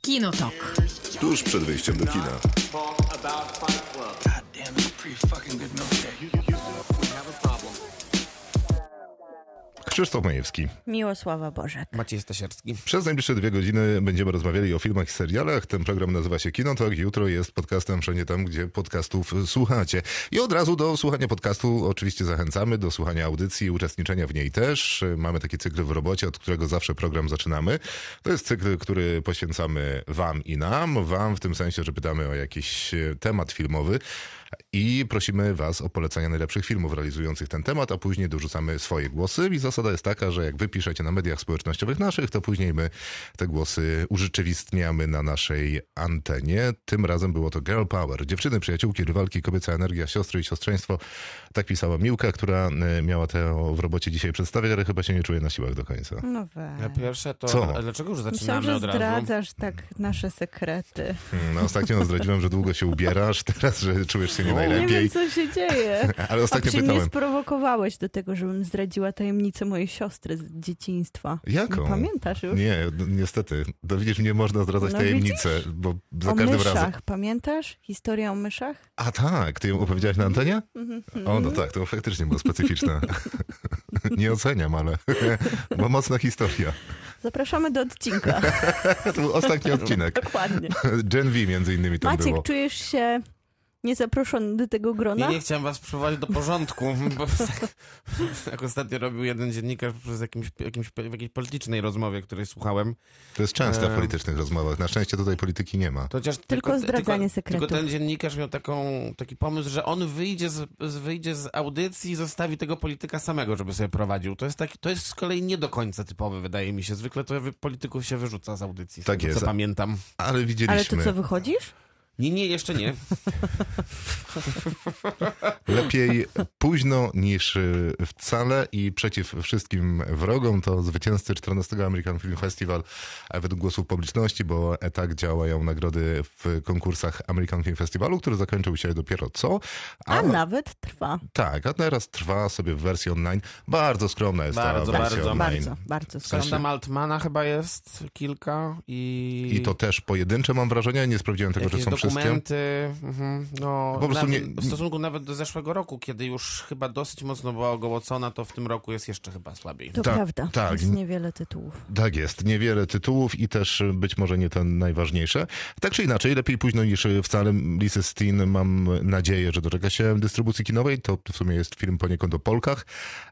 Kinotok. Tuż przed wyjściem do kina. Krzysztof Majewski. Miłosława Bożek. Maciej Stasierski. Przez najbliższe dwie godziny będziemy rozmawiali o filmach i serialach. Ten program nazywa się Kino, tak jutro jest podcastem wszędzie tam, gdzie podcastów słuchacie. I od razu do słuchania podcastu oczywiście zachęcamy, do słuchania audycji i uczestniczenia w niej też. Mamy taki cykl w robocie, od którego zawsze program zaczynamy. To jest cykl, który poświęcamy wam i nam. Wam w tym sensie, że pytamy o jakiś e, temat filmowy i prosimy was o polecenie najlepszych filmów realizujących ten temat, a później dorzucamy swoje głosy. I zasada jest taka, że jak wy piszecie na mediach społecznościowych naszych, to później my te głosy urzeczywistniamy na naszej antenie. Tym razem było to Girl Power. Dziewczyny, przyjaciółki, rywalki, kobieca energia, siostry i siostrzeństwo. Tak pisała Miłka, która e, miała to w robocie dzisiaj przedstawiać, ale chyba się nie czuje na siłach do końca. No we. A Pierwsze to... Co? a Dlaczego już zaczynamy Myślałam, że od razu? zdradzasz tak nasze sekrety. Hmm, No, ostatnio zdradziłem, że długo się ubierasz, teraz, że czujesz się nie Nie wiem, najlepiej. co się dzieje. Ale A ostatnio czy mnie pytałem. sprowokowałeś do tego, żebym zdradziła tajemnicę mojej siostry z dzieciństwa? Jaką? Nie pamiętasz już? Nie, no, niestety. To widzisz, nie można zdradzać No tajemnicy, bo za o każdym myszach. razem. Pamiętasz historię o myszach? Mhm. A tak, ty ją opowiedziałaś na antenie? O, no tak, to faktycznie było specyficzne. nie oceniam, ale bo mocna historia. Mhm. Zapraszamy do odcinka. Tak. To był ostatni odcinek. Dokładnie. Gen V między innymi tam Maciek, było. czujesz się niezaproszony do tego grona? Ja nie chciałem was przywołać do porządku, bo tak, tak ostatnio robił jeden dziennikarz przez jakimś, jakimś, w jakiejś politycznej rozmowie, której słuchałem. To jest częste w E. politycznych rozmowach. Na szczęście tutaj polityki nie ma. To chociaż zdradzanie sekretów. Tylko ten dziennikarz miał taką, taki pomysł, że on wyjdzie z, z, wyjdzie z audycji i zostawi tego polityka samego, żeby sobie prowadził. To jest, taki, to jest z kolei nie do końca typowe, wydaje mi się. Zwykle to wy- polityków się wyrzuca z audycji, z Tak tego, jest. co pamiętam. Ale Ale to widzieliśmy. co, wychodzisz? Nie, nie, jeszcze nie. Lepiej późno niż y, wcale i przeciw wszystkim wrogom to zwycięzcy 14 American Film Festival e, według głosów publiczności, bo e, tak działają nagrody w konkursach American Film Festivalu, który zakończył się dopiero co. A ale- nawet trwa. Tak, a teraz trwa sobie w wersji online. Bardzo skromna jest Bardzo, ta wersja bardzo. online. Tak. Bardzo, bardzo. sensie- skoro. Sonda Altmana chyba jest kilka i... I to też pojedyncze mam wrażenie, nie sprawdziłem tego, Jakieś czy są wszystkie. dokumenty, mhm, no, Po prostu na, nie- w stosunku nawet do zeszłego roku, kiedy już chyba dosyć mocno była ogołocona, to w tym roku jest jeszcze chyba słabiej. To Tak, prawda. tak. Jest niewiele tytułów. Tak jest, niewiele tytułów i też y, być może nie ten najważniejsze. Tak czy inaczej, lepiej późno niż y, wcale. Lisy Steen mam nadzieję, że doczeka się dystrybucji kinowej. To w sumie jest film poniekąd o Polkach,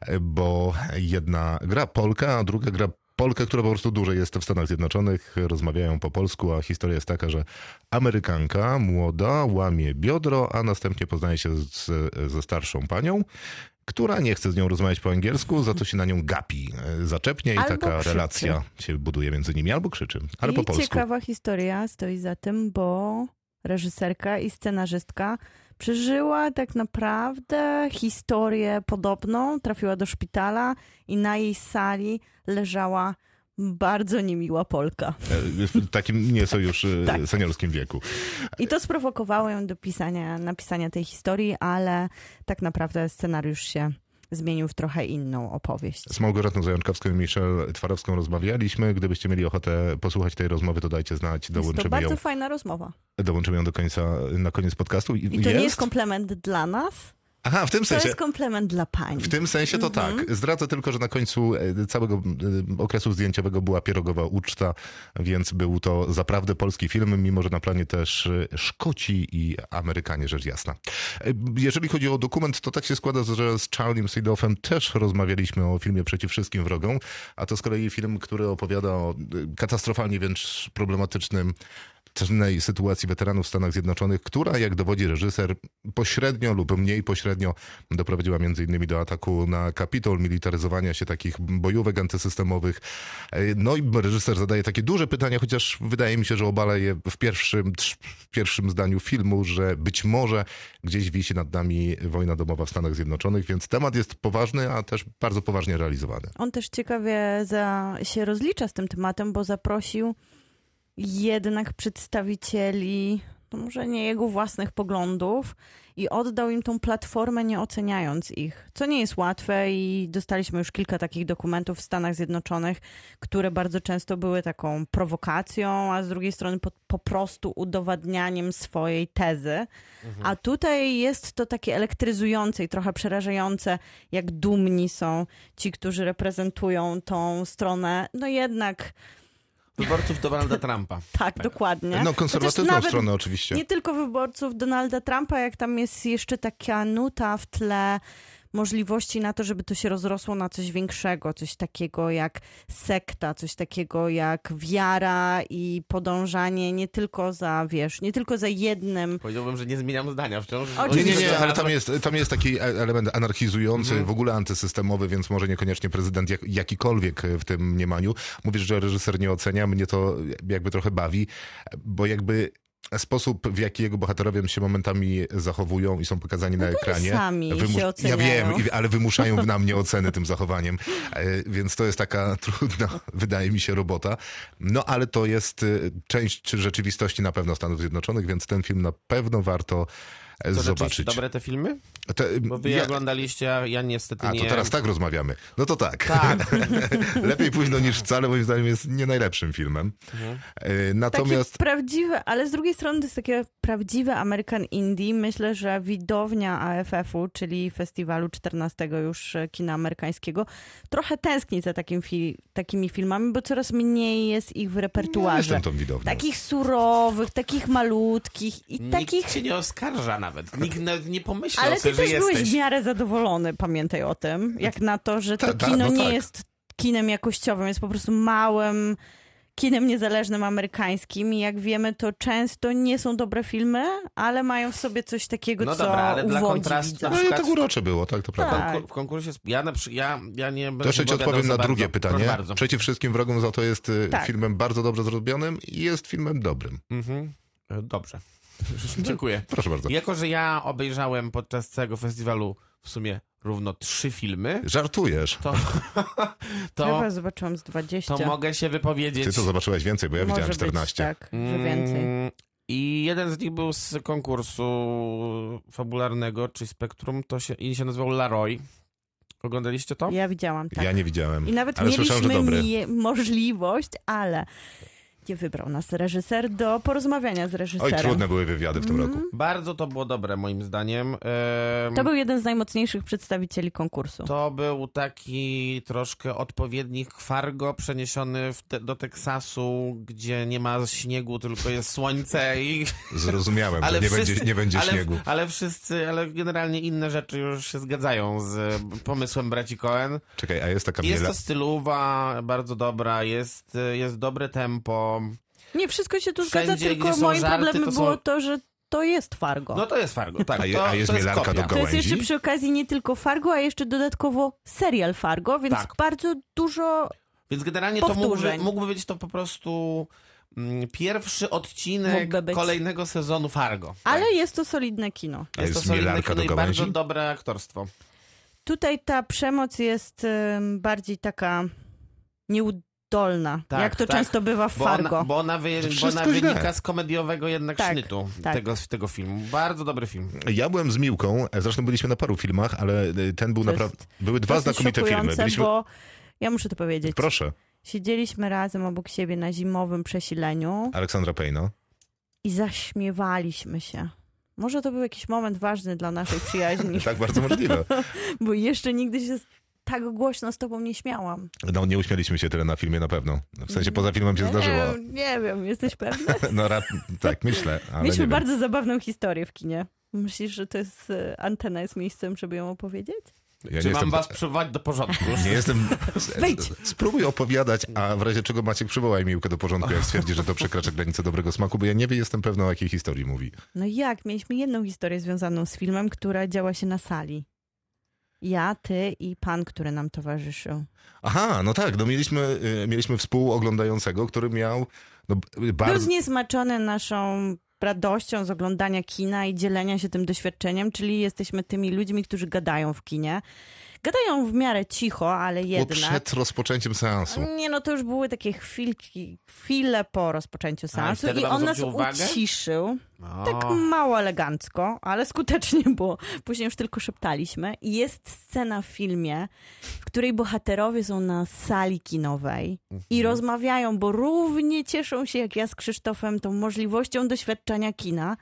y, bo jedna gra Polka, a druga gra Polkę, która po prostu dłużej jest w Stanach Zjednoczonych, rozmawiają po polsku, a historia jest taka, że Amerykanka młoda łamie biodro, a następnie poznaje się z, ze starszą panią, która nie chce z nią rozmawiać po angielsku, za to się na nią gapi, e, zaczepnie i Albo taka krzyczy. relacja się buduje między nimi, albo krzyczy, ale I po polsku. ciekawa historia stoi za tym, bo reżyserka i scenarzystka przeżyła tak naprawdę historię podobną, trafiła do szpitala i na jej sali leżała bardzo niemiła Polka. E, W takim nieco już e, Tak. seniorskim wieku. I to sprowokowało ją do pisania, napisania tej historii, ale tak naprawdę scenariusz się zmienił w trochę inną opowieść. Z Małgorzatą Zajączkowską i Michelle Twarowską rozmawialiśmy. Gdybyście mieli ochotę posłuchać tej rozmowy, to dajcie znać, Jest to dołączymy bardzo ją, fajna rozmowa. dołączymy ją do końca, na koniec podcastu. I to nie jest komplement dla nas, Aha, w tym to sensie. jest komplement dla pani. W tym sensie to tak. Zdradzę tylko, że na końcu e, całego e, okresu zdjęciowego była pierogowa uczta, więc był to zaprawdę polski film, mimo że na planie też e, Szkoci i Amerykanie, rzecz jasna. E, Jeżeli chodzi o dokument, to tak się składa, że z Charliem Seydoffem też rozmawialiśmy o filmie Przeciw Wszystkim Wrogom, a to z kolei film, który opowiada o e, katastrofalnie wręcz problematycznym trudnej sytuacji weteranów w Stanach Zjednoczonych, która, jak dowodzi reżyser, pośrednio lub mniej pośrednio doprowadziła m.in. do ataku na kapitol, militaryzowania się takich bojówek antysystemowych. E, No i reżyser zadaje takie duże pytania, chociaż wydaje mi się, że obala je w pierwszym, trz- w pierwszym zdaniu filmu, że być może gdzieś wisi nad nami wojna domowa w Stanach Zjednoczonych, więc temat jest poważny, a też bardzo poważnie realizowany. On też ciekawie za, się rozlicza z tym tematem, bo zaprosił jednak przedstawicieli no może nie jego własnych poglądów i oddał im tą platformę, nie oceniając ich, co nie jest łatwe i dostaliśmy już kilka takich dokumentów w Stanach Zjednoczonych, które bardzo często były taką prowokacją, a z drugiej strony po, po prostu udowadnianiem swojej tezy. A tutaj jest to takie elektryzujące i trochę przerażające, jak dumni są ci, którzy reprezentują tą stronę. No jednak, Wyborców Donalda Trumpa. tak, dokładnie. No, Chociaż konserwatywną nawet stronę oczywiście. nie tylko wyborców Donalda Trumpa, jak tam jest jeszcze taka nuta w tle możliwości na to, żeby to się rozrosło na coś większego, coś takiego jak sekta, coś takiego jak wiara i podążanie nie tylko za, wiesz, nie tylko za jednym. Powiedziałbym, że nie zmieniam zdania wciąż. że- Nie, Oczywiście. tak. Mhm. nie, nie, ale tam jest, tam jest taki e- element anarchizujący, w ogóle antysystemowy, więc może niekoniecznie prezydent jak, jakikolwiek e, w tym mniemaniu. Mówisz, że reżyser nie ocenia, mnie to jakby trochę bawi, bo jakby sposób, w jaki jego bohaterowie się momentami zachowują i są pokazani na ekranie. No sami się ja oceniają. wiem, i- ale wymuszają na mnie oceny tym zachowaniem, E, więc to jest taka trudna, wydaje mi się, robota. No ale to jest e, część czy rzeczywistości na pewno Stanów Zjednoczonych, więc ten film na pewno warto e, To rzeczywiście zobaczyć. dobre te filmy? Te- Bo wy je oglądaliście, a ja niestety a nie. to teraz tak rozmawiamy. No to tak. Tak. Lepiej późno niż wcale, moim zdaniem, jest nie najlepszym filmem. Mhm. E, Takie Natomiast. prawdziwe, ale z drugiej strony to jest takie prawdziwe American Indie. Myślę, że widownia AFF-u, czyli festiwalu 14 już e, kina amerykańskiego, trochę tęskni za takim fi- takimi filmami, bo coraz mniej jest ich w Ja repertuarze. jestem tą widownią. Takich surowych, takich malutkich i Nikt takich... cię nie oskarża nawet. Nikt nawet nie pomyślał, Ale ty sobie, że też byłeś jesteś. w miarę zadowolony, pamiętaj o tym, jak na to, że to Ta- ta, kino no nie tak. jest kinem jakościowym, jest po prostu małym kinem niezależnym amerykańskim i jak wiemy, to często nie są dobre filmy, ale mają w sobie coś takiego, No co dobra, ale dla uwodzi kontrastu- widza. No i tak urocze było, tak, to prawda. Tak. Konkur- w konkursie. sp- Ja, na przy... ja, ja nie będę. To jeszcze ci wypowiadał odpowiem za na bardzo. drugie Proszę pytanie. bardzo. Przeciw wszystkim wrogom za to jest e, Tak. filmem bardzo dobrze zrobionym i jest filmem dobrym. Mhm. E, Dobrze. Dziękuję. Proszę bardzo. Jako, że ja obejrzałem podczas całego festiwalu w sumie równo trzy filmy, Żartujesz. to, to, Chyba zobaczyłam z 20. to mogę się wypowiedzieć. Ty to zobaczyłeś więcej, bo ja Może widziałem 14. Być, tak, że więcej. Mm, I jeden z nich był z konkursu fabularnego, czy Spektrum, to się, i się nazywał Laroy. Oglądaliście to? Ja widziałam, tak. Ja nie widziałem. I nawet ale słyszałem, że mieliśmy dobry. mie- możliwość, ale nie wybrał nas reżyser do porozmawiania z Oj, reżyserem. Mhm. trudne były wywiady w tym roku. Bardzo to było dobre moim zdaniem. Em, To był jeden z najmocniejszych przedstawicieli konkursu. Mm. To był taki troszkę odpowiednik Fargo przeniesiony w te, do Teksasu, gdzie nie ma śniegu, tylko jest słońce i... Zrozumiałem, że nie będzie, nie będzie ale, śniegu. Ale wszyscy, ale generalnie inne rzeczy już się zgadzają z e, pomysłem braci Cohen. Czekaj, a jest taka Jest miela... to stylowa bardzo dobra, jest, e, jest dobre tempo. Nie, wszystko się tu Wszędzie, zgadza, gdzie tylko są moim żarty, problemem to są- było to, że to jest Fargo. No to jest Fargo, tak. A je- to, a jest to jest mielarka do kopia. to jest jeszcze Gałęzi? przy okazji nie tylko Fargo, a jeszcze dodatkowo serial Fargo, więc Tak. bardzo dużo... Więc generalnie to mógłby, Powtórzeń. mógłby być to po prostu mm, pierwszy odcinek Mógłby być. kolejnego sezonu Fargo. Tak. Ale jest to solidne kino. A to jest solidne mielarka kino do i gałęzi? bardzo dobre aktorstwo. Tutaj ta przemoc jest em, bardziej taka nieudolna, Tak, jak to tak. często bywa w Bo Fargo. ona, bo ona, wy, To bo ona wszystko źle. wynika z komediowego jednak Tak, sznytu tak. Tego, tego filmu. Bardzo dobry film. Ja byłem z Miłką, e, zresztą byliśmy na paru filmach, ale e, ten był To jest naprawdę... Były dwa Dosyć znakomite filmy. szokujące, Byliśmy... bo ja muszę to powiedzieć. Proszę, Siedzieliśmy razem obok siebie na zimowym przesileniu. Aleksandra Pejno. i zaśmiewaliśmy się. Może to był jakiś moment ważny dla naszej przyjaźni, Tak, bardzo możliwe. bo jeszcze nigdy się z- tak głośno z tobą nie śmiałam. No, nie uśmieliśmy się tyle na filmie na pewno. W sensie poza filmem się zdarzyło. Nie, nie wiem, jesteś pewny? No, ra... tak, myślę, ale nie Mieliśmy wiem. bardzo zabawną historię w kinie. Myślisz, że to jest e, antena jest miejscem, żeby ją opowiedzieć? Ja Czy nie mam jestem- was przywołać do porządku? już? Nie jestem. Wejdź. Spróbuj opowiadać, a w razie czego Maciek przywołaj miłkę do porządku, jak stwierdzi, że to przekracza granicę dobrego smaku, bo ja nie wiem, jestem pewna, o jakiej historii mówi. No jak? Mieliśmy jedną historię związaną z filmem, która działa się na sali. Ja, ty i pan, który nam towarzyszył. Aha, no tak, no mieliśmy, y, mieliśmy współoglądającego, który miał no, Był bardzo. zniesmaczony naszą radością z oglądania kina i dzielenia się tym doświadczeniem, czyli jesteśmy tymi ludźmi, którzy gadają w kinie, Gadają w miarę cicho, ale Bo jednak. przed rozpoczęciem seansu. Nie no, to już były takie chwilki, chwile po rozpoczęciu seansu wtedy i wam on nas zwrócił uwagę? uciszył. No. Tak mało elegancko, ale skutecznie, bo później już tylko szeptaliśmy. I jest scena w filmie, w której bohaterowie są na sali kinowej i rozmawiają, bo równie cieszą się jak ja z Krzysztofem tą możliwością doświadczenia kina.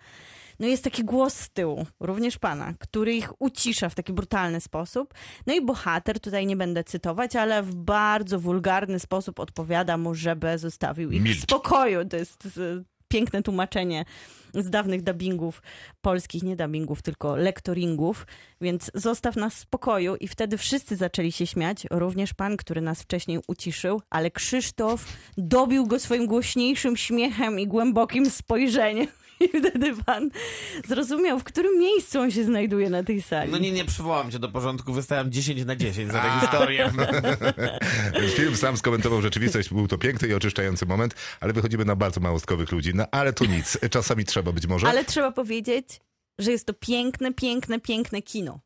No i jest taki głos z tyłu, również pana, który ich ucisza w taki brutalny sposób. No i bohater, tutaj nie będę cytować, ale w bardzo wulgarny sposób odpowiada mu, żeby zostawił ich Milcz. w spokoju. To jest y, piękne tłumaczenie z dawnych dubbingów polskich, nie dubbingów, tylko lektoringów, więc zostaw nas w spokoju i wtedy wszyscy zaczęli się śmiać, również pan, który nas wcześniej uciszył, ale Krzysztof dobił go swoim głośniejszym śmiechem i głębokim spojrzeniem. I wtedy pan zrozumiał, w którym miejscu on się znajduje na tej sali. No nie, nie przywołam cię do porządku, wystałem 10 na 10 za tę historię. No Film sam skomentował rzeczywistość, był to piękny i oczyszczający moment, ale wychodzimy na bardzo małostkowych ludzi. No ale to nic, czasami trzeba być może. Ale trzeba powiedzieć, że jest to piękne, piękne, piękne kino.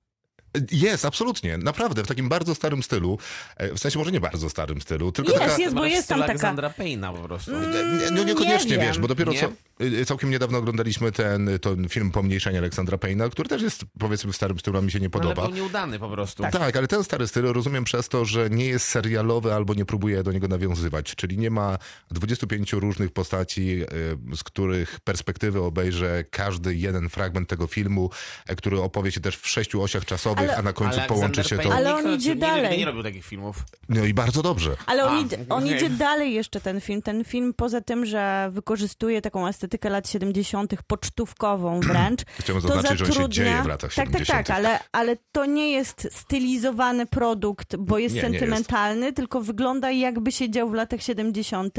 Jest, absolutnie, naprawdę, w takim bardzo starym stylu, e, w sensie może nie bardzo starym stylu, tylko Jest, taka... jest, bo Masz jest tam styl taka... Aleksandra Payna po prostu. E, No niekoniecznie, nie wiesz, wiem. bo dopiero Nie? co, y, całkiem niedawno oglądaliśmy ten, y, ten film Pomniejszenie Aleksandra Payna, który też jest, powiedzmy, w starym stylu, a mi się No, nie Ale podoba. był nieudany po prostu. Tak. ale ten stary styl rozumiem przez to, że nie jest serialowy albo nie próbuje do niego nawiązywać. Czyli nie ma 25 różnych postaci, y, z których perspektywy obejrzę każdy jeden fragment tego filmu, e, który opowie się też w sześciu osiach czasowych, Ale- a na końcu Aleksander połączy się to. Payne Ale on nigdy- idzie nigdy dalej. Nie robił takich filmów. No i bardzo dobrze. Ale on, A, idzie, on okej. idzie dalej jeszcze ten film. Ten film poza tym, że wykorzystuje taką estetykę lat 70. pocztówkową wręcz. Chciałem to zaznaczyć, że on się zatrudnia- dzieje w latach Tak, tak, 70. tak, ale, ale to nie jest stylizowany produkt, bo jest Nie, nie jest. sentymentalny, tylko wygląda jakby się dział w latach 70.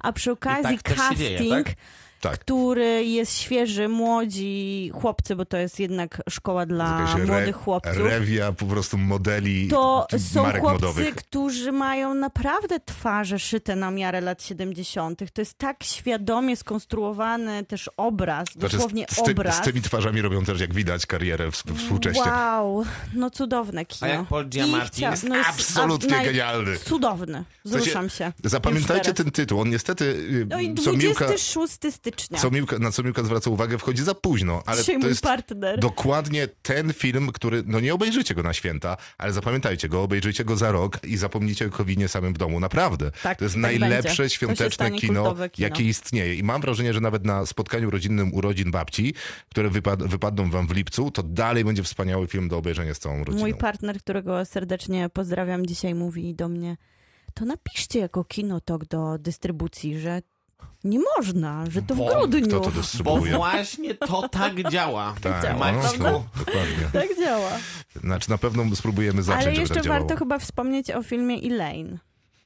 A przy okazji tak też się casting dzieje, tak? Tak. który jest świeży, młodzi chłopcy, bo to jest jednak szkoła dla Jakaś młodych chłopców. Rewia po prostu modeli To t- są marek chłopcy, modowych. którzy mają naprawdę twarze szyte na miarę lat 70. To jest tak świadomie skonstruowany też obraz, Znaczy, dosłownie z, z, ty, obraz. z tymi twarzami robią też, jak widać, karierę w, współcześnie. Wow, no cudowne kino. A jak Paul I no Giamatti jest jest absolutnie naj- genialny. Cudowny, sensie, zruszam się. Zapamiętajcie Już teraz. ten tytuł. On niestety, y, No i co Miłka, 26 stycznia. co Miłka, na co Miłka zwraca uwagę, wchodzi za późno. Ale Dzisiaj to mój jest partner. dokładnie ten film, który, no nie obejrzycie go na święta, ale zapamiętajcie go, obejrzyjcie go za rok i zapomnijcie o Kowinie samym w domu. Naprawdę. Tak, to jest tak najlepsze będzie. To się świąteczne stanie kino, kultowe kino. jakie istnieje. I mam wrażenie, że nawet na spotkaniu rodzinnym urodzin babci, które wypad- wypadną wam w lipcu, to dalej będzie wspaniały film do obejrzenia z całą rodziną. Mój partner, którego serdecznie pozdrawiam, dzisiaj mówi do mnie: To napiszcie jako kinotok do dystrybucji, że nie można, że to w Bo grudniu. Kto to Bo dystrybuuje? właśnie to tak działa. Tak, Maćku. no, dokładnie. Tak działa. Znaczy na pewno spróbujemy zacząć, Ale żeby jeszcze tak warto działało. chyba wspomnieć o filmie Elaine,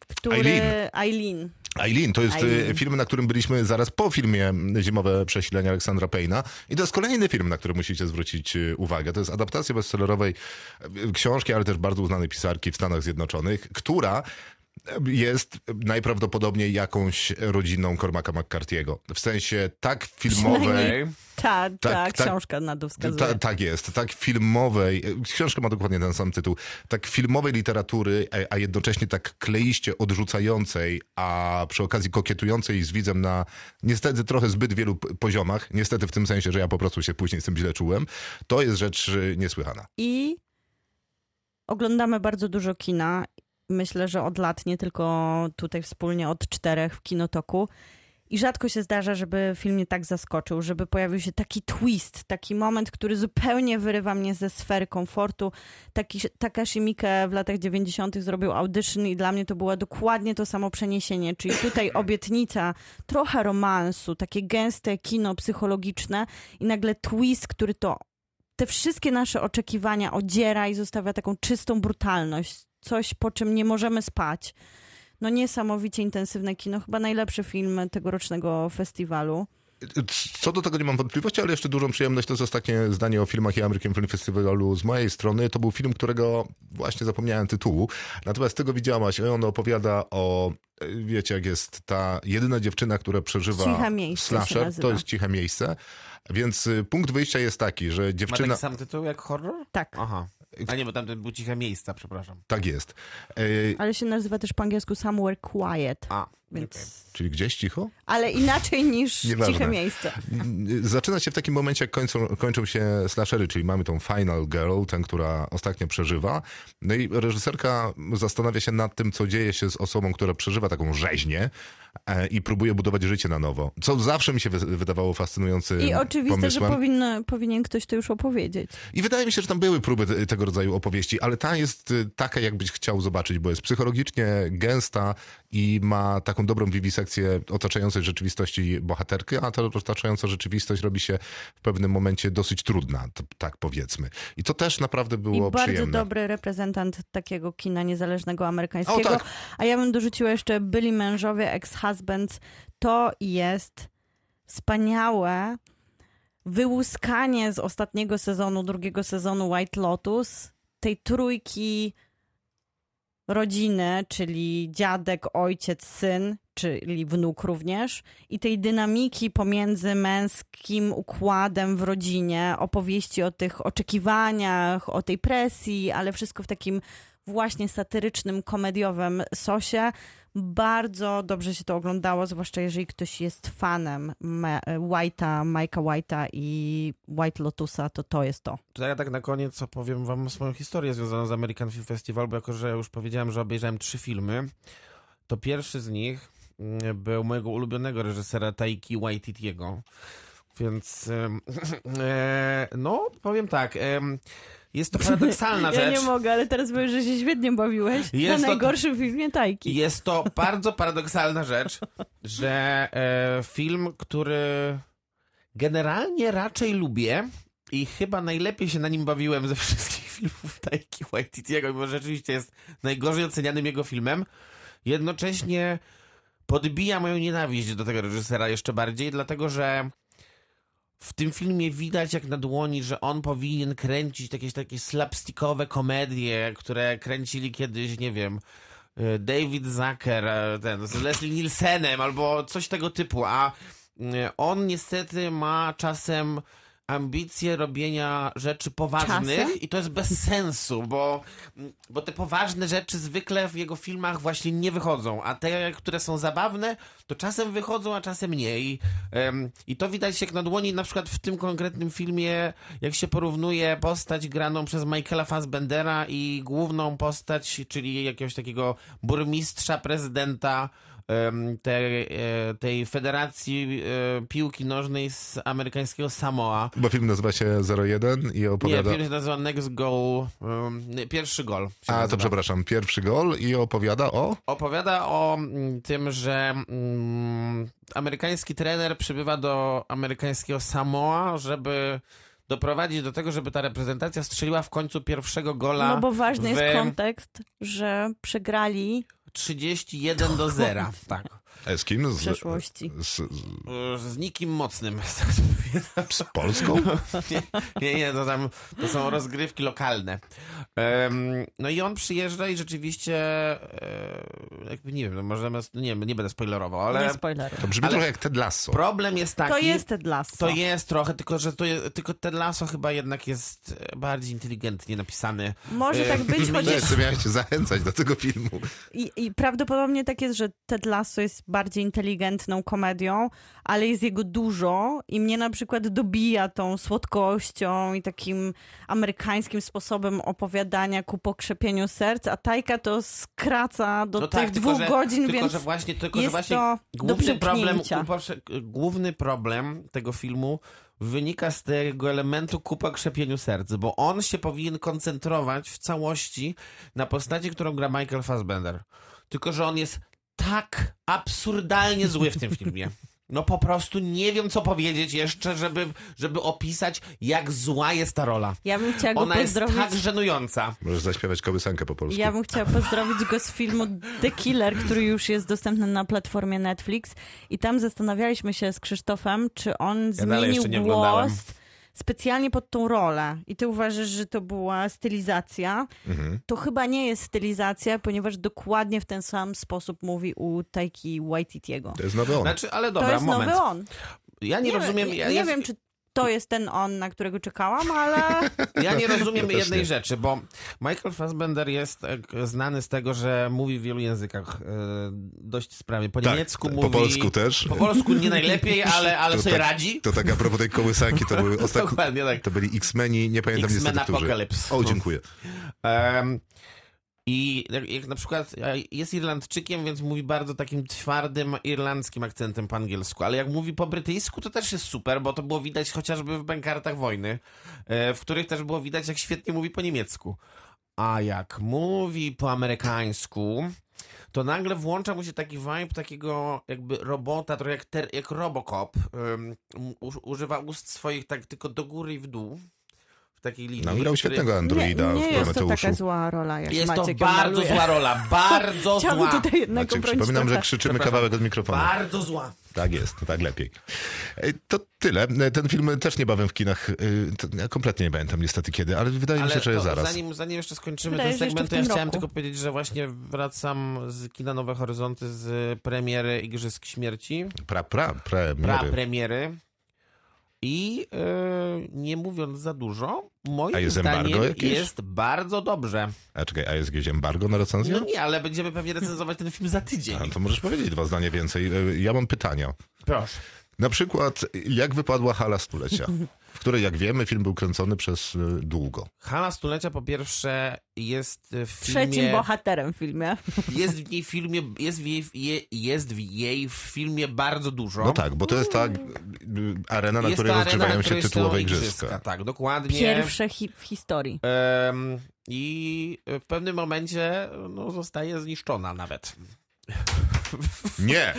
który. Eileen. Eileen. Eileen, to jest Eileen. Eileen. film, na którym byliśmy zaraz po filmie Zimowe przesilenie Aleksandra Payna. I to jest kolejny film, na który musicie zwrócić e, uwagę. To jest adaptacja bestsellerowej e, książki, ale też bardzo uznanej pisarki w Stanach Zjednoczonych, która e, jest najprawdopodobniej jakąś rodziną Cormaca McCarthy'ego. W sensie tak filmowej... Okej. Ta, ta Tak, tak. książka na to wskazuje. Ta, tak jest, tak filmowej, książka ma dokładnie ten sam tytuł, tak filmowej literatury, a- a jednocześnie tak kleiście odrzucającej, a przy okazji kokietującej z widzem na niestety trochę zbyt wielu p- poziomach, niestety w tym sensie, że ja po prostu się później z tym źle czułem, to jest rzecz y, niesłychana. I oglądamy bardzo dużo kina. Myślę, że od lat, nie tylko tutaj wspólnie, od czterech w kinotoku. I rzadko się zdarza, żeby film mnie tak zaskoczył, żeby pojawił się taki twist, taki moment, który zupełnie wyrywa mnie ze sfery komfortu. Taki, Takashi Miike w latach 90. zrobił audytion i dla mnie to było dokładnie to samo przeniesienie. Czyli tutaj obietnica, trochę romansu, takie gęste kino psychologiczne i nagle twist, który to te wszystkie nasze oczekiwania odziera i zostawia taką czystą brutalność. Coś, po czym nie możemy spać. No niesamowicie intensywne kino, chyba najlepszy film tegorocznego festiwalu. Co do tego nie mam wątpliwości, ale jeszcze dużą przyjemność to jest ostatnie zdanie o filmach i American Film Festivalu z mojej strony. To był film, którego właśnie zapomniałem tytułu. Natomiast tego widziałaś. On opowiada o, e, wiecie jak jest ta jedyna dziewczyna, która przeżywa Ciche miejsce się slasher. nazywa. To jest ciche miejsce. Więc y, punkt wyjścia jest taki, że Ma tak dziewczyna... taki sam tytuł jak horror? Tak. Aha. A nie, bo tamten był ciche miejsca, przepraszam. Tak jest. Yy, Ale się nazywa też po angielsku Somewhere Quiet, A, więc... okej. czyli gdzieś cicho? Ale inaczej niż Nieważne. Ciche Miejsce. Zaczyna się w takim momencie, jak kończą, kończą się slashery, czyli mamy tą final girl, ten, która ostatnio przeżywa. No i reżyserka zastanawia się nad tym, co dzieje się z osobą, która przeżywa taką rzeźnię e, i próbuje budować życie na nowo. Co zawsze mi się wy- wydawało fascynującym I oczywiste, pomysłem. że powinno, powinien ktoś to już opowiedzieć. I wydaje mi się, że tam były próby te- tego rodzaju opowieści, ale ta jest y, taka, jakbyś chciał zobaczyć, bo jest psychologicznie gęsta i ma taką dobrą wiwisekcję otaczającej rzeczywistości bohaterki, a ta otaczająca rzeczywistość robi się w pewnym momencie dosyć trudna, t- tak powiedzmy. I to też naprawdę I było bardzo przyjemne. dobry reprezentant takiego kina niezależnego amerykańskiego. O, tak. A ja bym dorzuciła jeszcze Byli mężowie, ex-husbands. To jest wspaniałe wyłuskanie z ostatniego sezonu, drugiego sezonu White Lotus, tej trójki rodziny, czyli dziadek, ojciec, syn, czyli wnuk również, i tej dynamiki pomiędzy męskim układem w rodzinie, opowieści o tych oczekiwaniach, o tej presji, ale wszystko w takim właśnie satyrycznym, komediowym sosie. Bardzo dobrze się to oglądało, zwłaszcza jeżeli ktoś jest fanem Ma- White'a, Mike'a White'a i White Lotusa, to to jest to. To ja tak na koniec opowiem wam swoją historię związaną z American Film Festival, bo jako, że ja już powiedziałem, że obejrzałem trzy filmy, to pierwszy z nich mm, był mojego ulubionego reżysera Taiki Waititiego. Więc em, e, no, powiem tak, em, jest to paradoksalna Ja rzecz. nie mogę, ale teraz powiem, że się świetnie bawiłeś Jest na to- najgorszym filmie Tajki. Jest to bardzo paradoksalna rzecz, że e, film, który generalnie raczej lubię i chyba najlepiej się na nim bawiłem ze wszystkich filmów Taiki Waititiego, mimo że rzeczywiście jest najgorzej ocenianym jego filmem, jednocześnie podbija moją nienawiść do tego reżysera jeszcze bardziej, dlatego że w tym filmie widać jak na dłoni, że on powinien kręcić jakieś takie slapstickowe komedie, które kręcili kiedyś, nie wiem, y, David Zucker, e, ten, z Leslie Nielsenem albo coś tego typu, a y, on niestety ma czasem ambicje robienia rzeczy poważnych Czasem? i to jest bez sensu, bo, bo te poważne rzeczy zwykle w jego filmach właśnie nie wychodzą, a te, które są zabawne, to czasem wychodzą, a czasem nie. I, em, I to widać jak na dłoni, na przykład w tym konkretnym filmie, jak się porównuje postać graną przez Michaela Fassbendera i główną postać, czyli jakiegoś takiego burmistrza, prezydenta em, tej, e, tej federacji e, piłki nożnej z amerykańskiego Samoa. Bo film nazywa się 01 i Nie, opowiada... film się nazywa Next Goal, em, nie, pierwszy gol. się A, to nazywa. przepraszam, pierwszy gol i opowiada o... opowiada o mm, tym, że mm, amerykański trener przybywa do amerykańskiego Samoa, żeby doprowadzić do tego, żeby ta reprezentacja strzeliła w końcu pierwszego gola No bo ważny w- jest kontekst, że przegrali 31 do 0. Tak. E, Z kim? w Z, przeszłości. z, z, Y, Z nikim mocnym. z Polską? nie, nie, nie, to tam to są rozgrywki lokalne. Em, no i on przyjeżdża i rzeczywiście e, jakby nie wiem, no możemy, nie, nie będę spoilerował, Nie ale spoileruj. To brzmi Ale- trochę jak Ted Lasso. problem jest taki... To jest Ted Lasso. To jest trochę, tylko że to je- tylko ten laso chyba jednak jest e, bardziej inteligentnie napisany. Może e, tak być, brzmi- chociaż Wiesz, co miałem cię zachęcać do tego filmu. i, i prawdopodobnie tak jest, że Ted Lasso jest bardziej inteligentną komedią, ale jest jego dużo i mnie na przykład dobija tą słodkością i takim amerykańskim sposobem opowiadania ku pokrzepieniu serc, a Tajka to skraca do No tych tak, tylko, dwóch że- godzin, tylko, więc że właśnie, tylko, że jest właśnie to do główny problem, przeklinięcia. kupa- główny problem tego filmu wynika z tego elementu kupa krzepieniu serc, bo on się powinien koncentrować w całości na postaci, którą gra Michael Fassbender. Tylko, że on jest tak absurdalnie zły w tym filmie. No po prostu nie wiem, co powiedzieć jeszcze, żeby, żeby opisać, jak zła jest ta rola. ja bym chciała go Ona jest pozdrowić. tak żenująca. Możesz zaśpiewać kołysankę po polsku. Ja bym chciała pozdrowić go z filmu The Killer, który już jest dostępny na platformie Netflix. I tam zastanawialiśmy się z Krzysztofem, czy on dalej zmienił jeszcze nie oglądałem. głos specjalnie pod tą rolę. I ty uważasz, że to była stylizacja. Mhm. To chyba nie jest stylizacja, ponieważ dokładnie w ten sam sposób mówi u Taiki Waititiego. To jest nowy on. Znaczy, ale To dobra, jest moment. nowy on. Ja nie, rozumiem. Wiem, ja, nie ja, wiem, czy to jest ten on, na którego czekałam, ale Ja nie rozumiem też jednej nie. rzeczy, bo Michael Fassbender jest e, k- znany z tego, że mówi w wielu językach e, dość sprawnie. Po Tak, niemiecku po mówi... polsku też. Po polsku nie najlepiej, ale, ale To sobie tak- radzi. To tak a propos tej kołysanki, to były ostatni... Dokładnie tak. To byli X-Meni, nie pamiętam X-Men niestety którzy. Apocalypse. O, dziękuję. Em, I jak, jak na przykład e, jest Irlandczykiem, więc mówi bardzo takim twardym irlandzkim akcentem po angielsku, ale jak mówi po brytyjsku, to też jest super, bo to było widać chociażby w Bękartach Wojny, e, w których też było widać, jak świetnie mówi po niemiecku. A jak mówi po amerykańsku, to nagle włącza mu się taki vibe takiego jakby robota, trochę jak, ter, jak Robocop. em, u- używa ust swoich tak tylko do góry i w dół. W takiej linii. No, grał który- świetnego Androida nie, nie w jest to taka Prometeuszu. zła rola, jak jest Maciek to ją bardzo maluje. zła rola, bardzo Chciałabym zła. tutaj jednak Maciek, obronić Tak, Znaczy, przypominam, że trochę. krzyczymy Przepraszam. kawałek od mikrofonu. Bardzo zła. Tak jest, tak lepiej. E, To tyle. E, Ten film też niebawem w kinach. e, to Ja kompletnie nie pamiętam niestety kiedy, ale wydaje mi się, że to zaraz. Zanim, zanim jeszcze skończymy Wydaje się, ten że jeszcze segment, w to ja tym chciałem roku. tylko powiedzieć, że właśnie wracam z kina Nowe Horyzonty z premiery Igrzysk Śmierci, Pra, pra, pra premiery. premiery. I e, nie mówiąc za dużo, A moim jest embargo zdaniem jakieś? jest bardzo dobrze. A czekaj, a jest gdzieś embargo na recenzję? No nie, ale będziemy pewnie recenzować ten film za tydzień. A, to możesz powiedzieć dwa zdania więcej. E, Ja mam pytania. Proszę. Na przykład, jak wypadła hala stulecia, w której, jak wiemy, film był kręcony przez e, długo. Hala Stulecia po pierwsze jest w filmie... Trzecim bohaterem w filmie. Jest w niej filmie, jest w jej, je, jest w jej filmie bardzo dużo. No tak, bo to jest ta e, arena, na jest której to arena, na rozgrywają się której są tytułowe igrzyska. Tak, dokładnie. Pierwsze hi- w historii. Em, I w pewnym momencie no, zostaje zniszczona nawet. Nie!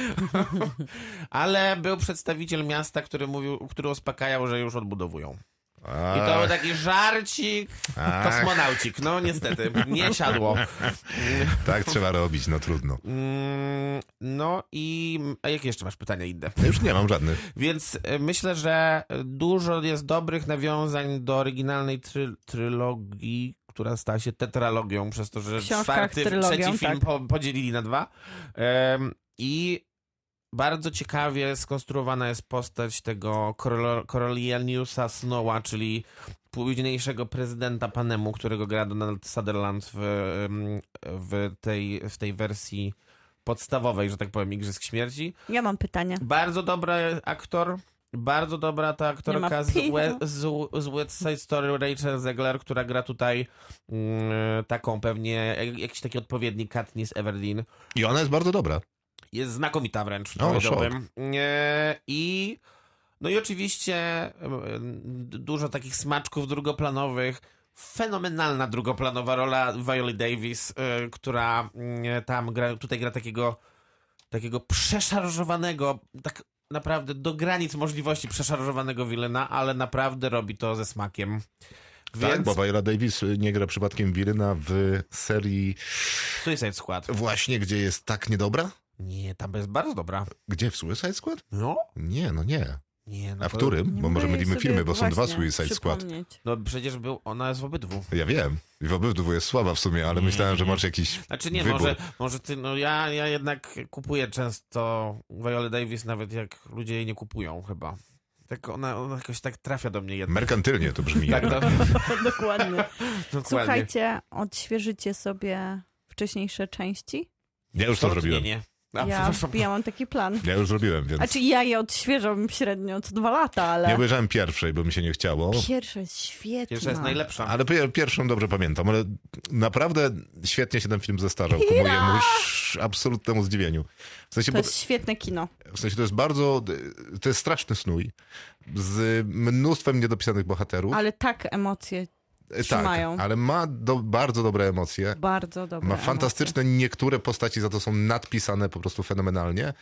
Ale był przedstawiciel miasta, który mówił, który uspokajał, że już odbudowują. I A, to był taki żarcik, Ach. kosmonaucik. No niestety, nie siadło. Tak trzeba robić, no trudno. Mm, No i... A jakie jeszcze masz pytania inne? Ja już nie mam żadnych. Więc e, myślę, że dużo jest dobrych nawiązań do oryginalnej try trylogii, która stała się tetralogią, przez to, że W książkach czwarty, trylogią, trzeci film tak. po, podzielili na dwa. Em, I bardzo ciekawie skonstruowana jest postać tego Corolo- Coriolanus'a Snowa, czyli późniejszego prezydenta Panemu, którego gra Donald Sutherland w, em, w, tej, w tej wersji podstawowej, że tak powiem, Igrzysk Śmierci. Ja mam pytanie. Bardzo dobry aktor. Bardzo dobra ta Nie aktorka ma z, pi- We- z, z West Side Story, Rachel Zegler, która gra tutaj mm, taką pewnie, jak- jakiś taki odpowiednik Katniss Everdeen. I ona jest bardzo dobra. Jest znakomita wręcz, O, powiedziałbym. E, I no i oczywiście em, dużo takich smaczków drugoplanowych. Fenomenalna drugoplanowa rola Violi Davis, e, która mm, tam gra, tutaj gra takiego takiego przeszarżowanego, tak naprawdę do granic możliwości przeszarżowanego Wilena, ale naprawdę robi to ze smakiem. Więc Tak, bo Viola Davis nie gra przypadkiem Wiryna w serii Suicide Squad. właśnie, gdzie jest tak niedobra? Nie, tam jest bardzo dobra. Gdzie, w Suicide Squad? No? Nie, no nie. Nie, no A w to- którym? Nie Bo może mogę jej mylimy sobie filmy, bo są dwa właśnie Suicide Squad. przypomnieć. No przecież był, ona jest w obydwu. Ja wiem. I w obydwu jest słaba w sumie, ale Nie, myślałem, że nie. masz jakiś Znaczy nie, wybór. może, może ty, no ja, ja jednak kupuję często Viola Davis, nawet jak ludzie jej nie kupują chyba. Tak ona, ona jakoś tak trafia do mnie jednak. Merkantylnie to brzmi. Tak, jednak. do, Dokładnie. dokładnie. Słuchajcie, odświeżycie sobie wcześniejsze części? Ja już to Absolutnie zrobiłem. Nie. A, Ja, przepraszam. ja mam taki plan. Ja już zrobiłem, więc Znaczy ja je odświeżam średnio co dwa lata, nie ale obejrzałem pierwszej, bo mi się nie chciało. pierwsza jest świetna. Pierwsza jest najlepsza. Ale pier- pierwszą dobrze pamiętam, ale naprawdę świetnie się ten film zestarzał ku mojemu sz- absolutnemu zdziwieniu. W sensie, To bo, jest świetne kino. w sensie to jest bardzo, y, to jest straszny snój z mnóstwem niedopisanych bohaterów. Ale tak emocje, E, trzymają. Tak, ale ma do, bardzo dobre emocje. bardzo dobre Tak. Ma emocje. fantastyczne, niektóre postaci za to są nadpisane po prostu fenomenalnie.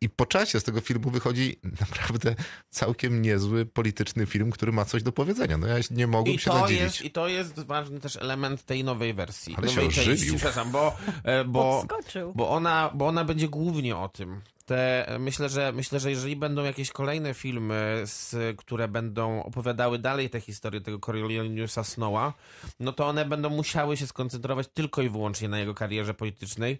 I po czasie z tego filmu wychodzi naprawdę całkiem niezły polityczny film, który ma coś do powiedzenia. No ja nie mogłem I się to, nadziwić. jest, I to jest ważny też element tej nowej wersji. Ale się nowej ożywił. przepraszam, bo, e, bo, Podskoczył. bo, ona, bo ona będzie głównie o tym. Te, myślę, że, myślę, że jeżeli będą jakieś kolejne filmy, z, które będą opowiadały dalej tę historię tego Coriolanus'a Snowa, no to one będą musiały się skoncentrować tylko i wyłącznie na jego karierze politycznej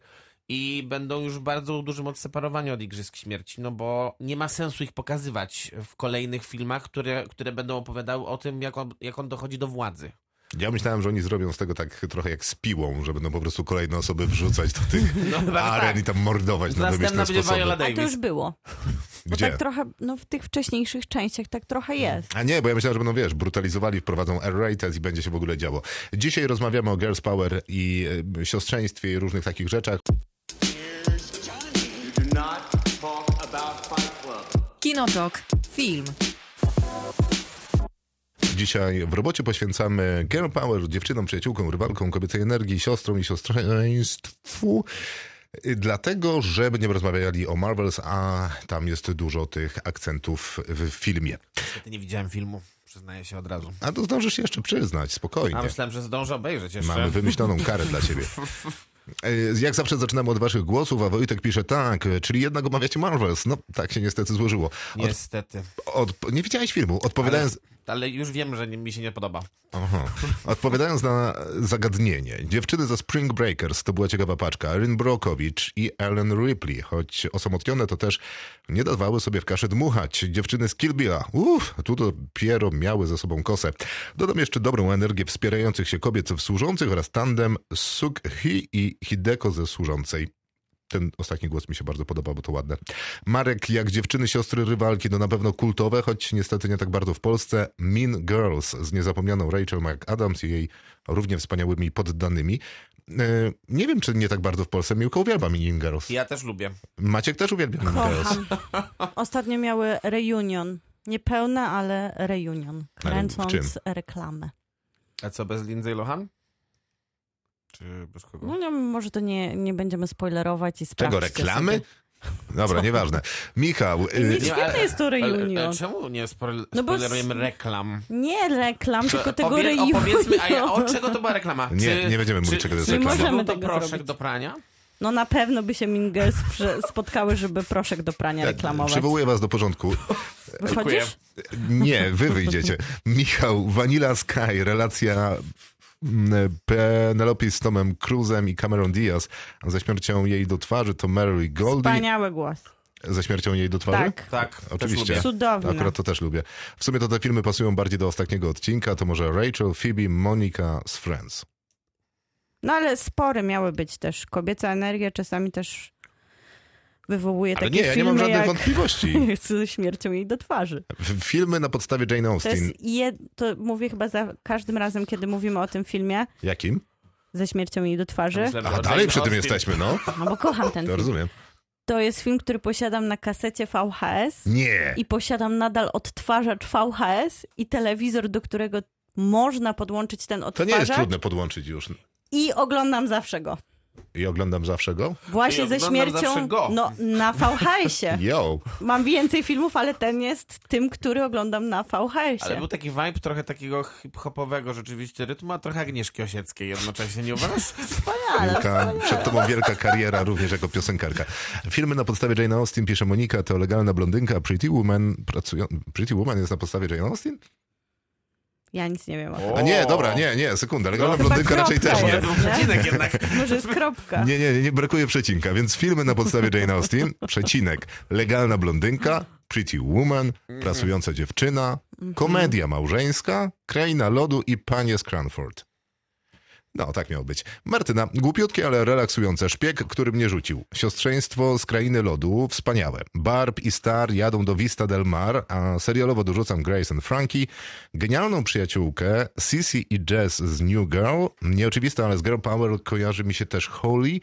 i będą już w bardzo dużym odseparowaniu od Igrzysk Śmierci, no bo nie ma sensu ich pokazywać w kolejnych filmach, które, które będą opowiadały o tym, jak on, jak on dochodzi do władzy. Ja myślałem, że oni zrobią z tego tak trochę jak z piłą, że będą po prostu kolejne osoby wrzucać do tych No chyba, że aren i tam mordować na Następna wymyślne będzie sposoby. Viola A to już Davis. było. Bo Gdzie? tak trochę, no w tych wcześniejszych częściach tak Mm. trochę jest. A nie, bo ja myślałem, że będą, wiesz, brutalizowali, wprowadzą R-rated i będzie się w ogóle działo. Dzisiaj rozmawiamy o girls power i e, siostrzeństwie i różnych takich rzeczach. You do not talk about Fight Club. Kinotok. Film. Dzisiaj w robocie poświęcamy girl power, dziewczynom, przyjaciółkom, rywalkom, kobiecej energii, siostrom i siostrzeństwu. Y, Dlatego, że będziemy rozmawiali o Marvels, a tam jest dużo tych akcentów w filmie. Niestety nie widziałem filmu, przyznaję się od razu. A to zdążysz się jeszcze przyznać, spokojnie. A myślałem, że zdążę obejrzeć jeszcze. Mamy wymyśloną karę dla ciebie. E, Jak zawsze zaczynamy od waszych głosów, a Wojtek pisze tak, e, czyli jednak omawiacie Marvels. No, tak się niestety złożyło. Od, Niestety. od, nie widziałeś filmu. Odpowiadając, Ale już wiem, że nie- mi się nie podoba. Aha. Odpowiadając na zagadnienie, dziewczyny ze Spring Breakers to była ciekawa paczka. Erin Brokowicz i Ellen Ripley, choć osamotnione to też nie dawały sobie w kaszę dmuchać. Dziewczyny z Kill Billa, uff, tu dopiero miały ze sobą kosę. Dodam jeszcze dobrą energię wspierających się kobiet w służących oraz tandem Suk Hi i Hideko ze służącej. Ten ostatni głos mi się bardzo podoba, bo to ładne. Marek, jak dziewczyny, siostry, rywalki, to na pewno kultowe, choć niestety nie tak bardzo w Polsce. Mean Girls z niezapomnianą Rachel McAdams i jej równie wspaniałymi poddanymi. E, Nie wiem, czy nie tak bardzo w Polsce. Miłka uwielbia Mean Girls. Ja też lubię. Maciek też uwielbia No Mean Girls. Kocham. Ostatnio miały reunion. Niepełne, ale reunion. czym? Kręcąc reklamę. A co, bez Lindsay Lohan? Czy bez kogo? No nie, może to nie, nie będziemy spoilerować i Czego, sprawdzić. reklamy? Dobra, nieważne. Michał, e, Nie, świetne jest to Y, ale- reunion. ale Czemu nie spoil- No bo spoilerujemy s- reklam? Nie reklam, tylko tego Opowie- reunion. opowiedzmy, a ja, o czego to była reklama? Nie, nie będziemy mówić, czego to jest czy reklama. Czy Nie był możemy to tego proszek zrobić. do prania? No na pewno by się Mingers spotkały, żeby proszek do prania reklamować. tak, przywołuję was do porządku. Dziękuję. Wychodzisz? Nie, wy wyjdziecie. Michał, Vanilla Sky, relacja mm, Penelope z Tomem Cruzem i Cameron Diaz. Ze śmiercią jej do twarzy to Mary Goldie. Wspaniały głos. Ze śmiercią jej do twarzy? Tak. Tak, też Oczywiście. lubię. Cudowne. Akurat to też lubię. W sumie to te filmy pasują bardziej do ostatniego odcinka. To może Rachel, Phoebe, Monica z Friends. No ale spory miały być też. Kobieca energia czasami też wywołuje Ale takie nie, ja nie filmy mam żadnych jak wątpliwości. ze śmiercią jej do twarzy. F- Filmy na podstawie Jane To Austen. jest jed... to mówię chyba za każdym razem, kiedy mówimy o tym filmie, Jakim? ze śmiercią jej do twarzy. Myślałem, że A o dalej Jane przy tym Austen. jesteśmy, no. No bo kocham ten To film. rozumiem. To jest film, który posiadam na kasecie VHS Nie. i posiadam nadal odtwarzacz VHS i telewizor, do którego można podłączyć ten To odtwarzacz. nie jest trudne podłączyć już. I oglądam zawsze go. I oglądam zawsze go. Właśnie I ze oglądam śmiercią. zawsze go. No, na VHS-ie. Yo. Mam więcej filmów, ale ten jest tym, który oglądam na Ale był VHS-ie. taki vibe trochę takiego hip-hopowego rzeczywiście rytmu, a trochę Agnieszki Osieckiej jednocześnie, nie uważasz? Wielka, przed tobą wielka kariera również jako piosenkarka. Filmy na podstawie Jane Austen pisze Monika, to legalna blondynka, Pretty Woman. Pracują... Pretty Woman jest na podstawie Jane Austen? Ja nic nie wiem o tym. A nie, dobra, nie, nie, sekunda. Legalna No, chyba blondynka raczej kropka też nie. jest. Przecinek jednak. Może jest kropka. Nie, nie, nie, nie brakuje przecinka, więc filmy na podstawie Jane Austen, przecinek, legalna blondynka, Pretty Woman, pracująca dziewczyna, komedia małżeńska, kraina lodu i panie z Cranford. No, tak miało być. Martyna, głupiutkie, ale relaksujące. Szpieg, który mnie rzucił. Siostrzeństwo z krainy lodu, wspaniałe. Barb i Star jadą do Vista del Mar, a serialowo dorzucam Grace and Frankie. Genialną przyjaciółkę, Sissy i Jess z New Girl. Nieoczywiste, ale z Girl Power kojarzy mi się też Holly,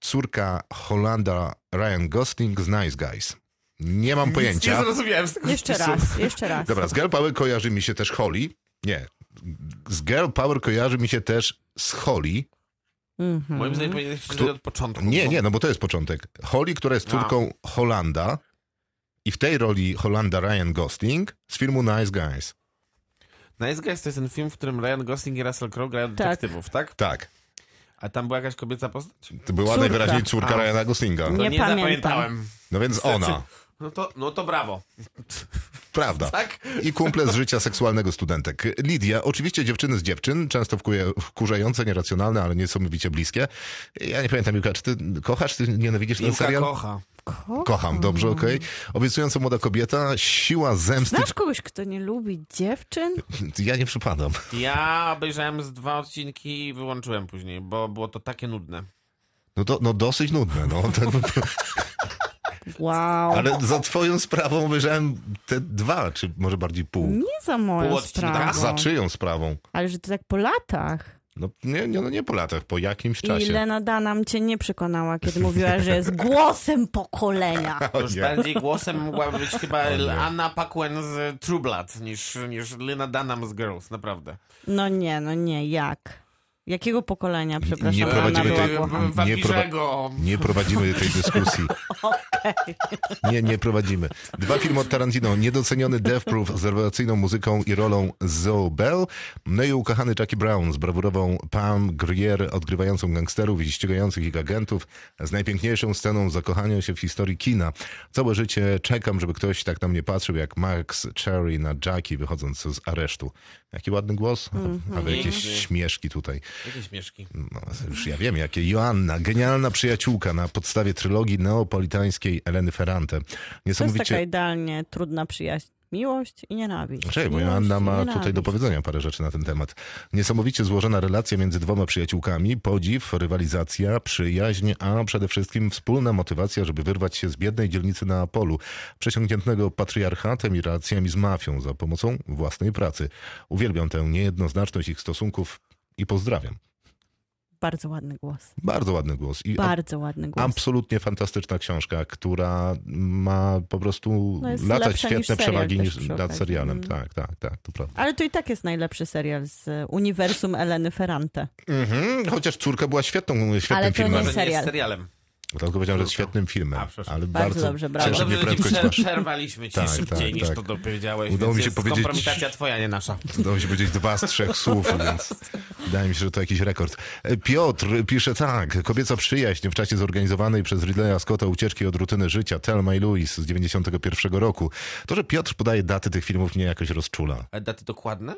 córka Holanda Ryan Gosling z Nice Guys. Nie mam Nie pojęcia. zrozumiałem z tego Jeszcze wpisu. raz, jeszcze raz. Dobra, z Girl Power kojarzy mi się też Holly. Nie. Z Girl Power kojarzy mi się też z Holly. Mhm. Moim zdaniem powinieneś przeczytać od początku. Nie, bo- nie, no bo to jest początek. Holly, która jest córką Holanda i w tej roli Holanda Ryan Gosling z filmu Nice Guys. Nice Guys to jest ten film, w którym Ryan Gosling i Russell Crowe grają detektywów, tak? Tak. A tam była jakaś kobieca postać? To była Córka. najwyraźniej córka A. Ryana Goslinga. To Nie pamiętam. zapamiętałem. No więc ona. No to, no to brawo. Prawda. Tak? I kumple z życia seksualnego studentek. Lidia, oczywiście dziewczyny z dziewczyn, często wkuje, wkurzające, nieracjonalne, ale niesamowicie bliskie. Ja nie pamiętam, Juka, czy ty kochasz, ty nienawidzisz ten Piłka serial? kocha. Kocham, dobrze, okej. Obiecująca młoda kobieta, siła zemsty. Znasz kogoś, kto nie lubi dziewczyn? Ja nie przypadam. Ja obejrzałem z dwa odcinki i wyłączyłem później, bo było to takie nudne. No, to, no dosyć nudne, no. Te- Wow. ale za twoją sprawą obejrzałem te dwa, czy może bardziej pół. Nie za moją Pół odcinka. Za sprawą. czyją sprawą? Ale że to tak po latach. No nie, nie, no nie po latach, po jakimś I czasie. Lena Dunham cię nie przekonała, kiedy mówiła, że jest głosem pokolenia. O Już nie. bardziej głosem mogłaby być chyba Anna Paquin z True Blood niż, niż Lena Dunham z Girls, naprawdę. No nie, no nie, jak? Jakiego pokolenia, przepraszam, nie ona prowadzimy była tej- głocha? nie Wapiżego. Nie prowadzimy tej dyskusji. Nie, nie prowadzimy. Dwa filmy od Tarantino. Niedoceniony Death Proof z rewelacyjną muzyką i rolą Zoe Bell. No i ukochany Jackie Brown z brawurową Pam Grier odgrywającą gangsterów i ścigających ich agentów z najpiękniejszą sceną zakochania się w historii kina. Całe życie czekam, żeby ktoś tak na mnie patrzył jak Max Cherry na Jackie wychodząc z aresztu. Jaki ładny głos, ale jakieś Piękny. śmieszki tutaj. Jakie śmieszki. No, już ja wiem, jakie. Joanna, genialna przyjaciółka na podstawie trylogii neapolitańskiej Eleny Ferrante. To jest taka Niesamowicie. idealnie trudna przyjaźń. Miłość i nienawiść. Czekaj, bo Miłość Joanna i ma nienawiść. tutaj do powiedzenia parę rzeczy na ten temat. Niesamowicie złożona relacja między dwoma przyjaciółkami, podziw, rywalizacja, przyjaźń, a przede wszystkim wspólna motywacja, żeby wyrwać się z biednej dzielnicy na Apolu, przesiągniętego patriarchatem i relacjami z mafią za pomocą własnej pracy. Uwielbiam tę niejednoznaczność ich stosunków i pozdrawiam. Bardzo ładny głos. Bardzo ładny głos. I Bardzo ładny głos. Absolutnie fantastyczna książka, która ma po prostu No jest latać lepsza niż świetne serial przewagi też niż przy nad okazji. serialem. Mm. Tak, tak, tak, to prawda. Ale to i tak jest najlepszy serial z e, uniwersum Eleny Ferrante. Mhm, chociaż córka była świetną, świetnym Ale to nie filmem. Może nie serial. jest serialem. Dlatego powiedziałem, że jest świetnym filmem. A, przepraszam. ale Bardzo bardzo, dobrze, brawo. Ale cieszy dobrze, mnie że ci prędkość prze, wasza. przerwaliśmy ci Tak, szybciej tak, niż tak. to dopowiedziałeś. Udało więc mi się jest powiedzieć- Kompromitacja twoja, nie nasza. Udało mi się powiedzieć dwa z trzech słów, więc wydaje mi się, że to jakiś rekord. E, Piotr pisze tak. Kobieca przyjaźń w czasie zorganizowanej przez Ridleya Scotta ucieczki od rutyny życia Thelma i Louis z 91 roku. To, że Piotr podaje daty tych filmów mnie jakoś rozczula. A E, daty dokładne?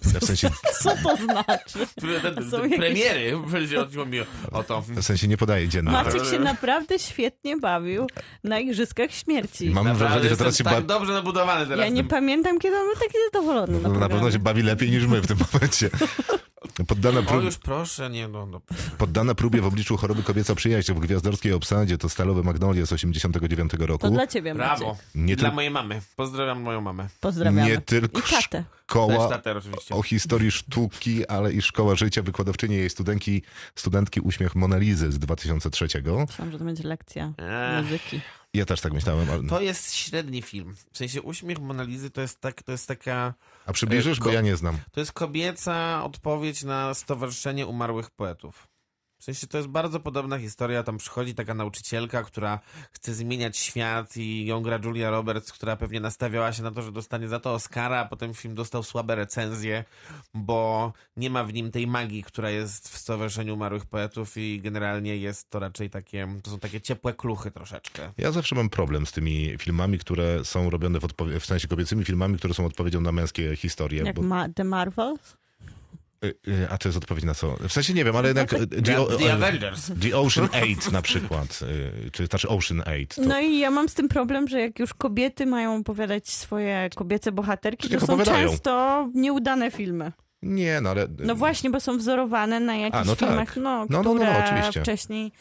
W sensie, Co to znaczy? Pre- te- te- Są jakieś- Premiery. Będzie Chodziło mi o- o to. w sensie nie podaje dziennych. dat. Maciek się naprawdę świetnie bawił na Igrzyskach Śmierci. Mam wrażenie, że teraz się tak ba- dobrze nabudowany teraz. Ja nie tym- pamiętam, kiedy on był taki zadowolony. no, na pewno programie. się bawi lepiej niż my w tym momencie. Poddana, O prób, już proszę, nie no, no. poddana próbie w obliczu choroby kobieca przyjaźń w gwiazdorskiej obsadzie to Stalowe Magnolie z 89 To roku. dla ciebie, Brawo. Maciek. Nie Dla tyl- mojej mamy. Pozdrawiam moją mamę. Pozdrawiamy. Nie tylko I tatę. Też tak szkoła tater oczywiście. o historii sztuki, ale i szkoła życia wykładowczyni jej studentki, studentki Uśmiech Monalizy z 2003. Myślałam, że to będzie lekcja Ech. muzyki. Ja też tak myślałem. Ale... E, To jest średni film. W sensie uśmiech Monalizy to jest tak, to jest taka. A przybliżysz, bo ja nie znam. To jest kobieca odpowiedź na Stowarzyszenie Umarłych Poetów. W sensie to jest bardzo podobna historia. Tam przychodzi taka nauczycielka, która chce zmieniać świat i ją gra Julia Roberts, która pewnie nastawiała się na to, że dostanie za to Oscara, a potem film dostał słabe recenzje, bo nie ma w nim tej magii, która jest w Stowarzyszeniu Umarłych Poetów i generalnie jest to raczej takie, to są takie ciepłe kluchy troszeczkę. Ja zawsze mam problem z tymi filmami, które są robione w, odpowie- w sensie kobiecymi filmami, które są odpowiedzią na męskie historie. Jak bo- ma The Marvels? Y, y, A to jest odpowiedź na co? W sensie nie wiem, ale jednak. y, The, The, o- Znaczy, The y, Avengers. The Ocean 8 na przykład, y, czy znaczy Ocean 8. To... No i ja mam z tym problem, że jak już kobiety mają opowiadać swoje kobiece bohaterki, Niech to są opowiadają. często nieudane filmy. Nie, no ale. No właśnie, bo są wzorowane na jakichś A, no tak. filmach, no, No, no, no, no, które oczywiście. wcześniej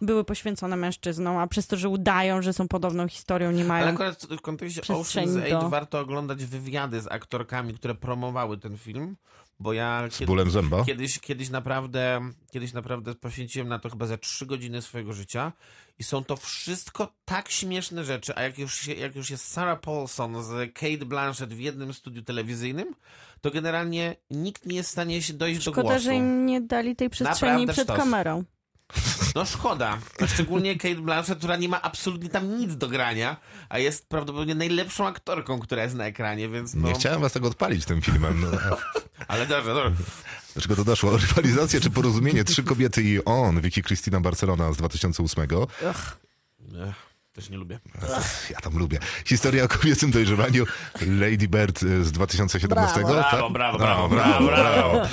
były poświęcone mężczyznom, a przez to, że udają, że są podobną historią, nie mają. Ale akurat w kontekście przestrzeni Ocean's Eight do- warto oglądać wywiady z aktorkami, które promowały ten film, bo ja Z kiedy- bólem zęba. kiedyś, kiedyś, naprawdę, kiedyś naprawdę poświęciłem na to chyba ze trzy godziny swojego życia i są to wszystko tak śmieszne rzeczy, a jak już, się, jak już jest Sarah Paulson z Kate Blanchett w jednym studiu telewizyjnym, to generalnie nikt nie jest w stanie się dojść do Szkoda, głosu. że im nie dali tej przestrzeni Naprawdę przed sztos. kamerą. No szkoda. A Szczególnie Kate Blanchett, która nie ma absolutnie tam nic do grania, a jest prawdopodobnie najlepszą aktorką, która jest na ekranie, więc no... Nie chciałem was tego odpalić tym filmem. No, a Ale dobrze, dobrze. Dlaczego to doszło? Rywalizacja czy porozumienie? Trzy kobiety i on, Vicky Cristina Barcelona z 2008. Też nie lubię. Ja tam lubię. Historia o kobiecym dojrzewaniu Lady Bird e, z 2017. Tak? Brawo, Brawo, brawo, brawo, brawo, brawo.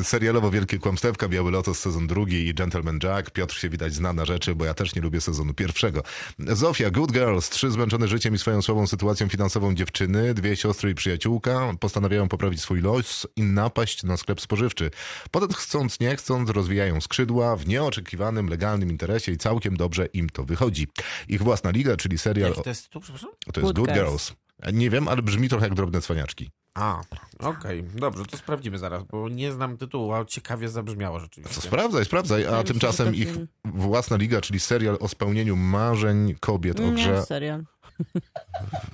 E, Serialowo Wielkie Kłamstewka, Biały Lotos sezon drugi i Gentleman Jack. Piotr się widać zna na rzeczy, bo ja też nie lubię sezonu pierwszego. Zofia, Good Girls, trzy zmęczone życiem i swoją słabą sytuacją finansową dziewczyny, dwie siostry i przyjaciółka postanawiają poprawić swój los i napaść na sklep spożywczy. Potem chcąc nie chcąc rozwijają skrzydła w nieoczekiwanym, legalnym interesie i całkiem dobrze im to wychodzi. Ich własna liga, czyli serial... Jaki to jest tytuł, przepraszam? To jest Good Good Girls. Girls. Nie wiem, ale brzmi trochę jak drobne cwaniaczki. A, okej, dobrze, to sprawdzimy zaraz, bo nie znam tytułu, a ciekawie zabrzmiało To rzeczywiście. sprawdzaj, sprawdzaj. A myślę, że tymczasem to ich film. własna liga, czyli serial o spełnieniu marzeń kobiet, o Nie, grze serial.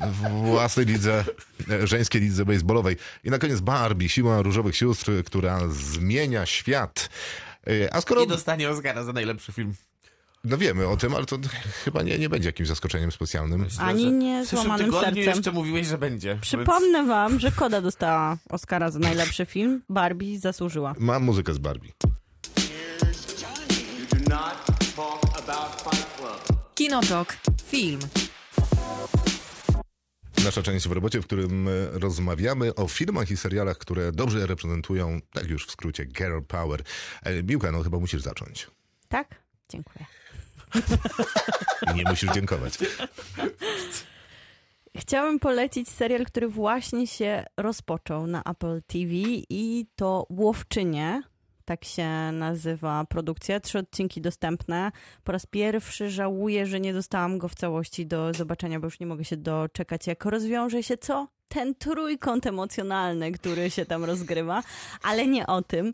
w własnej lidze, e, żeńskiej lidze baseballowej. I na koniec Barbie, siła różowych sióstr, która zmienia świat. E, A skoro, I dostanie Oscara za najlepszy film. no wiemy o tym, ale to chyba nie, nie będzie jakimś zaskoczeniem specjalnym. Ani Że- nie W przyszłym złamanym tygodniu sercem. jeszcze mówiłeś, że będzie. więc- Przypomnę wam, że Koda dostała Oscara za najlepszy film. Barbie zasłużyła. Mam muzykę z Barbie. You do not talk about Fight Club. Kinotok. Film. Nasza część w robocie, w którym e, rozmawiamy o filmach i serialach, które dobrze reprezentują, tak już w skrócie, girl power. E, Miłka, no chyba musisz zacząć. Tak? Dziękuję. I nie musisz dziękować. Chciałabym polecić serial, który właśnie się rozpoczął na Apple TV i to Łowczynie. Tak się nazywa produkcja. Trzy odcinki dostępne. Po raz pierwszy żałuję, że nie dostałam go w całości do zobaczenia, bo już nie mogę się doczekać, jak rozwiąże się co? Ten trójkąt emocjonalny, który się tam rozgrywa, ale nie o tym.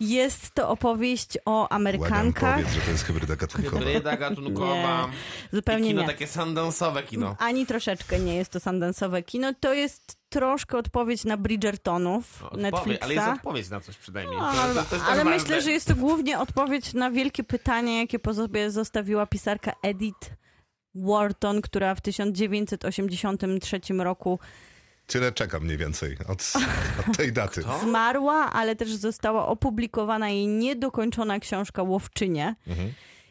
Jest to opowieść o Błagam, Amerykankach. powiedz, że to jest hybryda gatunkowa. Hybryda gatunkowa. Nie, I Zupełnie kino tak nie. takie sandansowe kino. Ani troszeczkę nie jest to sandansowe kino. To jest troszkę odpowiedź na Bridgertonów Odpowie, Netflixa. ale jest odpowiedź na coś przynajmniej. No, To- to- ale to jest tak też ale ważne. myślę, że jest to głównie odpowiedź na wielkie pytanie, jakie po sobie zostawiła pisarka Edith Wharton, która w 1983 roku Tyle czekam mniej więcej od, od tej daty. zmarła, ale też została opublikowana jej niedokończona książka Łowczynie.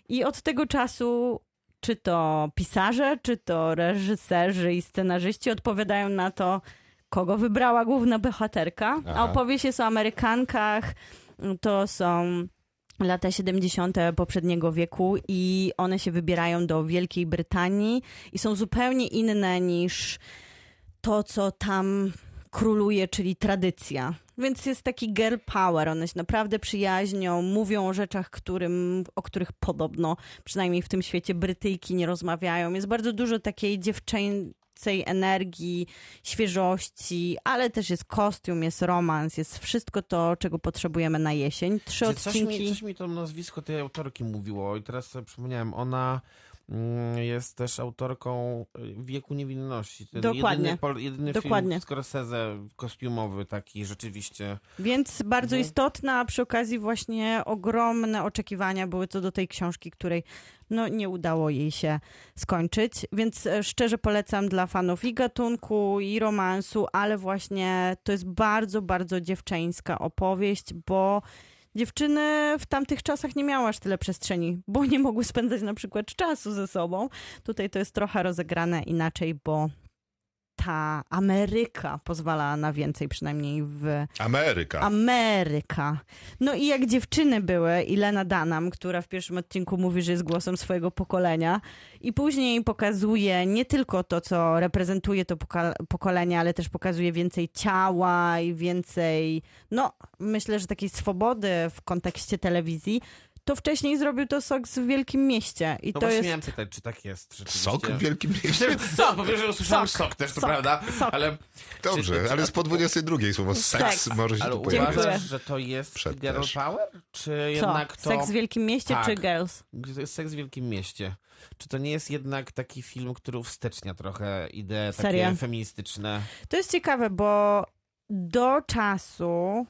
I od tego czasu czy to pisarze, czy to reżyserzy i scenarzyści odpowiadają na to, kogo wybrała główna bohaterka. A opowieść jest o Amerykankach, to są lata 70. poprzedniego wieku i one się wybierają do Wielkiej Brytanii i są zupełnie inne niż to, co tam króluje, czyli tradycja. Więc jest taki girl power, one się naprawdę przyjaźnią, mówią o rzeczach, którym, o których podobno, przynajmniej w tym świecie, Brytyjki nie rozmawiają. Jest bardzo dużo takiej dziewczęcej energii, świeżości, ale też jest kostium, jest romans, jest wszystko to, czego potrzebujemy na jesień. Trzy Czy Znaczy, coś, odcinki. mi, coś mi to nazwisko tej autorki mówiło i teraz sobie przypomniałem, ona mm, jest też autorką y, Wieku Niewinności. Ten Dokładnie. Jedyny, pol, jedyny Dokładnie. film Scorsese kostiumowy taki rzeczywiście. No Więc bardzo istotna, a przy okazji właśnie ogromne oczekiwania były co do tej książki, której no, nie udało jej się skończyć. Więc e, szczerze polecam dla fanów i gatunku, i romansu, ale właśnie to jest bardzo, bardzo dziewczyńska opowieść, bo dziewczyny w tamtych czasach nie miały aż tyle przestrzeni, bo nie mogły spędzać na przykład czasu ze sobą. Tutaj to jest trochę rozegrane inaczej, bo ta Ameryka pozwala na więcej, przynajmniej w Ameryka. Ameryka. No i jak dziewczyny były, i Lena Dunham, która w pierwszym odcinku mówi, że jest głosem swojego pokolenia, i później pokazuje nie tylko to, co reprezentuje to poka- pokolenie, ale też pokazuje więcej ciała i więcej, no myślę, że takiej swobody w kontekście telewizji, to wcześniej zrobił to Sox w Wielkim Mieście. I No to właśnie jest... miałem pytać, czy tak jest. rzeczywiście. Sok w wielkim mieście? Sok, bo wiesz, że usłyszałem Sok. sok, też, to Sok. prawda, Sok. ale... Dobrze, czy- ale jest po 22 słowo seks Seks. może się Ale tu pojawić. Dziękuję. uważasz, że to jest Przed girl też. power? Czy Co? jednak to... Seks w Wielkim Mieście Tak. czy Girls? Seks w Wielkim Mieście. Czy to nie jest jednak taki film, który uwstecznia trochę idee takie Serial. feministyczne? To jest ciekawe, bo do czasu,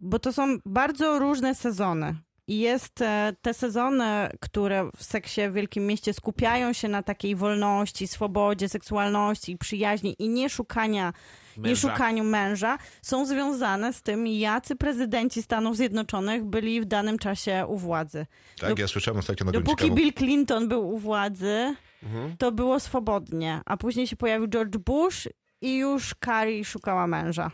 bo to są bardzo różne sezony. I jest e, te sezony, które w seksie w Wielkim Mieście skupiają się na takiej wolności, swobodzie, seksualności, przyjaźni i nie szukania, nie Męża. szukaniu męża, są związane z tym, jacy prezydenci Stanów Zjednoczonych byli w danym czasie u władzy. Tak, ja słyszałem ostatnio na Dopóki ciekawą... Bill Clinton był u władzy, Mhm. to było swobodnie, a później się pojawił George Bush i już Carrie szukała męża.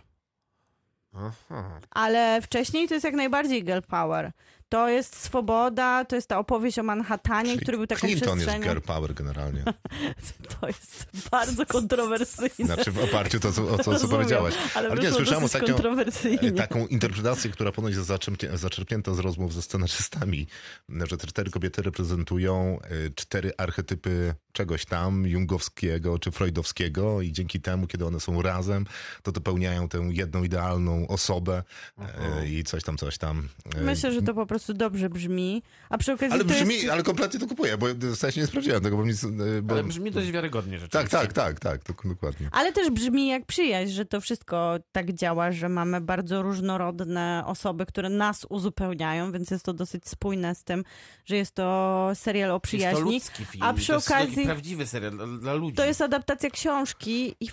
Aha. Ale wcześniej to jest jak najbardziej girl power. To jest swoboda, to jest ta opowieść o Manhattanie, Czyli który był taką Clinton jest przestrzenią. girl power generalnie. To jest bardzo kontrowersyjne. Znaczy w oparciu o to, co- o to, co Rozumiem, powiedziałaś. Ale, nie, wyszło słyszałem dosyć ostatnio kontrowersyjnie. e, taką interpretację, która ponoć jest zaczerpnie- zaczerpnięta z rozmów ze scenarzystami, że te cztery kobiety reprezentują e, cztery archetypy czegoś tam, jungowskiego czy freudowskiego i dzięki temu, kiedy one są razem, to dopełniają tę jedną idealną osobę e, i coś tam, coś tam. e, Myślę, że to po prostu dobrze brzmi. A przy okazji ale to brzmi, jest... ale kompletnie to kupuję, bo w sensie nie sprawdziłem tego, bo nic... e, Bo... Ale brzmi dość wiarygodnie Tak, rzeczywiście. tak, tak, tak, to dokładnie. Ale też brzmi jak przyjaźń, że to wszystko tak działa, że mamy bardzo różnorodne osoby, które nas uzupełniają, więc jest to dosyć spójne z tym, że jest to serial o Jest to przyjaźni. ludzki film. A przy to jest okazji- taki prawdziwy serial dla, dla ludzi. To jest adaptacja książki i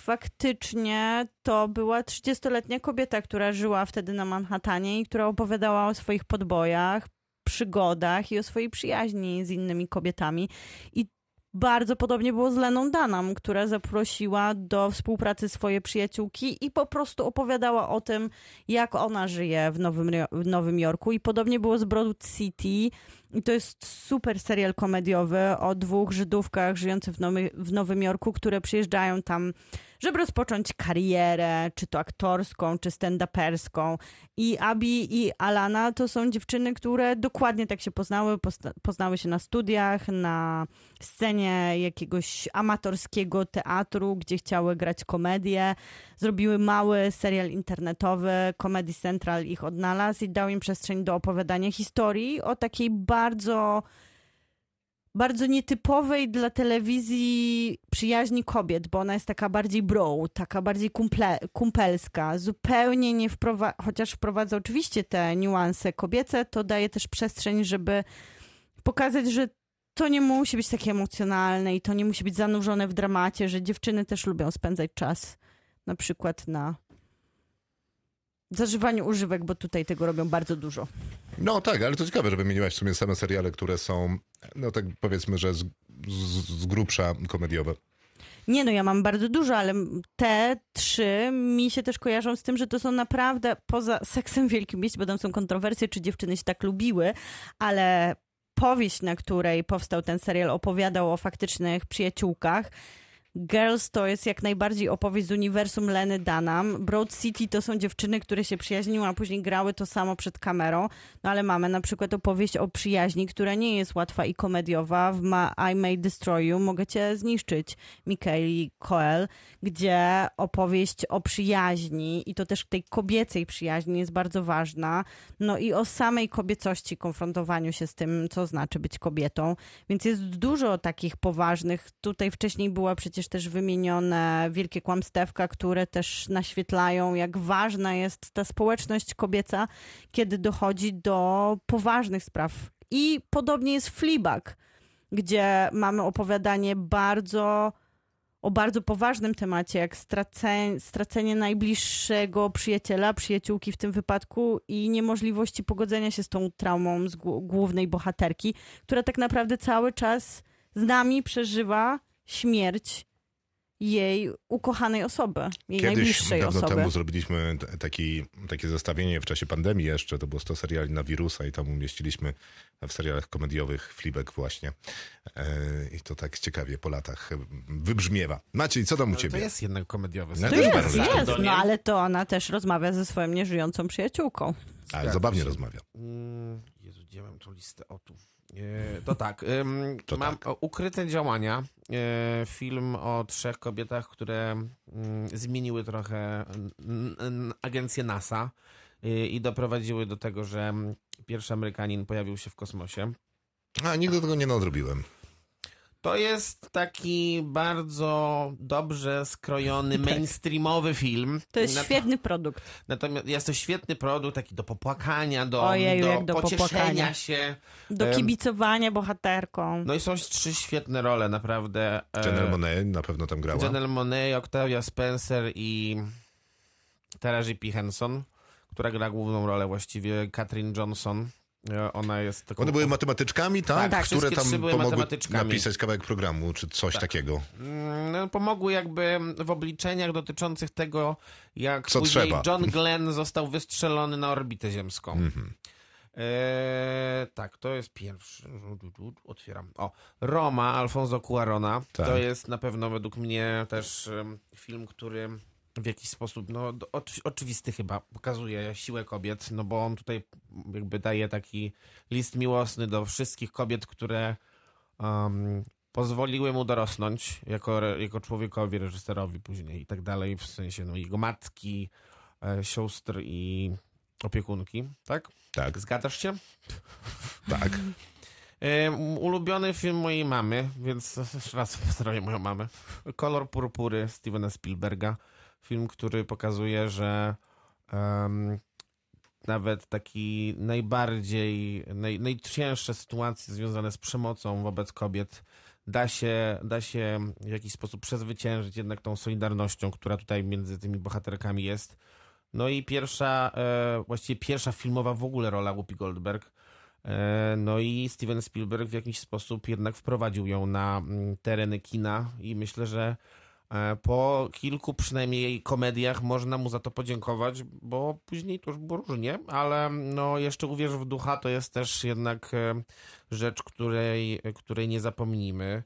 faktycznie to była 30-letnia kobieta, która żyła wtedy na Manhattanie i która opowiadała o swoich podbojach, przygodach i o swojej przyjaźni z innymi kobietami. I bardzo podobnie było z Leną Dunham, która zaprosiła do współpracy swoje przyjaciółki i po prostu opowiadała o tym, jak ona żyje w Nowym, Rio- w Nowym Jorku. I podobnie było z Broad City, i to jest super serial komediowy o dwóch Żydówkach żyjących w, Nowy, w Nowym Jorku, które przyjeżdżają tam, żeby rozpocząć karierę, czy to aktorską, czy stand-uperską. I Abi i Alana to są dziewczyny, które dokładnie tak się poznały. Posta- poznały się na studiach, na scenie jakiegoś amatorskiego teatru, gdzie chciały grać komedię. Zrobiły mały serial internetowy, Comedy Central ich odnalazł i dał im przestrzeń do opowiadania historii o takiej bardzo bardzo nietypowej dla telewizji przyjaźni kobiet, bo ona jest taka bardziej bro, taka bardziej kumple, kumpelska, zupełnie nie wprowadza, chociaż wprowadza oczywiście te niuanse kobiece, to daje też przestrzeń, żeby pokazać, że to nie musi być takie emocjonalne i to nie musi być zanurzone w dramacie, że dziewczyny też lubią spędzać czas na przykład na zażywaniu używek, bo tutaj tego robią bardzo dużo. No tak, ale to ciekawe, że wymieniłaś w sumie same seriale, które są, no tak powiedzmy, że z, z, z grubsza komediowe. Nie no, ja mam bardzo dużo, ale te trzy mi się też kojarzą z tym, że to są naprawdę poza seksem w Wielkim Mieście, bo tam są kontrowersje, czy dziewczyny się tak lubiły, ale powieść, na której powstał ten serial, opowiadał o faktycznych przyjaciółkach. Girls to jest jak najbardziej opowieść z uniwersum Leny Dunham. Broad City to są dziewczyny, które się przyjaźniły, a później grały to samo przed kamerą. No ale mamy na przykład opowieść o przyjaźni, która nie jest łatwa i komediowa. W Ma I May Destroy You mogę cię zniszczyć, Mikaeli Coel, gdzie opowieść o przyjaźni i to też tej kobiecej przyjaźni jest bardzo ważna. No i o samej kobiecości, konfrontowaniu się z tym, co znaczy być kobietą. Więc jest dużo takich poważnych. Tutaj wcześniej była przecież też wymienione wielkie kłamstewka, które też naświetlają, jak ważna jest ta społeczność kobieca, kiedy dochodzi do poważnych spraw. I podobnie jest w Fleabag, gdzie mamy opowiadanie bardzo o bardzo poważnym temacie, jak stracenie, stracenie najbliższego przyjaciela, przyjaciółki w tym wypadku i niemożliwości pogodzenia się z tą traumą z głu- głównej bohaterki, która tak naprawdę cały czas z nami przeżywa śmierć jej ukochanej osoby, jej Kiedyś najbliższej dawno osoby. temu zrobiliśmy t- taki, takie zestawienie w czasie pandemii jeszcze, to było 100 seriali na wirusa i tam umieściliśmy w serialach komediowych Flibek właśnie. E, I to tak ciekawie po latach wybrzmiewa. Maciej, co tam u Ale to ciebie? jest jednak komediowy No serial. też To bardzo jest, jest, Doniem. no ale to ona też rozmawia ze swoją nieżyjącą przyjaciółką. Ale zabawnie rozmawia. Tak, Mm, Jezu, gdzie mam tą listę? O tu. E, to tak. ym, To tak. mam o, Ukryte działania. E, film o trzech kobietach, które mm, zmieniły trochę n- n- agencję NASA y, i doprowadziły do tego, że mm, pierwszy Amerykanin pojawił się w kosmosie. A nigdy tego nie nadrobiłem. To jest taki bardzo dobrze skrojony, mainstreamowy film. Tak. To jest Na- świetny produkt. Natomiast jest to świetny produkt, taki do popłakania, do, Ojeju, do, jak do pocieszenia popłakania. się. Do Em, kibicowania bohaterką. No i są trzy świetne role, naprawdę. E, Janelle Monáe na pewno tam grała. Janelle Monáe, Octavia Spencer i Taraji P. Henson, która gra główną rolę właściwie, Katrin Johnson. E, Ona jest taką... One były matematyczkami, tak? Tak, Które wszystkie tam trzy były pomogły matematyczkami. napisać kawałek programu, czy coś Tak. takiego. Mm, no, pomogły jakby w obliczeniach dotyczących tego, jak Co później trzeba. Mhm. John Glenn został wystrzelony na orbitę ziemską. Eee, tak, to jest pierwszy. Otwieram. O, Roma Alfonso Cuarona. Tak. To jest na pewno według mnie też em, film, który w jakiś sposób, no do- oczy- oczywisty chyba, pokazuje siłę kobiet, no bo on tutaj jakby daje taki list miłosny do wszystkich kobiet, które um, pozwoliły mu dorosnąć jako, re- jako człowiekowi, reżyserowi później i tak dalej, w sensie no, jego matki, e, sióstr i opiekunki, tak? Tak, Zgadzasz się? tak. E, m- ulubiony film mojej mamy, więc jeszcze raz pozdrowię moją mamę. Kolor purpury Stevena Spielberga. Film, który pokazuje, że em, nawet taki najbardziej, naj, najcięższe sytuacje związane z przemocą wobec kobiet da się, da się w jakiś sposób przezwyciężyć jednak tą solidarnością, która tutaj między tymi bohaterkami jest. No i pierwsza, e, właściwie pierwsza filmowa w ogóle rola Whoopi Goldberg. E, No i Steven Spielberg w jakiś sposób jednak wprowadził ją na mm, tereny kina i myślę, że e, po kilku przynajmniej komediach można mu za to podziękować, bo później to już było różnie, ale no jeszcze Uwierz w ducha to jest też jednak e, rzecz, której, której nie zapomnimy.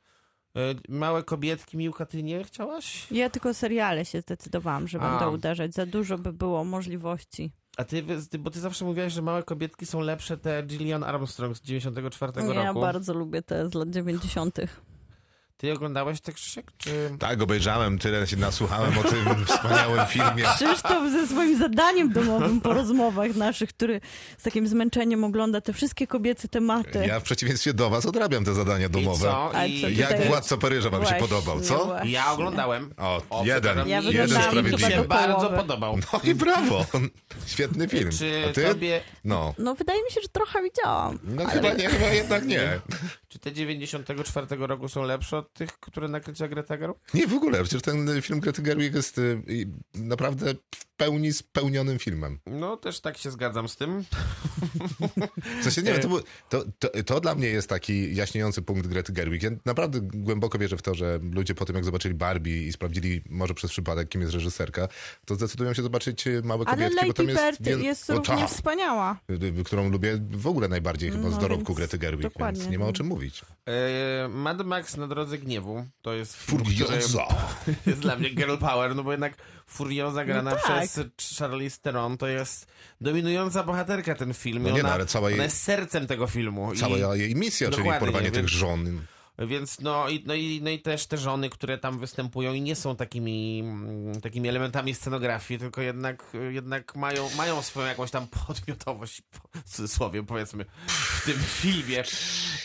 E, Małe kobietki, Miłka, ty nie chciałaś? Ja tylko o seriale się zdecydowałam, że A. będę uderzać. Za dużo by było możliwości. A ty, wy- ty, bo ty zawsze mówiłaś, że małe kobietki są lepsze, te Gillian Armstrong z 94 Nie, ja roku. bardzo lubię te z lat 90. Ty oglądałaś te Krzysiek, czy... Tak, obejrzałem tyle, się nasłuchałem o tym wspaniałym filmie. Krzysztof ze swoim zadaniem domowym po rozmowach naszych, który z takim zmęczeniem ogląda te wszystkie kobiece tematy. Ja w przeciwieństwie do was odrabiam te zadania domowe. Tak. I co? I... co ty- Jak Tutaj- Władca Paryża wam się Właśnie, podobał, co? właśnie. Ja oglądałem. O, przepraszam, jeden, Ja mi jeden wyglądałam Mi się sprawiedliwy. chyba do bardzo połowy. podobał. No i brawo! Świetny film. Czy A ty? tobie, No. No wydaje mi się, że trochę widziałam. No chyba nie, chyba jednak nie. czy te 94 roku są lepsze od tych, które nakrycia Greta Gerwig? Nie, w ogóle, przecież ten film Grety Gerwig jest y, y, naprawdę w pełni spełnionym filmem. No też tak się zgadzam z tym. W sensie, E, nie wiem, to, był- to, to, to dla mnie jest taki jaśniejący punkt Grety Gerwig. Ja naprawdę głęboko wierzę w to, że ludzie po tym, jak zobaczyli Barbie i sprawdzili może przez przypadek, kim jest reżyserka, to zdecydują się zobaczyć y, Małe Ale Kobietki, bo Lady tam jest... Bird wiel- jest O, równie tak. wspaniała. Y, którą lubię w ogóle najbardziej chyba z No, dorobku więc Grety Gerwig, dokładnie. więc nie ma o czym mówić. E, Mad Max na drodze gniewu to jest film, który Furiosa! jest dla mnie girl power, no bo jednak Furioza grana No tak. przez Charlize Theron to jest dominująca bohaterka ten film. No I nie, ona, no, ale cała jej- ona jest sercem tego filmu. I... Cała jej misja, czyli Dokładnie, porwanie tych więc- żon. Więc no i, no, i, no i też te żony, które tam występują i nie są takimi, mm, takimi elementami scenografii, tylko jednak, jednak mają, mają swoją jakąś tam podmiotowość, po- w cudzysłowie powiedzmy, w tym filmie.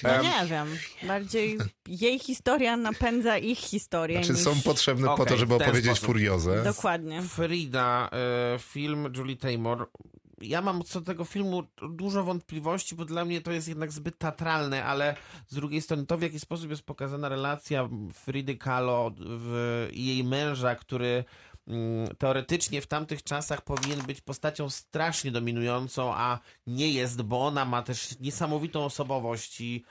No Em, nie wiem. Bardziej jej historia napędza ich historię. Znaczy niż... są potrzebne po Okej, to, żeby w ten opowiedzieć sposób. Furiozę. Dokładnie. Frida, e, film Julie Taymor. Ja mam co do tego filmu dużo wątpliwości, bo dla mnie to jest jednak zbyt teatralne, ale z drugiej strony to, w jaki sposób jest pokazana relacja Fridy Kahlo w, i jej męża, który mm, teoretycznie w tamtych czasach powinien być postacią strasznie dominującą, a nie jest, bo ona ma też niesamowitą osobowość i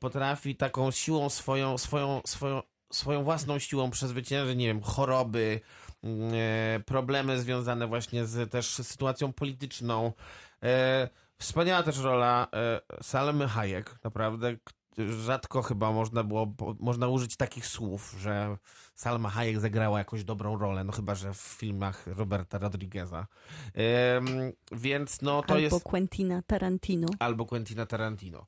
potrafi taką siłą swoją, swoją, swoją, swoją własną siłą przezwyciężyć, nie wiem, choroby, mm, e, problemy związane właśnie z też sytuacją polityczną. E, Wspaniała też rola e, Salemy Hayek, naprawdę k- rzadko chyba można było, po- można użyć takich słów, że Salma Hayek zagrała jakąś dobrą rolę, no chyba, że w filmach Roberta Rodrigueza. Em, więc no to Albo jest Quentina Tarantino. albo Quentina Tarantino.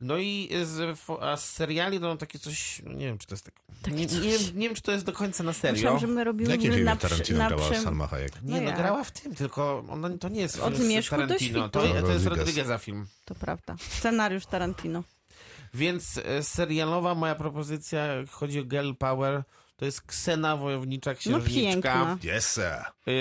No i z, fo- a z seriali no takie coś, no nie wiem czy to jest tak, Takie nie, coś. nie, wiem- nie wiem czy to jest do końca na serio. Myślałam, że my robimy Jakie na, filmy przy- Tarantino na grała przy... Salma Hayek? Nie, no jak? grała w tym, tylko ona, to nie jest Od film z zmierzchu do Tarantino, to, świtu. to Rodriguez. jest Rodrigueza film. To prawda. Scenariusz Tarantino. Więc e, serialowa moja propozycja, jak chodzi o girl power, to jest Ksena Wojownicza No Księżniczka. piękna. Yes, sir. Y,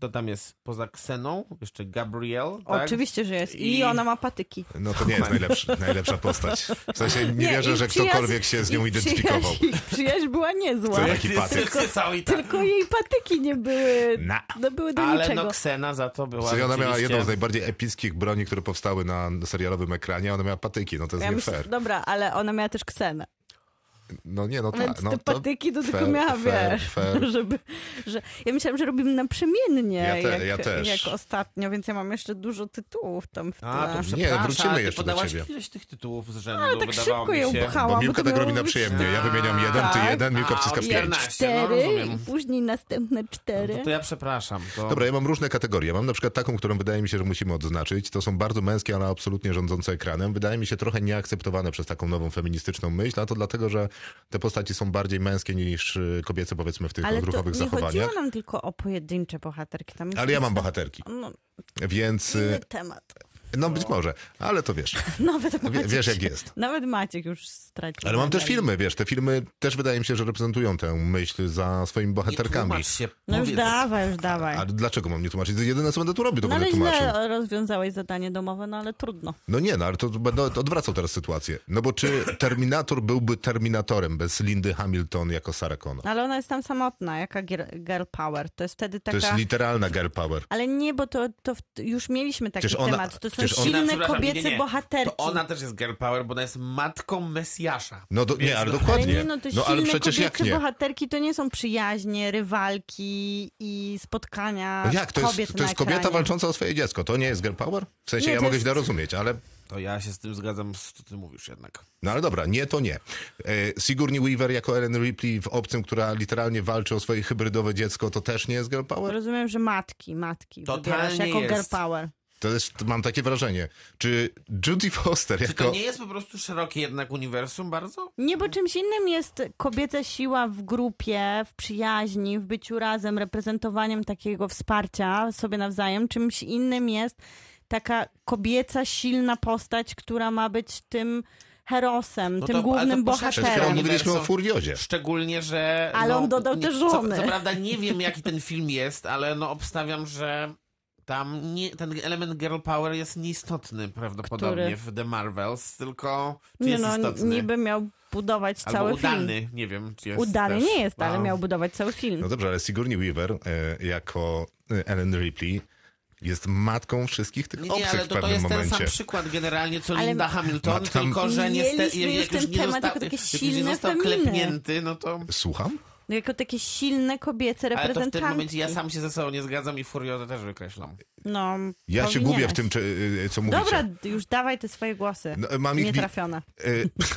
to tam jest poza Kseną, jeszcze Gabriel. Tak? Oczywiście, że jest. I, I- ona ma patyki. No to nie jest najlepszy, najlepsza postać. W sensie nie, wierzę, i że przyjaźń- ktokolwiek się z nią i identyfikował. Przyjaźń, przyjaźń była niezła. Co? taki patyk. Tylko, tak. Tylko jej patyki nie były. Na. No były do Ale niczego. no Ksena za to była Czyli ona miała rzeczywiście- jedną z najbardziej epickich broni, które powstały na serialowym ekranie, a ona miała patyki, no to jest ja nie myślę, fair. dobra, ale ona miała też ksenę. No nie, no Więc tak. No, te patyki to tylko fair, miała, fair, wiesz, fair. żeby... Że... Ja myślałam, że robimy naprzemiennie, Ja te- jak, ja też. jak ostatnio, więc ja mam jeszcze dużo tytułów tam w tle. A, to Nie, przepraszam, wrócimy ale ty jeszcze do podałaś ciebie. ileś tych tytułów z rzędu, Ale tak wydawało szybko mi ją się. upchałam. Bo bo Miłka to tak miało robi na być przyjemnie. Ja wymieniam jeden, ty Tak. jeden, Miłka A, wciska od pięć. 14, no Cztery i rozumiem. później następne No cztery. to ja przepraszam. To... Dobra, ja mam różne kategorie. Mam na przykład taką, którą wydaje mi się, że musimy odznaczyć. To są bardzo męskie, ale absolutnie rządzące ekranem. Wydaje mi się trochę nieakceptowane przez taką nową feministyczną myśl, a to dlatego, że te postaci są bardziej męskie niż y, kobiece, powiedzmy, w tych Ale to odruchowych nie zachowaniach. chodziło nam tylko o pojedyncze bohaterki. Tam Ale ja mam bohaterki, No, więc... inny y, temat. No być może, ale to wiesz, Nawet wie- Maciek, wiesz jak jest. Nawet Maciek już stracił. Ale mam też energię. filmy, wiesz, te filmy też wydaje mi się, że reprezentują tę myśl za swoimi nie bohaterkami. tłumacz się, No już powiedz. dawaj, już dawaj. A dlaczego mam nie tłumaczyć? Jedyne co będę tu robił, to No będę ale tłumaczył. źle rozwiązałeś zadanie domowe, no ale trudno. No nie, no ale to będę odwracał teraz sytuację. No bo czy Terminator byłby Terminatorem bez Lindy Hamilton jako Sarah Connor? Ale ona jest tam samotna, jaka gier- girl power. To jest wtedy To taka... jest literalna girl power. Ale nie, bo to, to w- już mieliśmy taki Przecież ona- temat. To są przecież ona- Ona, silne przepraszam, kobiece nie, nie. bohaterki. To ona też jest girl power, bo ona jest matką Mesjasza. No do, nie, ale Ale dokładnie. nie, no to ale silne przecież jak kobiece nie? bohaterki to nie są przyjaźnie, rywalki i spotkania No jak? To jest, kobiet to jest na kobieta ekranie. walcząca o swoje dziecko. To nie jest girl power? W sensie Nie, ja to mogę jest- źle rozumieć, ale... To ja się z tym zgadzam, z co ty mówisz jednak. No ale dobra, nie to nie. E, Sigourney Weaver jako Ellen Ripley w Obcym, która literalnie walczy o swoje hybrydowe dziecko, to też nie jest girl power? Rozumiem, że matki, matki Totalnie wybierasz jako girl jest. power. To jest, mam takie wrażenie. Czy Judy Foster Czy to jako... nie jest po prostu szerokie jednak uniwersum bardzo? Nie, bo czymś innym jest kobieca siła w grupie, w przyjaźni, w byciu razem, reprezentowaniem takiego wsparcia sobie nawzajem. Czymś innym jest taka kobieca, silna postać, która ma być tym herosem, No tym to- ale głównym to Przed poszedł- chwilą bohaterem. Uniwersum. mówiliśmy o Furiozie. Szczególnie, że. no, Ale on dodał nie- też żony. Co, co prawda nie wiem, jaki ten film jest, ale no obstawiam, że tam nie, ten element girl power jest nieistotny prawdopodobnie w The Marvels, tylko. Czy Nie jest no, istotny? niby miał budować Albo cały udany, film. nie wiem, czy jest. Udany też. No. nie jest, ale Wow. miał budować cały film. No dobrze, ale Sigourney Weaver e, jako e, Ellen Ripley jest matką wszystkich tych Nie, nie, obcych ale w to, to pewnym jest ten sam momencie. przykład generalnie co Ale Linda Hamilton, Ma tam- tylko że Mieliśmy niestety już jak ten już nie temat, został, tylko takie jak już nie silne został feminy. klepnięty, no to... Słucham? No jako takie silne kobiece Ale to w tym momencie reprezentantki. ja sam się ze sobą nie zgadzam i Furiozę też wykreślam. No, Ja się gubię w powinieneś. tym, czy, e, co mówicie. Dobra, już dawaj te swoje głosy. No, e, mam ich bi- Nietrafione.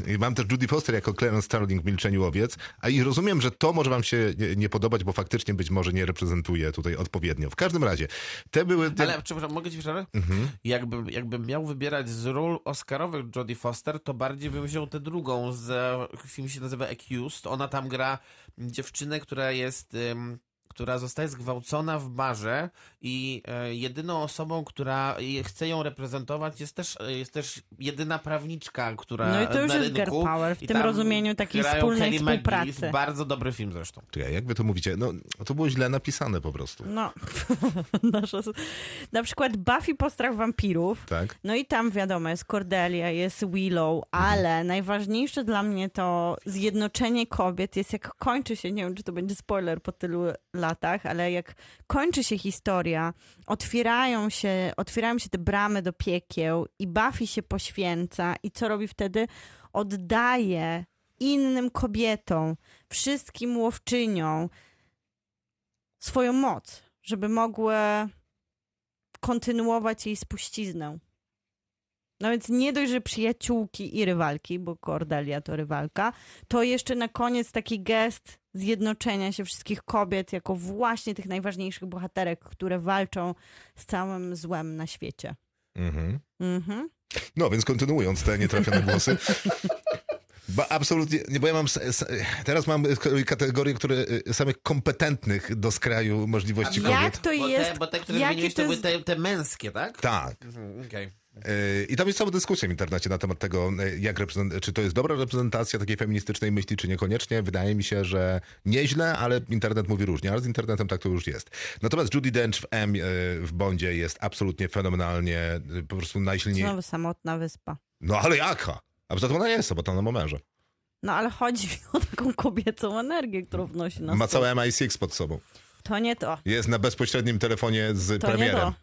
E, Mam też Judy Foster jako Clarence Starling w Milczeniu Owiec, a i rozumiem, że to może wam się nie, nie podobać, bo faktycznie być może nie reprezentuje tutaj odpowiednio. W każdym razie, te były... Ale przepraszam, mogę ci przerwać? Jakbym, jakbym miał wybierać z ról Oscarowych Jodie Foster, to bardziej bym wziął tę drugą, z, film się nazywa Accused. Ona tam gra dziewczynę, która jest... Ym, która zostaje zgwałcona w barze i e, jedyną osobą, która je- chce ją reprezentować jest też, jest też jedyna prawniczka, która No i to już na jest girl rynku power w I tym tam rozumieniu takiej grają wspólnej Kelly współpracy. McGillis. Bardzo dobry film zresztą. Czekaj, jak wy to mówicie? No, to było źle napisane po prostu. No, nasza... na przykład Buffy postrach wampirów. Tak? No i tam wiadomo, jest Cordelia, jest Willow, ale najważniejsze dla mnie to zjednoczenie kobiet jest jak kończy się, nie wiem czy to będzie spoiler po tylu latach, ale jak kończy się historia, otwierają się, otwierają się te bramy do piekieł i Buffy się poświęca i co robi wtedy? Oddaje innym kobietom, wszystkim łowczyniom swoją moc, żeby mogły kontynuować jej spuściznę. No więc nie dość, że przyjaciółki i rywalki, bo Cordelia to rywalka, to jeszcze na koniec taki gest zjednoczenia się wszystkich kobiet jako właśnie tych najważniejszych bohaterek, które walczą z całym złem na świecie. Mhm. Mhm. No, więc kontynuując te nietrafione głosy. Bo absolutnie, nie, bo ja mam, s- s- teraz mam k- kategorie, które y, samych kompetentnych do skraju możliwości A Jak kobiet. to Bo jest... te, bo te które jakie wymieniłeś, to to były jest- te, te męskie, tak? Tak. Mhm, Okej. E, I tam jest cała dyskusja w internecie na temat tego, e, jak reprezent- czy to jest dobra reprezentacja takiej feministycznej myśli, czy niekoniecznie. Wydaje mi się, że nieźle, ale internet mówi różnie, ale z internetem tak to już jest. Natomiast Judy Dench w M e, w Bondzie jest absolutnie fenomenalnie, e, po prostu najsilniej. Znowu samotna wyspa. No ale jaka? A poza tym ona nie jest samotna, ma męża. No ale chodzi mi o taką kobiecą energię, którą wnosi na Ma stół. całe MI6 pod sobą. To nie to. Jest na bezpośrednim telefonie z To nie premierem. to.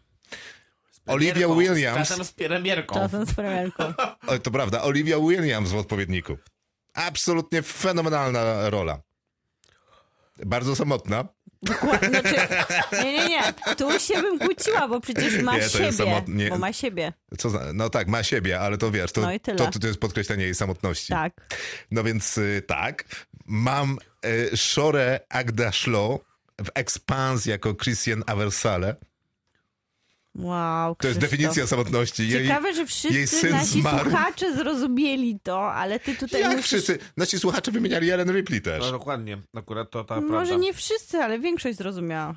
Olivia Premierką, Williams. Czasem z premierką. Czasem z premierką. O, to prawda, Olivia Williams w odpowiedniku. Absolutnie fenomenalna rola. Bardzo samotna. Dokładnie. Znaczy, nie, nie, nie. Tu się bym kłóciła, bo przecież ma Nie, to jest siebie. samotny- nie. Bo ma siebie. Co za, no tak, ma siebie, ale to wiesz, to, No i tyle. to, to, to jest podkreślenie jej samotności. Tak. No więc y, tak, mam y, Shore Agda Szlo w Expans jako Christian Aversale. Wow. To jest Krzysztof. definicja samotności. Jej, Ciekawe, że jej wszyscy syn nasi zmarł. słuchacze zrozumieli to, ale ty tutaj jak musisz... wszyscy, nasi słuchacze wymieniali Ellen Ripley też. No dokładnie, akurat to ta prawda. No, Może nie wszyscy, ale większość zrozumiała.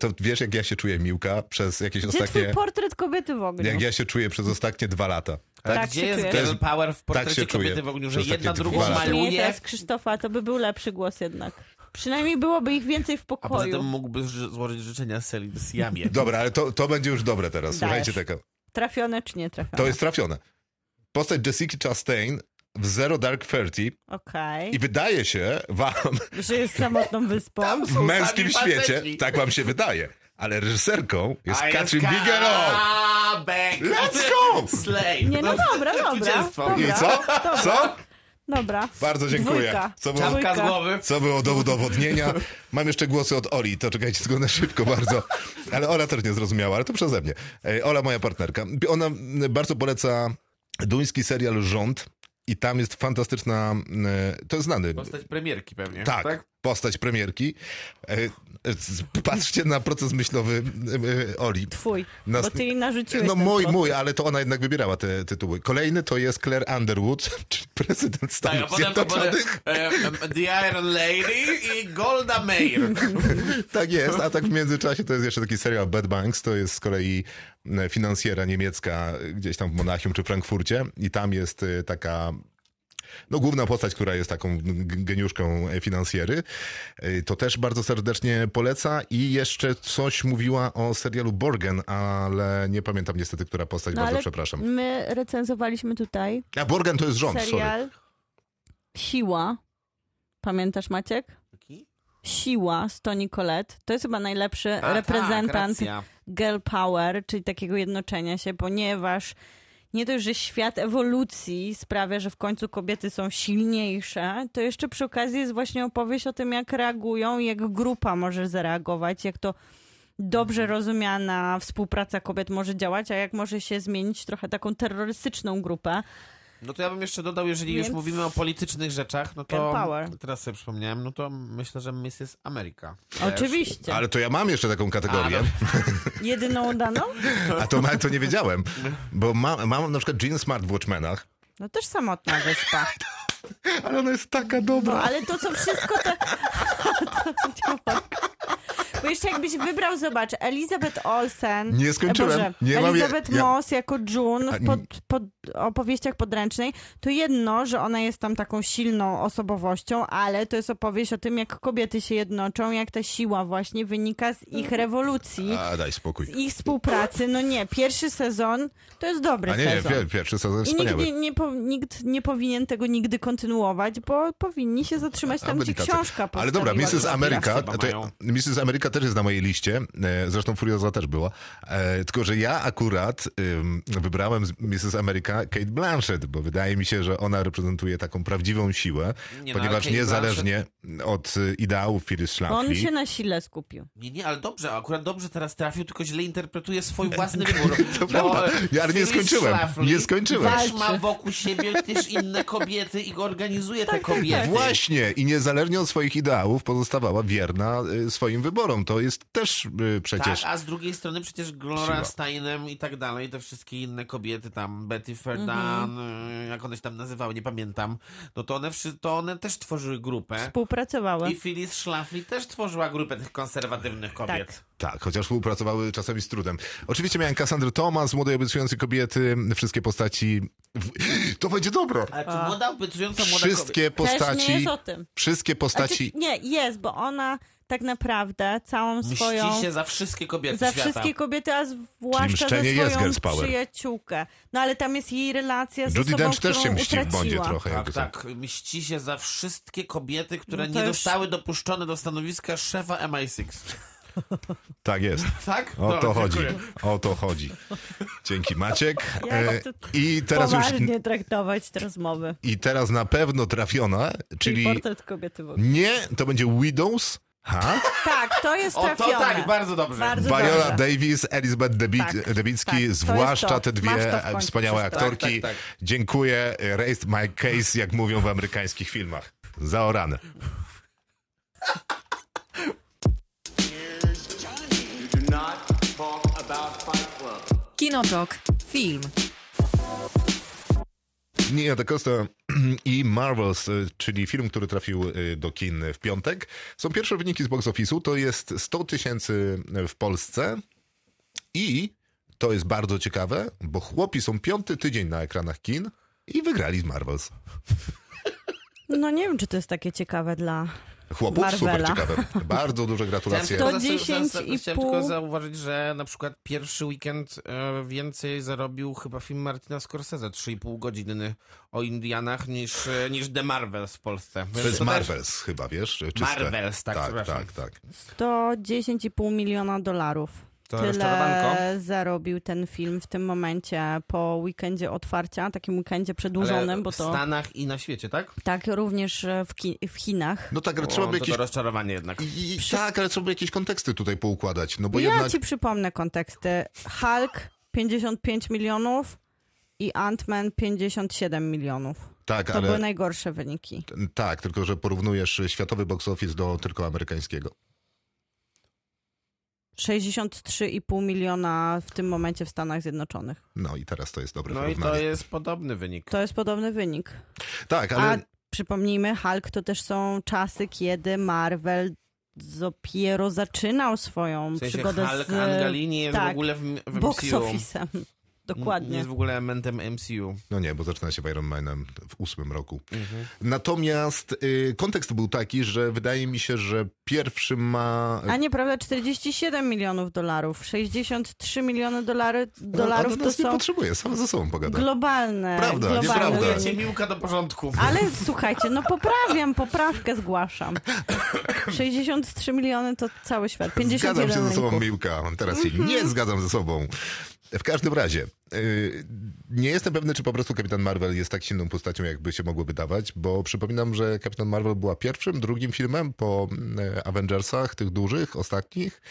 To wiesz, jak ja się czuję, Miłka, przez jakieś Gdzie ostatnie... twój portret kobiety w ogóle? Jak ja się czuję przez ostatnie dwa lata. Ale Tak gdzie się jest czuję. girl power w portrecie się czuję. kobiety w ogniu, że Przez jedna takie drugą dwa lata. Nie, tak maluje, teraz Krzysztofa, to by był lepszy głos jednak. Przynajmniej byłoby ich więcej w a poza tym pokoju. mógłby ży- złożyć życzenia Celine Siamie. Dobra, ale to, to będzie już dobre teraz. Słuchajcie Dajesz. tego. Trafione czy nie trafione? To jest trafione. Postać Jessica Chastain w Zero Dark Thirty Okej. i wydaje się wam Że jest samotną wyspą. w męskim sami świecie, faceci. tak wam się wydaje, ale reżyserką jest A Katrin jest Bigelow. Kabek. Let's go! Slay! Nie, no dobra, dobra. Zwycięstwo. dobra. I co? Dobra, Co? Dobra. Bardzo dziękuję. Dwójka. Co było- Czapka z Dwójka. głowy. Co było do udowodnienia? Mam jeszcze głosy od Oli, to czekajcie tylko na szybko bardzo. Ale Ola też nie zrozumiała, ale to przeze mnie. E, Ola, moja partnerka. Ona m, bardzo poleca duński serial Rząd i tam jest fantastyczna, e, to jest znany Postać premierki pewnie. Tak, postać premierki. E, e, z- Patrzcie na proces myślowy e, e, Oli. Twój. Nas- Bo ty jej narzuciłeś. No ten mój, sposób. mój, ale to ona jednak wybierała te tytuły. Kolejny to jest Claire Underwood, czyli prezydent Tak, a Stanów potem, potem Zjednoczonych. e, e, The Iron Lady i Golda Meir. Tak jest, a tak w międzyczasie to jest jeszcze taki serial Bad Banks, to jest z kolei e, finansjera niemiecka e, gdzieś tam w Monachium czy Frankfurcie i tam jest e, taka no, główna postać, która jest taką g- geniuszką e, finansjery. E, To też bardzo serdecznie poleca i jeszcze coś mówiła o serialu Borgen, ale nie pamiętam niestety, która postać, No, bardzo ale przepraszam. My recenzowaliśmy tutaj A Borgen to jest rząd, sorry. serial Siła. Pamiętasz Maciek? Siła z Toni Collette. To jest chyba najlepszy tak, reprezentant tak, racja. girl power, czyli takiego jednoczenia się, ponieważ nie dość, że świat ewolucji sprawia, że w końcu kobiety są silniejsze, to jeszcze przy okazji jest właśnie opowieść o tym, jak reagują, i jak grupa może zareagować, jak to dobrze Mhm. rozumiana współpraca kobiet może działać, a jak może się zmienić trochę taką terrorystyczną grupę. No to ja bym jeszcze dodał, jeżeli już Więc- mówimy o politycznych rzeczach, no Girl to power. teraz sobie przypomniałem, no to myślę, że Mrs. America. Oczywiście. Ale to ja mam jeszcze taką kategorię, Jedyną udaną? a to, ma, to nie wiedziałem, bo ma, mam na przykład Jean Smart w Watchmenach, No też samotna wyspa. Tak, ale ona jest taka dobra. No, ale to co wszystko te... Bo jeszcze jakbyś wybrał, zobacz, Elizabeth Olsen. Nie skończyłem. E, Boże, Nie mam je- Elizabeth ja- Moss jako June A, w pod, pod opowieściach podręcznej. To jedno, że ona jest tam taką silną osobowością, ale to jest opowieść o tym, jak kobiety się jednoczą, jak ta siła właśnie wynika z ich rewolucji. A daj spokój. Z ich współpracy, no nie, pierwszy sezon to jest dobry A nie, nie, sezon. pier- pierwszy sezon jest I nikt wspaniały. nie, nie, po, nikt nie powinien tego nigdy kontynuować, bo powinni się zatrzymać tam, gdzie Habilitacja. książka Ale dobra, postawiła. Mrs. America, Chyba to, mają. Mrs. America też jest na mojej liście, e, zresztą Furioza też była, e, tylko że ja akurat ym, wybrałem z Mrs. America Kate Blanchett, bo wydaje mi się, że ona reprezentuje taką prawdziwą siłę, Nie, no, ale ponieważ Kate niezależnie od y, ideałów Phyllis Bo on Schlafly, się na sile skupił. Nie, nie, ale dobrze, akurat dobrze teraz trafił, tylko źle interpretuje swój własny wybór. To prawda. Ja nie skończyłem. Nie skończyłem. Też ma Walczy. wokół siebie też inne kobiety i organizuje te tak. kobiety. Właśnie, i niezależnie od swoich ideałów pozostawała wierna y, swoim wyborom. To jest też y, przecież... Tak, a z drugiej strony przecież Gloria Siła. Steinem i tak dalej, te wszystkie inne kobiety tam, Betty Friedan, Mhm. y, jak one się tam nazywały, nie pamiętam, no to one, wszy- to one też tworzyły grupę. Współpracowały. I Phyllis Schlafly też tworzyła grupę tych konserwatywnych kobiet. Tak. Tak, chociaż współpracowały czasami z trudem. Oczywiście miałem Cassandrę Thomas, młodej obiecującej kobiety, wszystkie postaci... w- To będzie dobre! Ale czy młoda obiecująca młoda kobieta? Wszystkie Też nie postaci... jest o tym. Wszystkie postaci... Znaczy, nie, jest, bo ona tak naprawdę całą swoją... Mści się za wszystkie kobiety Za świata. wszystkie kobiety, a zwłaszcza za mszczenie jest swoją Girls Power. przyjaciółkę. No ale tam jest jej relacja z Judy osobą, Dench też którą się mści w Bondzie utraciła. trochę. Tak, jakby to- tak. Mści się za wszystkie kobiety, które No to nie już- zostały dopuszczone do stanowiska szefa MI6. tak jest. Tak? O Dobra, to chodzi. dziękuję. O to chodzi. Dzięki Maciek. Ja E, tu I teraz już Poważnie traktować te rozmowy. i teraz na pewno trafiona, Czyli czyli portret kobiety w ogóle. nie, to będzie Widows. Ha? Tak, to jest O, to trafione. tak, bardzo dobrze. Bardzo Viola dobrze. Davis, Elizabeth Debi Tak, Debicki, tak, to jest zwłaszcza to. te Masz to dwie w końcu, wspaniałe Krzysztof. aktorki. Tak, tak, Dziękuję. Raised my case, jak mówią w amerykańskich filmach. Zaorane. You do not talk about Fight Club. Kinotok. Film. Nia da Costa i Marvels, y, czyli film, który trafił y, do kin w piątek. Są pierwsze wyniki z box office'u, to jest 100 tysięcy w Polsce i to jest bardzo ciekawe, bo chłopi są piąty tydzień na ekranach kin i wygrali z Marvels. No nie wiem, czy to jest takie ciekawe dla... Chłopów super Marvela. ciekawe. Bardzo duże gratulacje. To Chciałem tylko, za- za- za- 10,5. chciałem tylko zauważyć, że na przykład pierwszy weekend e, więcej zarobił chyba film Martina Scorsese, 3,5 godziny o Indianach niż, e, niż The Marvels w Polsce. Więc To jest też- Marvels chyba, wiesz? Czyste. Marvels, tak, tak, przepraszam. tak, tak. To 10,5 miliona dolarów. To Tyle resztowanko. zarobił ten film w tym momencie po weekendzie otwarcia, takim weekendzie przedłużonym, Ale bo to W Stanach i na świecie, tak? tak również e, w, ki- w Chinach. No tak, ale O, trzeba to, by jakieś... to rozczarowanie jednak. I, i, tak, ale trzeba by jakieś konteksty tutaj poukładać, no bo ja jednak... ci przypomnę konteksty. Hulk 55 milionów i Ant-Man 57 milionów. tak, To ale... były najgorsze wyniki. Tak, tylko że porównujesz światowy box office do tylko amerykańskiego. 63,5 miliona w tym momencie w Stanach Zjednoczonych. No i teraz to jest dobre No i to porównanie. jest podobny wynik. To jest podobny wynik. Tak, ale A przypomnijmy, Hulk to też są czasy, kiedy Marvel dopiero zaczynał swoją W sensie przygodę Hulk z Angalini jest w tak, ogóle w, m- w box MCU. office'em. N- Dokładnie. Jest w ogóle elementem MCU. no nie, bo zaczyna się w Iron Manem w ósmym roku. Mhm. Natomiast y, kontekst był taki, że wydaje mi się, że pierwszy ma... A nieprawda, 47 milionów dolarów, 63 miliony dolary, no, dolarów to to nie są potrzebuje, sam ze sobą pogadam. globalne. Prawda, globalne nieprawda. wyniki. Próbujecie miłka do porządku. Ale słuchajcie, no poprawiam, poprawkę zgłaszam. 63 miliony to cały świat. 51 Zgadzam się ze sobą, rynków. Miłka. Teraz się nie zgadzam ze sobą. W każdym razie, yy, nie jestem pewny, czy po prostu Kapitan Marvel jest tak silną postacią, jakby się mogło wydawać, bo przypominam, że Kapitan Marvel była pierwszym, drugim filmem po mm, Avengersach, tych dużych, ostatnich.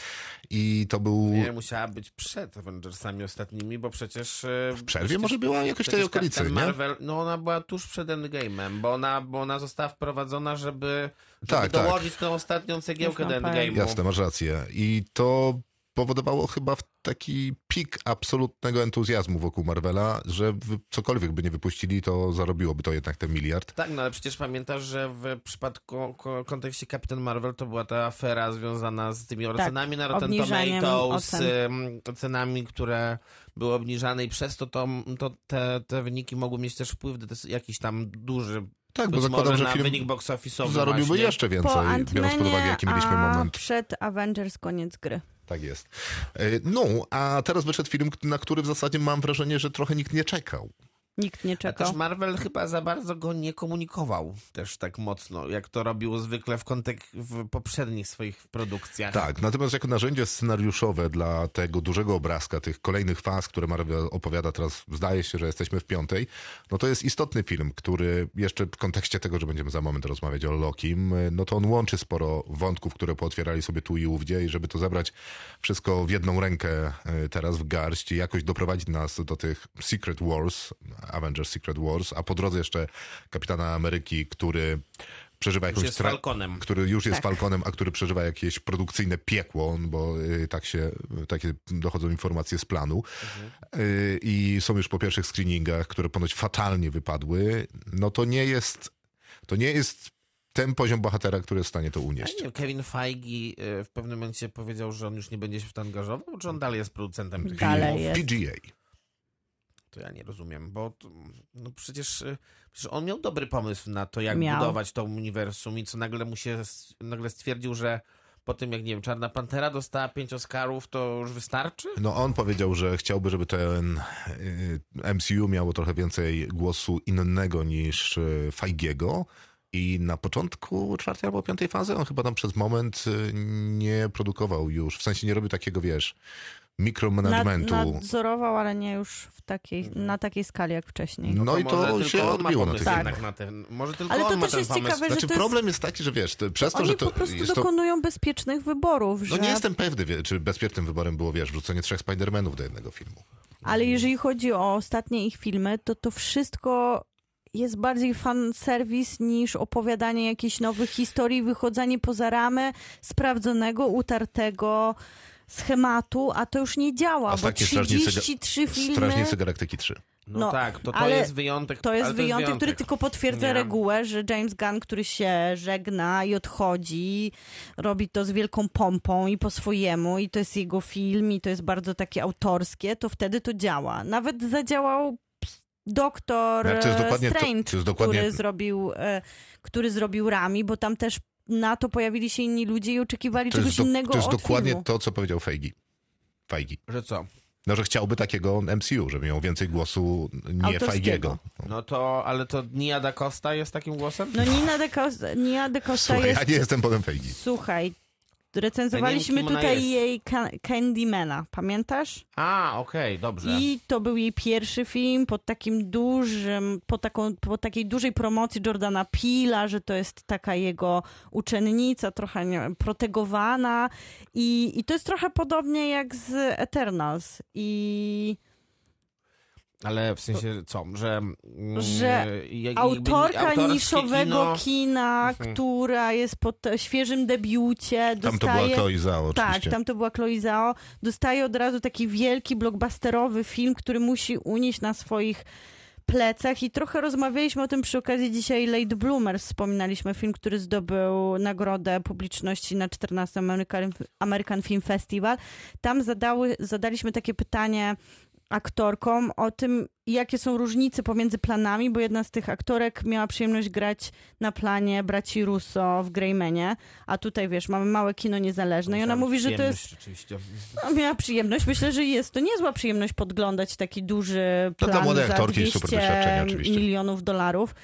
I to był... Nie, musiała być przed Avengersami ostatnimi, bo przecież... e, przerwie przecież- może była jakoś w tej przecież okolicy, Captain nie? Marvel, no ona była tuż przed Endgame'em, bo ona, bo ona została wprowadzona, żeby, żeby Tak, tak. dołożyć tą ostatnią cegiełkę do Można powiedzieć. Endgame'u. Jasne, masz rację. I to powodowało chyba w taki pik absolutnego entuzjazmu wokół Marvela, że w- cokolwiek by nie wypuścili, to zarobiłoby to jednak ten miliard. Tak, no ale przecież pamiętasz, że w przypadku ko- kontekście Captain Marvel to była ta afera związana z tymi ocenami na Rotten obniżeniem Tomatoes, ocen. ym, ocenami, które były obniżane i przez to, to, to te, te wyniki mogły mieć też wpływ do do jakiś tam duży, Tak, bo być zakładam, może że na film wynik box office'owy zarobiłby właśnie. jeszcze więcej, Po biorąc pod uwagę, Antmenie, jaki mieliśmy a moment. przed Avengers koniec gry. Tak jest. E, No, a teraz wyszedł film, na który w zasadzie mam wrażenie, że trochę nikt nie czekał. Nikt nie A też czekał. Marvel chyba za bardzo go nie komunikował też tak mocno, jak to robił zwykle w kontek w poprzednich swoich produkcjach. Tak, natomiast jako narzędzie scenariuszowe dla tego dużego obrazka, tych kolejnych faz, które Marvel opowiada teraz, zdaje się, że jesteśmy w piątej, no to jest istotny film, który jeszcze w kontekście tego, że będziemy za moment rozmawiać o Lokim, y, no to on łączy sporo wątków, które pootwierali sobie tu i ówdzie i żeby to zabrać wszystko w jedną rękę y, teraz w garść i jakoś doprowadzić nas do tych Secret Wars, Avengers Secret Wars, a po drodze jeszcze Kapitana Ameryki, który przeżywa jakąś... jest tra- Falconem. który już jest Falconem, a który przeżywa jakieś produkcyjne piekło, on- bo y, tak się, takie dochodzą informacje z planu. Y, I są już po pierwszych screeningach, które ponoć fatalnie wypadły. No to nie jest, to nie jest ten poziom bohatera, który jest w stanie to Ja unieść. nie wiem, Kevin Feige e, w pewnym momencie powiedział, że on już nie będzie się w to angażował, czy on dalej jest producentem tych Dalej filmów? jest. PGA. To ja nie rozumiem, bo to, no przecież, e, przecież on miał dobry pomysł na to, jak Miał. budować to uniwersum i co nagle mu się, s- nagle stwierdził, że po tym jak, nie wiem, Czarna Pantera dostała pięć Oscarów, to już wystarczy? No on powiedział, że chciałby, żeby ten y, MCU miało trochę więcej głosu innego niż y, Feigiego. I na początku czwartej albo piątej fazy on chyba tam przez moment y, nie produkował już. W sensie nie robił takiego, wiesz, mikromanagementu. Nad, nadzorował, ale nie już w takiej, na takiej skali jak wcześniej. Mm. No, i może to tylko się on ma odbiło na pomysł tych Tak. jednak na ten, Może tylko Ale on to ma też ten jest pomysł. ciekawe, że Znaczy to jest- problem jest taki, że wiesz, to, przez to, Oni że to po prostu jest to... dokonują bezpiecznych wyborów, No że... nie jestem pewny, wie- czy bezpiecznym wyborem było, wiesz, wrzucenie trzech Spidermanów do jednego filmu. ale jeżeli chodzi o ostatnie ich filmy, to to wszystko jest bardziej fan serwis niż opowiadanie jakichś nowych historii, wychodzenie poza ramy sprawdzonego, utartego schematu, a to już nie działa, A bo takie strażnicy- 33 filmy... Strażnicy Galaktyki 3. No, No, tak, to, to ale jest wyjątek. To jest ale wyjątek, który tylko potwierdza Nie. regułę, że James Gunn, który się żegna i odchodzi, robi to z wielką pompą i po swojemu, i to jest jego film, i to jest bardzo takie autorskie, to wtedy to działa. Nawet zadziałał ps- doktor Tak, to jest e, dokładnie to- Strange, to jest dokładnie- który, zrobił, e, który zrobił Rami, bo tam też na to pojawili się inni ludzie i oczekiwali To czegoś jest, do, innego to jest od dokładnie filmu. to, co powiedział Feigi. Feigi. Że co? No, że chciałby takiego MCU, żeby miał więcej głosu nie Autorskiego. Feigiego. No to, ale to Nia da Costa jest takim głosem? No Nina de Costa, Nina de Costa Słuchaj, jest ja nie jestem potem Feigi. Słuchaj, Ja recenzowaliśmy nie wiem, kim ona tutaj jest. jej Ca- Candymana, pamiętasz? A, okej, dobrze. I to był jej pierwszy film pod takim dużym, pod, taką, pod takiej dużej promocji Jordana Pila, że to jest taka jego uczennica, trochę nie wiem, protegowana. I, I to jest trochę podobnie jak z Eternals. I Ale w sensie co, że... mm, Że i- i- autorka autorskie niszowego kino- Mhm. kina, która jest pod e, świeżym debiucie, Tam to była dostaje Chloe Zhao Tak, oczywiście. tam to była Chloe Zhao. Dostaje od razu taki wielki, blockbusterowy film, który musi unieść na swoich plecach i trochę rozmawialiśmy o tym przy okazji dzisiaj Late Bloomer. Wspominaliśmy film, który zdobył nagrodę publiczności na 14 American, American Film Festival. Tam zadały, zadaliśmy takie pytanie aktorkom o tym, jakie są różnice pomiędzy planami, bo jedna z tych aktorek miała przyjemność grać na planie braci Russo w Greymanie, a tutaj wiesz, mamy małe kino niezależne no i ona Musiałem mówi, że to jest przyjemność Rzeczywiście. no, miała przyjemność. Myślę, że jest to niezła przyjemność podglądać taki duży No, plan dla młodej za aktorki 200 super doświadczenie oczywiście. milionów dolarów.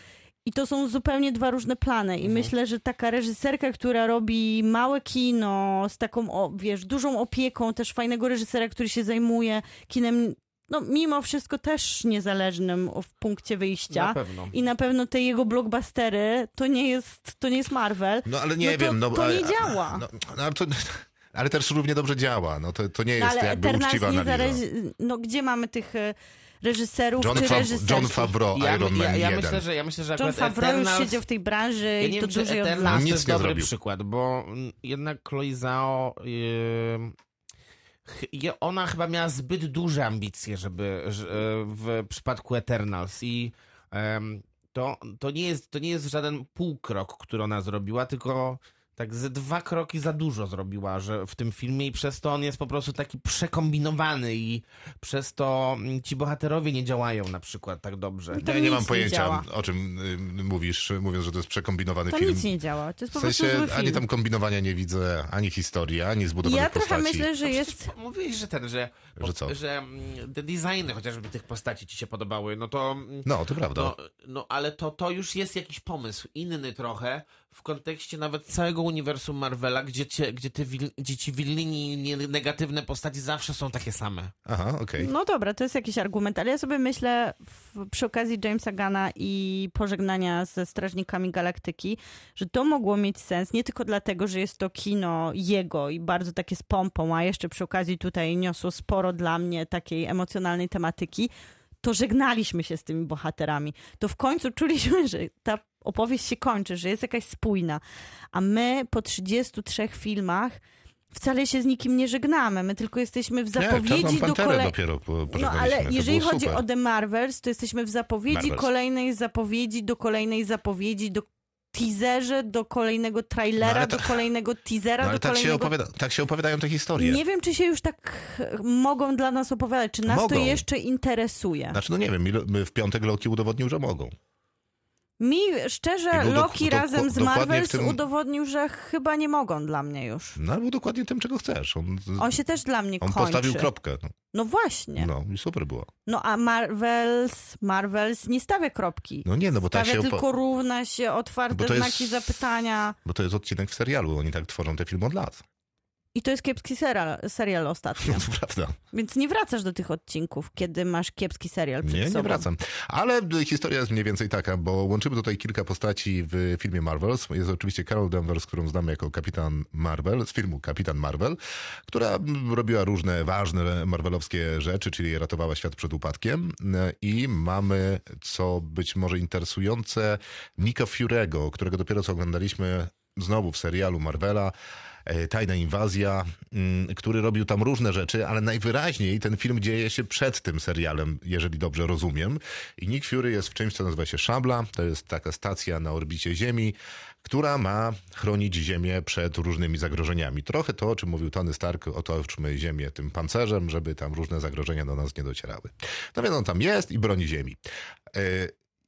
I to są zupełnie dwa różne plany. Mhm. I myślę, że taka reżyserka, która robi małe kino z taką, o, wiesz, dużą opieką, też fajnego reżysera, który się zajmuje kinem, no mimo wszystko też niezależnym w punkcie wyjścia. Na pewno. I na pewno te jego blockbustery, to nie jest, to nie jest Marvel. No ale nie to, wiem. No, to a- nie a- działa. No, no, ale, to, ale też równie dobrze działa. No, to, to nie No, jest ale jakby Eternals uczciwa nie analiza. zależy... No gdzie mamy tych e, reżyserów John, czy Fav- reżyserów? John Favreau, Ja, Iron Man ja, ja, 1. myślę, że, ja myślę, że John akurat Favreau Eternals... już siedział w tej branży ja i nie to wiem, czy duży Eternals od lat. to Nic jest nie dobry zrobił. przykład, bo mm, jednak Chloe Zhao... Yy... ch- je- Ona chyba miała zbyt duże ambicje, żeby ż- e, w przypadku Eternals i em, to, to, nie jest, to nie jest żaden półkrok, który ona zrobiła, tylko tak ze dwa kroki za dużo zrobiła że w tym filmie i przez to on jest po prostu taki przekombinowany i przez to mm, ci bohaterowie nie działają na przykład tak dobrze. ja Tam nie nic mam nie pojęcia, działa. o czym y, mówisz, mówiąc, że to jest przekombinowany Tam film. nic nie działa. To w jest po sensie prostu zły ani film. tam kombinowania nie widzę, ani historii, ani zbudowanych ja trochę postaci. myślę, że No jest... przecież Mówiłeś, że ten, że, Że co? że mm, te designy chociażby tych postaci ci się podobały, no to... mm, No, to prawda. No, no ale to, to już jest jakiś pomysł, inny trochę, w kontekście nawet całego uniwersum Marvela, gdzie, cię, gdzie, te wil, gdzie ci wilni nie- negatywne postaci zawsze są takie same. Aha, okej. No dobra, to jest jakiś argument, ale ja sobie myślę w, przy okazji Jamesa Gana i pożegnania ze Strażnikami Galaktyki, że to mogło mieć sens nie tylko dlatego, że jest to kino jego i bardzo takie z pompą, a jeszcze przy okazji tutaj niosło sporo dla mnie takiej emocjonalnej tematyki, to żegnaliśmy się z tymi bohaterami. To w końcu czuliśmy, że ta opowieść się kończy, że jest jakaś spójna. A my po 33 filmach wcale się z nikim nie żegnamy. My tylko jesteśmy w nie, zapowiedzi Czarną do Panterę kolei. dopiero po- No pożegnaliśmy. ale To jeżeli było chodzi super. o The Marvels, to jesteśmy w zapowiedzi Marvels. kolejnej zapowiedzi do kolejnej zapowiedzi do teaserze, do kolejnego trailera, No, ale to- do kolejnego teasera, No, ale do tak się, kolejnego... opowiada, tak się opowiadają te historie. nie wiem, czy się już tak e, mogą dla nas opowiadać, czy nas to Mogą. jeszcze interesuje. Znaczy, no nie wiem, Milo- w piątek Loki udowodnił, że mogą. Mi I szczerze, był dok- Loki dok- razem z dokładnie w Marvels tym- udowodnił, że chyba nie mogą dla mnie już. No, ale był dokładnie tym, czego chcesz. On, On się też dla on mnie kończy. postawił kropkę. No, No właśnie. no i super było. No a Marvels, Marvels nie stawia kropki. No nie, no bo tak Stawia się... tylko równa się, otwarte Bo to jest- znaki zapytania. Bo to jest odcinek w serialu, oni tak tworzą te filmy od lat. I to jest kiepski serial, serial ostatnio. No to prawda. Więc nie wracasz do tych odcinków, kiedy masz kiepski serial przed Nie, sobą. nie wracam. Ale y, historia jest mniej więcej taka, bo łączymy tutaj kilka postaci w filmie Marvels. Jest oczywiście Carol Danvers, którą znamy jako Kapitan Marvel, z filmu Kapitan Marvel, która mm, robiła różne ważne marvelowskie rzeczy, czyli ratowała świat przed upadkiem. I mamy, co być może interesujące, Nika Fury'ego, którego dopiero co oglądaliśmy znowu w serialu Marvela. e, Tajna inwazja, mm, który robił tam różne rzeczy, ale najwyraźniej ten film dzieje się przed tym serialem, jeżeli dobrze rozumiem. I Nick Fury jest w czymś, co nazywa się Szabla. To jest taka stacja na orbicie Ziemi, która ma chronić Ziemię przed różnymi zagrożeniami. Trochę to, o czym mówił Tony Stark, otoczmy Ziemię tym pancerzem, żeby tam różne zagrożenia do nas nie docierały. No więc on tam jest i broni Ziemi. E,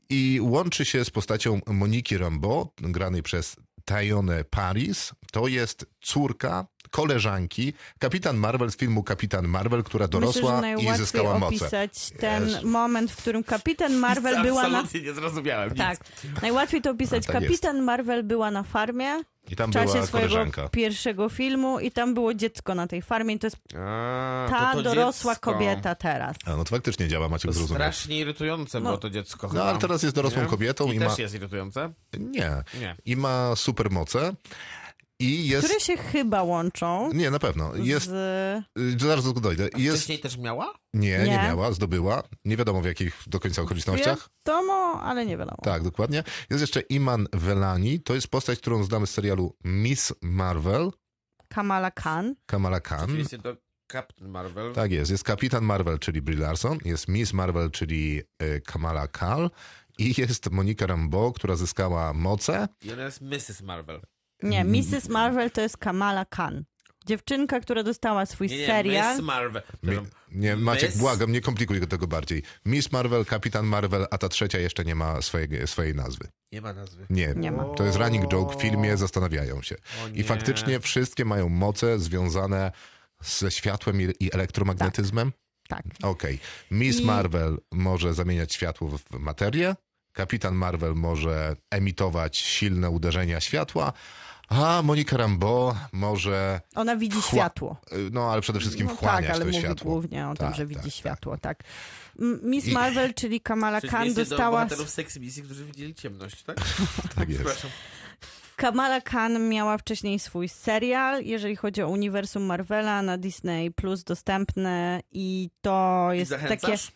i łączy się z postacią Moniki Rambo, granej przez Tayone Paris. To jest córka koleżanki kapitan Marvel z filmu Kapitan Marvel, która dorosła Myślę, że i najłatwiej zyskała moce. opisać ten Jezu. moment, w którym kapitan Marvel była na... Absolutnie nie zrozumiałem nic. Tak, najłatwiej to opisać. No, tak jest. kapitan Marvel była na farmie I tam w była czasie swojego koleżanka. pierwszego filmu i tam było dziecko na tej farmie i to jest A, ta to to dorosła dziecko. kobieta teraz. A, no to faktycznie działa, macie To go zrozumieć. Strasznie irytujące No. było to dziecko. No chyba. ale teraz jest dorosłą Nie? kobietą i, I ma... też jest irytujące? Nie. Nie. I ma supermoce. I jest... Które się chyba łączą Nie, na pewno. Jest... z... y, Zaraz do tego dojdę. Jest... Wcześniej też miała? Nie, nie Nie. miała, zdobyła. Nie wiadomo w jakich do końca okolicznościach. Wiadomo, ale nie wiadomo. Tak, dokładnie. Jest jeszcze Iman Velani. To jest postać, którą znamy z serialu Miss Marvel, Kamala Khan. Kamala Khan. Oczywiście to Captain Marvel. Tak jest. Jest Kapitan Marvel, czyli Brie Larson. Jest Miss Marvel, czyli e, Kamala Khan. I jest Monika Rambeau, która zyskała moce. I ona jest Mrs. Marvel. Nie, Mrs. Marvel to jest Kamala Khan. Dziewczynka, która dostała swój Nie, nie, serial. Miss Marvel. Mi, Przepraszam. nie, Maciek, Miss- błagam, nie komplikuj tego bardziej. Miss Marvel, Kapitan Marvel, a ta trzecia jeszcze nie ma swojej, swojej nazwy. Nie ma nazwy. Nie, Nie ma. to jest running joke w filmie, zastanawiają się. O I nie. faktycznie wszystkie mają moce związane ze światłem i, i elektromagnetyzmem. Tak. Okej. Miss I- Marvel może zamieniać światło w w materię. Kapitan Marvel może emitować silne uderzenia światła. A Monika Rambo może, Ona widzi Wchła- światło. y, no ale przede wszystkim No wchłaniać tak, to ale mówi światło. głównie o tym, Tak, że widzi tak, światło, tak. M- Miss I- Marvel, czyli Kamala Czyli Khan jest do dostała... bohaterów Sex Misji, którzy widzieli ciemność, tak? Tak jest. Przepraszam. Kamala Khan miała wcześniej swój serial, jeżeli chodzi o uniwersum Marvela na Disney Plus dostępny i to I jest takie zachęcasz?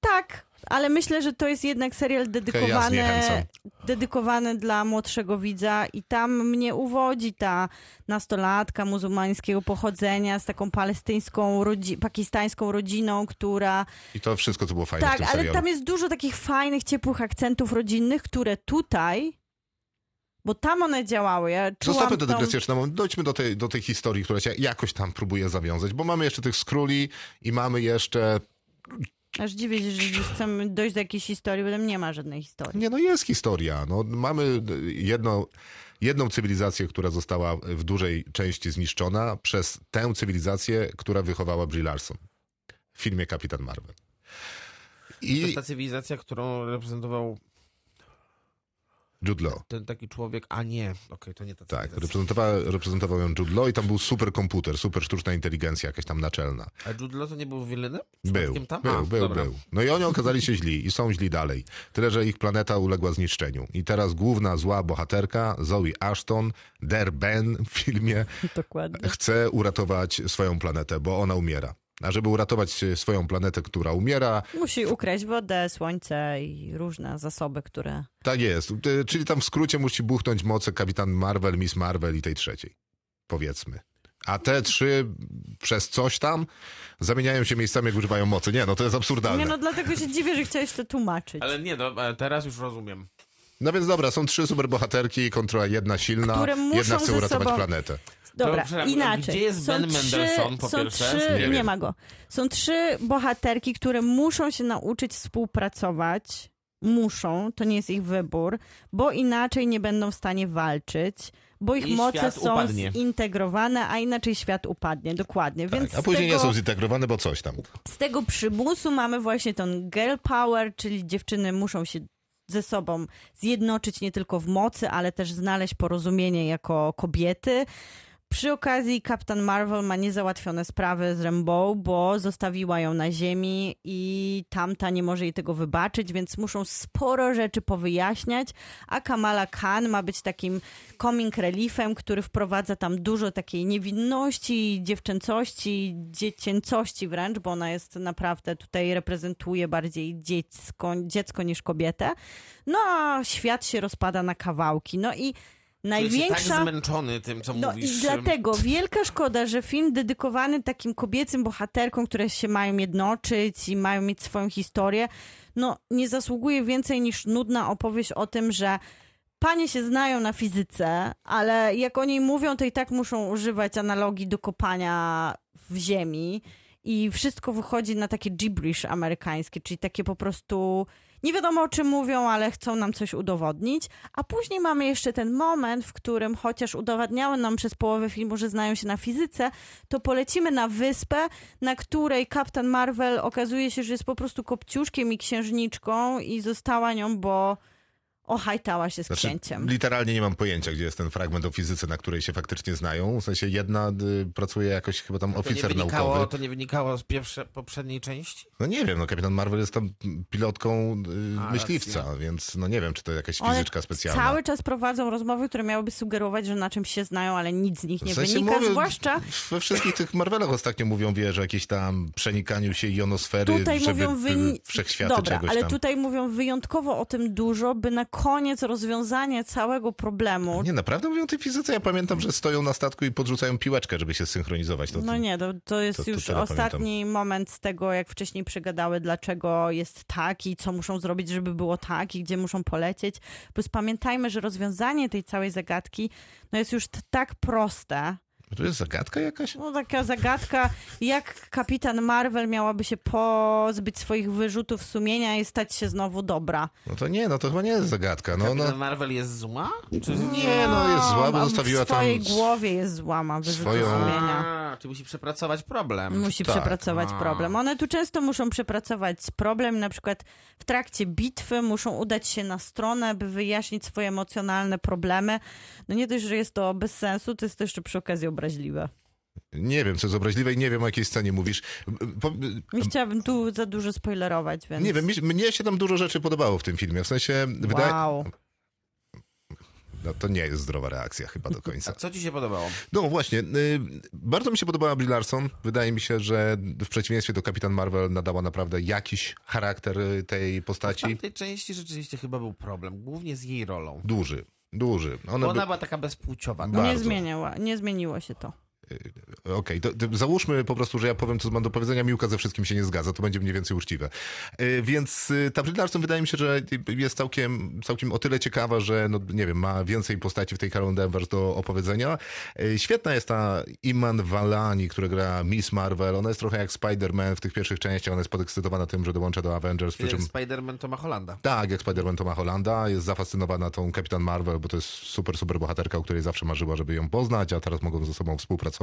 tak, ale myślę, że to jest jednak serial dedykowany zniechęcam. dedykowany dla młodszego widza i tam mnie uwodzi ta nastolatka muzułmańskiego pochodzenia z taką palestyńską rodzi- pakistańską rodziną, która I to wszystko, co było fajne w tak, tym ale serialu. tam jest dużo takich fajnych, ciepłych akcentów rodzinnych, które tutaj, bo tam one działały. Ja czułam Zostawmy tę tą... dygresję jeszcze na moment. Dojdźmy do tej, do tej historii, która się jakoś tam próbuje zawiązać, bo mamy jeszcze tych skróli i mamy jeszcze... Aż dziwię się, że chcemy dojść do jakiejś historii, bo tam nie ma żadnej historii. Nie, no jest historia. No, mamy jedno, jedną cywilizację, która została w dużej części zniszczona przez tę cywilizację, która wychowała Brie Larson w filmie Kapitan Marvel. To jest I ta cywilizacja, którą reprezentował Jude Law. ten taki człowiek, a nie, okej, to nie ta Tak, cywilizacja. reprezentowała, reprezentował ją Jude Law i tam był super komputer, super sztuczna inteligencja jakaś tam naczelna. A Jude Law to nie był Wilenem? Był, Tam? był, a, był, dobra. był. No i oni okazali się źli i są źli dalej. Tyle, że ich planeta uległa zniszczeniu. I teraz główna zła bohaterka, Zoe Ashton, Der Ben w filmie, Dokładnie. chce uratować swoją planetę, bo ona umiera. A żeby uratować e, swoją planetę, która umiera, Musi ukraść wodę, słońce i różne zasoby, które... tak jest. E, Czyli tam w skrócie musi buchnąć moce kapitan Marvel, Miss Marvel i tej trzeciej. Powiedzmy. A te trzy przez coś tam zamieniają się miejscami, jak używają mocy. Nie, no to jest absurdalne. Nie no, dlatego się dziwię, że chciałeś to tłumaczyć. Ale nie, no, e, teraz już rozumiem. No więc dobra, są trzy superbohaterki kontra jedna silna. Które muszą jedna chce ze uratować sobą- planetę. Dobra, przepraszam, inaczej. no, gdzie jest są Ben trzy, Mendelsohn, po są pierwsze? Trzy, Nie nie, wiem. ma go. Są trzy bohaterki, które muszą się nauczyć współpracować. Muszą, to nie jest ich wybór, bo inaczej nie będą w stanie walczyć, bo ich I moce świat są upadnie. zintegrowane, a inaczej świat upadnie, dokładnie. Więc Tak, a później z tego, nie są zintegrowane, bo coś tam. z tego przymusu mamy właśnie ten girl power, czyli dziewczyny muszą się ze sobą zjednoczyć nie tylko w mocy, ale też znaleźć porozumienie jako kobiety. Przy okazji Kapitan Marvel ma niezałatwione sprawy z Rambo, bo zostawiła ją na ziemi i tamta nie może jej tego wybaczyć, więc muszą sporo rzeczy powyjaśniać, a Kamala Khan ma być takim coming reliefem, który wprowadza tam dużo takiej niewinności, dziewczęcości, dziecięcości wręcz, bo ona jest naprawdę tutaj reprezentuje bardziej dziecko, dziecko niż kobietę. No a świat się rozpada na kawałki. No i Największa... Jesteś tak największa zmęczony tym, co no mówisz. i dlatego wielka szkoda, że film dedykowany takim kobiecym bohaterkom, które się mają jednoczyć i mają mieć swoją historię, no nie zasługuje więcej niż nudna opowieść o tym, że panie się znają na fizyce, ale jak o niej mówią, to i tak muszą używać analogii do kopania w ziemi i wszystko wychodzi na takie gibberish amerykańskie, czyli takie po prostu nie wiadomo o czym mówią, ale chcą nam coś udowodnić. A później mamy jeszcze ten moment, w którym chociaż udowadniały nam przez połowę filmu, że znają się na fizyce, to polecimy na wyspę, na której Kapitan Marvel okazuje się, że jest po prostu kopciuszkiem i księżniczką i została nią, bo ohajtała się z Znaczy, księciem. literalnie nie mam pojęcia, gdzie jest ten fragment o fizyce, na której się faktycznie znają. W sensie jedna y, pracuje jakoś chyba tam to nie, oficer wynikało, naukowy. to nie wynikało z pierwsze, poprzedniej części? No nie wiem, no Kapitan Marvel jest tam pilotką y, A, myśliwca, więc no nie wiem, czy to jakaś One fizyczka specjalna. Cały czas prowadzą rozmowy, które miałyby sugerować, że na czymś się znają, ale nic z nich nie W sensie wynika. mówię, Zwłaszcza We wszystkich tych Marvelach ostatnio mówią, wie, że jakieś tam przenikaniu się jonosfery, tutaj żeby mówią były wy... wszechświaty Dobra, czegoś ale tam. tutaj mówią wyjątkowo o tym dużo, by na koniec rozwiązanie całego problemu. Nie, naprawdę mówią o tej fizyce. Ja pamiętam, że stoją na statku i podrzucają piłeczkę, żeby się synchronizować. To, No nie, to, to jest to- to już tyle ostatni moment z tego, jak wcześniej przegadały, dlaczego jest tak i co muszą zrobić, żeby było tak i gdzie muszą polecieć. Plus pamiętajmy, że rozwiązanie tej całej zagadki no jest już t- tak proste, To jest zagadka jakaś? No taka zagadka, jak kapitan Marvel miałaby się pozbyć swoich wyrzutów sumienia i stać się znowu dobra. No to nie, no to chyba nie jest zagadka. No, Kapitan no, Marvel jest zła? Czy... nie, no jest zła, bo On zostawiła w swojej tam... głowie jest złama wyrzutów swoją- sumienia. A, czy musi przepracować problem? Mm, Musi Tak. przepracować A. problem. One tu często muszą przepracować problem, na przykład w trakcie bitwy muszą udać się na stronę, by wyjaśnić swoje emocjonalne problemy. No nie dość, że jest to bez sensu, to jest to jeszcze przy okazji obraźliwe. Nie wiem, co jest obraźliwe i nie wiem, o jakiej scenie mówisz. Po... Nie chciałabym tu za dużo spoilerować, więc... Mm. Nie wiem, mi- mnie się tam dużo rzeczy podobało w tym filmie. W sensie, wydaje... Wow. No, to nie jest zdrowa reakcja chyba do końca. A co ci się podobało? No właśnie, y, bardzo mi się podobała Brie Larson. Wydaje mi się, że w przeciwieństwie do Kapitan Marvel nadała naprawdę jakiś charakter y, tej W postaci. tamtej części rzeczywiście chyba był problem, głównie z jej rolą. Duży, duży. Ona Bo by... No, ona była taka bezpłciowa. Ba- No Nie, bardzo. zmieniła, nie zmieniło się to. Okej, to, to załóżmy po prostu, że ja powiem, co mam do powiedzenia. Miłka ze wszystkim się nie zgadza, to będzie mniej więcej uczciwe. Y, Więc y, ta Brie Larson wydaje mi się, że jest całkiem, całkiem o tyle ciekawa, że no, nie wiem, ma więcej postaci w tej Carol Danvers do opowiedzenia. Y, Świetna jest ta Iman Valani, która gra Miss Marvel. Ona jest trochę jak Spider-Man w tych pierwszych częściach. Ona jest podekscytowana tym, że dołącza do Avengers, przy Jak czym... Spider-Man Toma Hollanda. Tak, jak Spider-Man Toma Hollanda. Jest zafascynowana tą Kapitan Marvel, bo to jest super, super bohaterka, o której zawsze marzyła, żeby ją poznać, a teraz mogą ze sobą współpracować.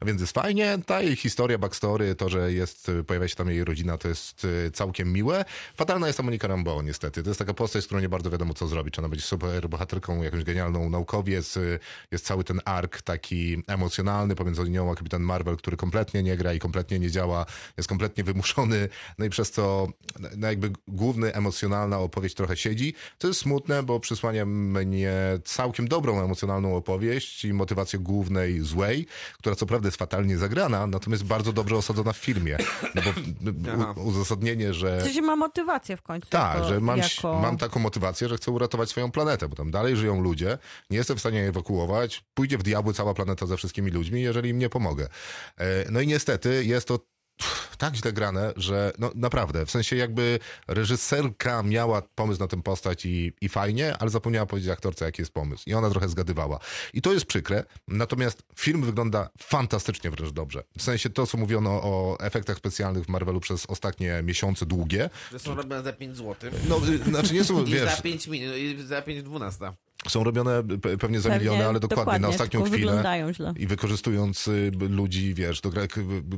A Więc jest fajnie. Ta jej historia, backstory, to, że jest, y, pojawia się tam jej rodzina, to jest y, całkiem miłe. Fatalna jest ta Monika Rambeau, niestety. To jest taka postać, z którą nie bardzo wiadomo, co zrobić. Czy ona będzie super bohaterką, jakąś genialną naukowiec. y, Jest cały ten ark taki emocjonalny pomiędzy nią a Kapitan Marvel, który kompletnie nie gra i kompletnie nie działa. Jest kompletnie wymuszony. No i przez to no jakby główny emocjonalna opowieść trochę siedzi. To jest smutne, bo przysłania mnie całkiem dobrą emocjonalną opowieść i motywację głównej złej, która co prawda jest fatalnie zagrana, natomiast bardzo dobrze osadzona w filmie. No bo u- uzasadnienie, że... W sensie ma motywację w końcu. Tak, jako, że mam, jako... mam taką motywację, że chcę uratować swoją planetę, bo tam dalej żyją ludzie, nie jestem w stanie jej ewakuować, pójdzie w diabły cała planeta ze wszystkimi ludźmi, jeżeli im nie pomogę. E, No i niestety jest to pff, tak źle grane, że no naprawdę, w sensie jakby reżyserka miała pomysł na tę postać i, i fajnie, ale zapomniała powiedzieć aktorce, jaki jest pomysł. I ona trochę zgadywała. I to jest przykre, natomiast film wygląda fantastycznie wręcz dobrze. W sensie to, co mówiono o efektach specjalnych w Marvelu przez ostatnie miesiące długie, Że są robione za 5 zł. no y, znaczy nie są, I wiesz... za 5 minut, i za 5 12. Są robione pe- pewnie za miliony, ale dokładnie, na ostatnią tylko chwilę. wyglądają źle. I wykorzystując y, b- ludzi, wiesz, do, gra- k- b- b-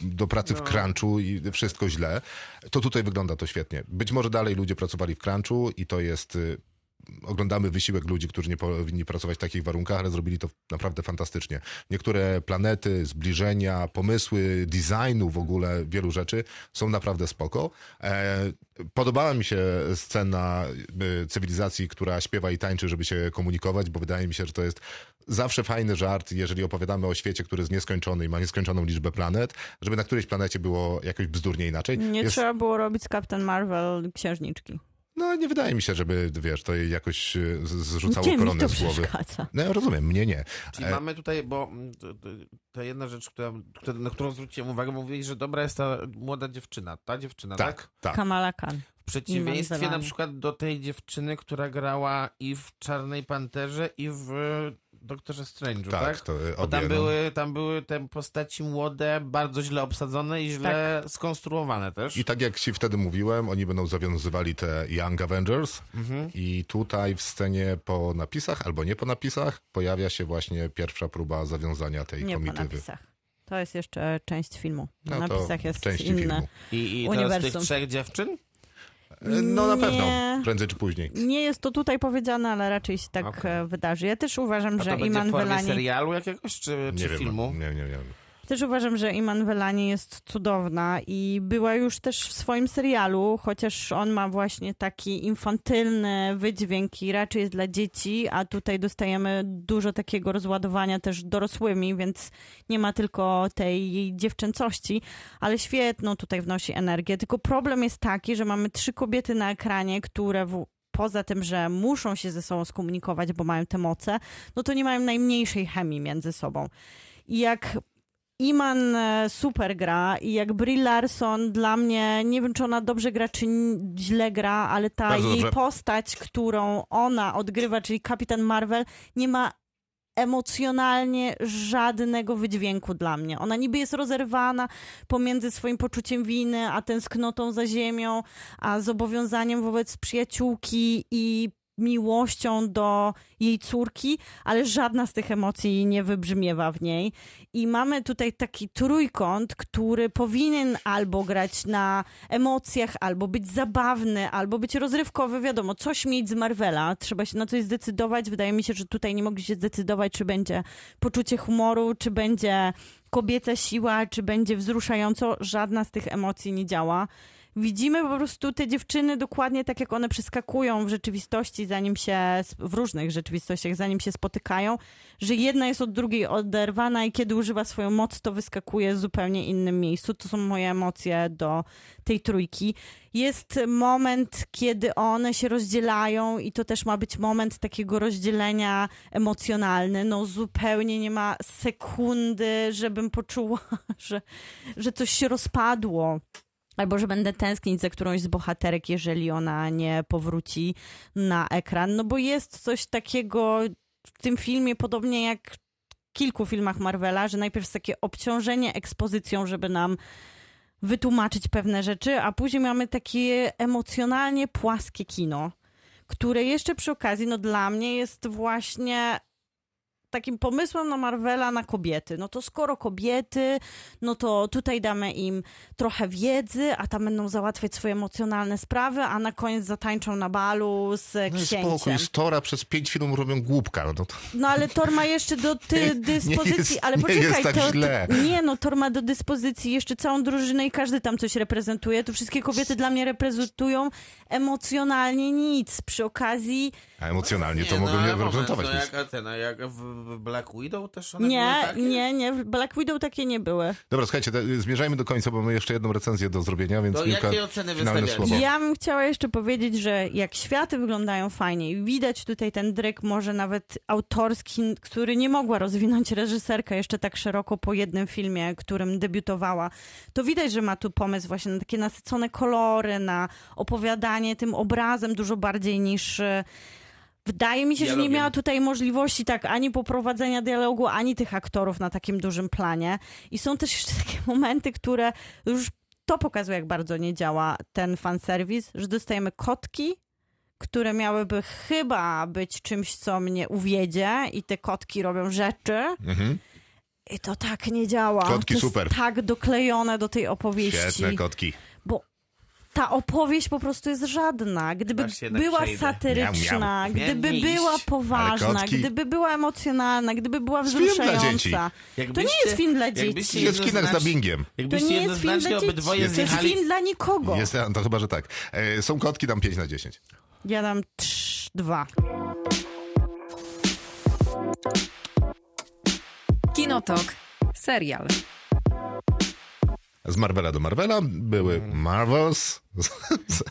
do pracy w crunchu i wszystko źle, to tutaj wygląda to świetnie. Być może dalej ludzie pracowali w crunchu i to jest. y, Oglądamy wysiłek ludzi, którzy nie powinni pracować w takich warunkach, ale zrobili to naprawdę fantastycznie. Niektóre planety, zbliżenia, pomysły designu w ogóle, wielu rzeczy są naprawdę spoko. E, podobała mi się scena y, cywilizacji, która śpiewa i tańczy, żeby się komunikować, bo wydaje mi się, że to jest zawsze fajny żart, jeżeli opowiadamy o świecie, który jest nieskończony i ma nieskończoną liczbę planet, żeby na którejś planecie było jakoś bzdurnie inaczej. Nie Jest- trzeba było robić z Captain Marvel księżniczki. No nie wydaje mi się, żeby, wiesz, to jej jakoś y, z- zrzucało Gdzie mi koronę to z głowy. przeszkadza? No ja rozumiem, mnie nie. Czyli E, mamy tutaj, bo mm, to- to- ta jedna rzecz, która, która- na którą zwróciłem uwagę, mówili, że dobra jest ta młoda dziewczyna. Ta dziewczyna, tak? tak, tak. Kamala Khan. W przeciwieństwie Iwan na Zelani. przykład do tej dziewczyny, która grała i w Czarnej Panterze, i w e, Doktorze Strange'u, tak? Tak, to y, Bo obie, tam, no. były, tam były te postaci młode, bardzo źle obsadzone i źle Tak. skonstruowane też. I tak jak ci wtedy mówiłem, oni będą zawiązywali te Young Avengers Mhm. i tutaj w scenie po napisach albo nie po napisach pojawia się właśnie pierwsza próba zawiązania tej Nie po komitywy. napisach. To jest jeszcze część filmu. Na No to napisach jest w części inne. filmu. I, i teraz Uniwersum. tych trzech dziewczyn? E, No na pewno, Nie. prędzej czy później. Nie jest to tutaj powiedziane, ale raczej się tak Okej. e, wydarzy. Ja też uważam, A to że będzie Iman w formie Velani. serialu jakiegoś, czy, Nie czy wiem, no. filmu? Nie, nie wiem. Też uważam, że Iman Velani jest cudowna i była już też w swoim serialu, chociaż on ma właśnie taki infantylny wydźwięk i raczej jest dla dzieci, a tutaj dostajemy dużo takiego rozładowania też dorosłymi, więc nie ma tylko tej jej dziewczęcości, ale świetną tutaj wnosi energię. Tylko problem jest taki, że mamy trzy kobiety na ekranie, które w poza tym, że muszą się ze sobą skomunikować, bo mają te moce, no to nie mają najmniejszej chemii między sobą. I jak Iman e, super gra i jak Brie Larson dla mnie, nie wiem czy ona dobrze gra, czy n- źle gra, ale ta Bardzo jej dobrze. postać, którą ona odgrywa, czyli Kapitan Marvel, nie ma emocjonalnie żadnego wydźwięku dla mnie. Ona niby jest rozerwana pomiędzy swoim poczuciem winy, a tęsknotą za ziemią, a zobowiązaniem wobec przyjaciółki i miłością do jej córki, ale żadna z tych emocji nie wybrzmiewa w niej. I mamy tutaj taki trójkąt, który powinien albo grać na emocjach, albo być zabawny, albo być rozrywkowy. Wiadomo, coś mieć z Marvela, trzeba się na coś zdecydować. Wydaje mi się, że tutaj nie mogli się zdecydować, czy będzie poczucie humoru, czy będzie kobieca siła, czy będzie wzruszająco. Żadna z tych emocji nie działa. Widzimy po prostu te dziewczyny dokładnie tak, jak one przeskakują w rzeczywistości, zanim się, w różnych rzeczywistościach, zanim się spotykają, że jedna jest od drugiej oderwana i kiedy używa swoją moc, to wyskakuje w zupełnie innym miejscu. To są moje emocje do tej trójki. Jest moment, kiedy one się rozdzielają i to też ma być moment takiego rozdzielenia emocjonalny. No zupełnie nie ma sekundy, żebym poczuła, że, że coś się rozpadło. Albo że będę tęsknić za którąś z bohaterek, jeżeli ona nie powróci na ekran. No bo jest coś takiego w tym filmie, podobnie jak w kilku filmach Marvela, że najpierw jest takie obciążenie ekspozycją, żeby nam wytłumaczyć pewne rzeczy, a później mamy takie emocjonalnie płaskie kino, które jeszcze przy okazji, no dla mnie jest właśnie takim pomysłem na Marvela na kobiety. No to skoro kobiety, no to tutaj damy im trochę wiedzy, a tam będą załatwiać swoje emocjonalne sprawy, a na koniec zatańczą na balu z No i księciem. spokój, z Tora przez pięć filmów robią głupka. No to, No ale Tor ma jeszcze do ty, dyspozycji, jest- ale nie poczekaj, jest tak to, źle. To, nie no, Tor ma do dyspozycji jeszcze całą drużynę i każdy tam coś reprezentuje. To wszystkie kobiety dla mnie reprezentują emocjonalnie nic. Przy okazji A emocjonalnie to Nie, mogą no, mnie ale moment, reprezentować. No, więc- jak, a ten, a jak w w Black Widow też one były tak? Nie, takie? nie, nie. w Black Widow takie nie były. Dobra, słuchajcie, te, zmierzajmy do końca, bo mamy jeszcze jedną recenzję do zrobienia, więc To kilka jakie oceny finalne wystawiacie? słowo. Ja bym chciała jeszcze powiedzieć, że jak światy wyglądają fajnie i widać tutaj ten dryk może nawet autorski, który nie mogła rozwinąć reżyserka jeszcze tak szeroko po jednym filmie, którym debiutowała, to widać, że ma tu pomysł właśnie na takie nasycone kolory, na opowiadanie tym obrazem dużo bardziej niż... e, Wydaje mi się, że nie Dialogiem. miała tutaj możliwości tak ani poprowadzenia dialogu, ani tych aktorów na takim dużym planie. I są też jeszcze takie momenty, które już to pokazuje, jak bardzo nie działa ten fanserwis, że dostajemy kotki, które miałyby chyba być czymś, co mnie uwiedzie i te kotki robią rzeczy. Mhm. I to tak nie działa. Kotki to jest super. tak doklejone do tej opowieści. Świetne kotki. Ta opowieść po prostu jest żadna. Gdyby Aż jednak była przejdę. satyryczna, Miau, miau. gdyby Miałem była iść. poważna, Ale kotki- gdyby była emocjonalna, gdyby była film dla dzieci. wzruszająca. To nie Jakbyście- jest film dla jakbyście dzieci. Jest w kinach z jednoznacznie- dubbingiem. To Jakbyście nie jest film dla jednoznacznie dzieci. obydwoje To jest zjechali... film dla nikogo. Jest, to chyba, że tak. E, są kotki, dam 5 na 10. Ja dam trz, dwa. Kinotok. Serial. Z Marvela do Marvela były Marvels. Z-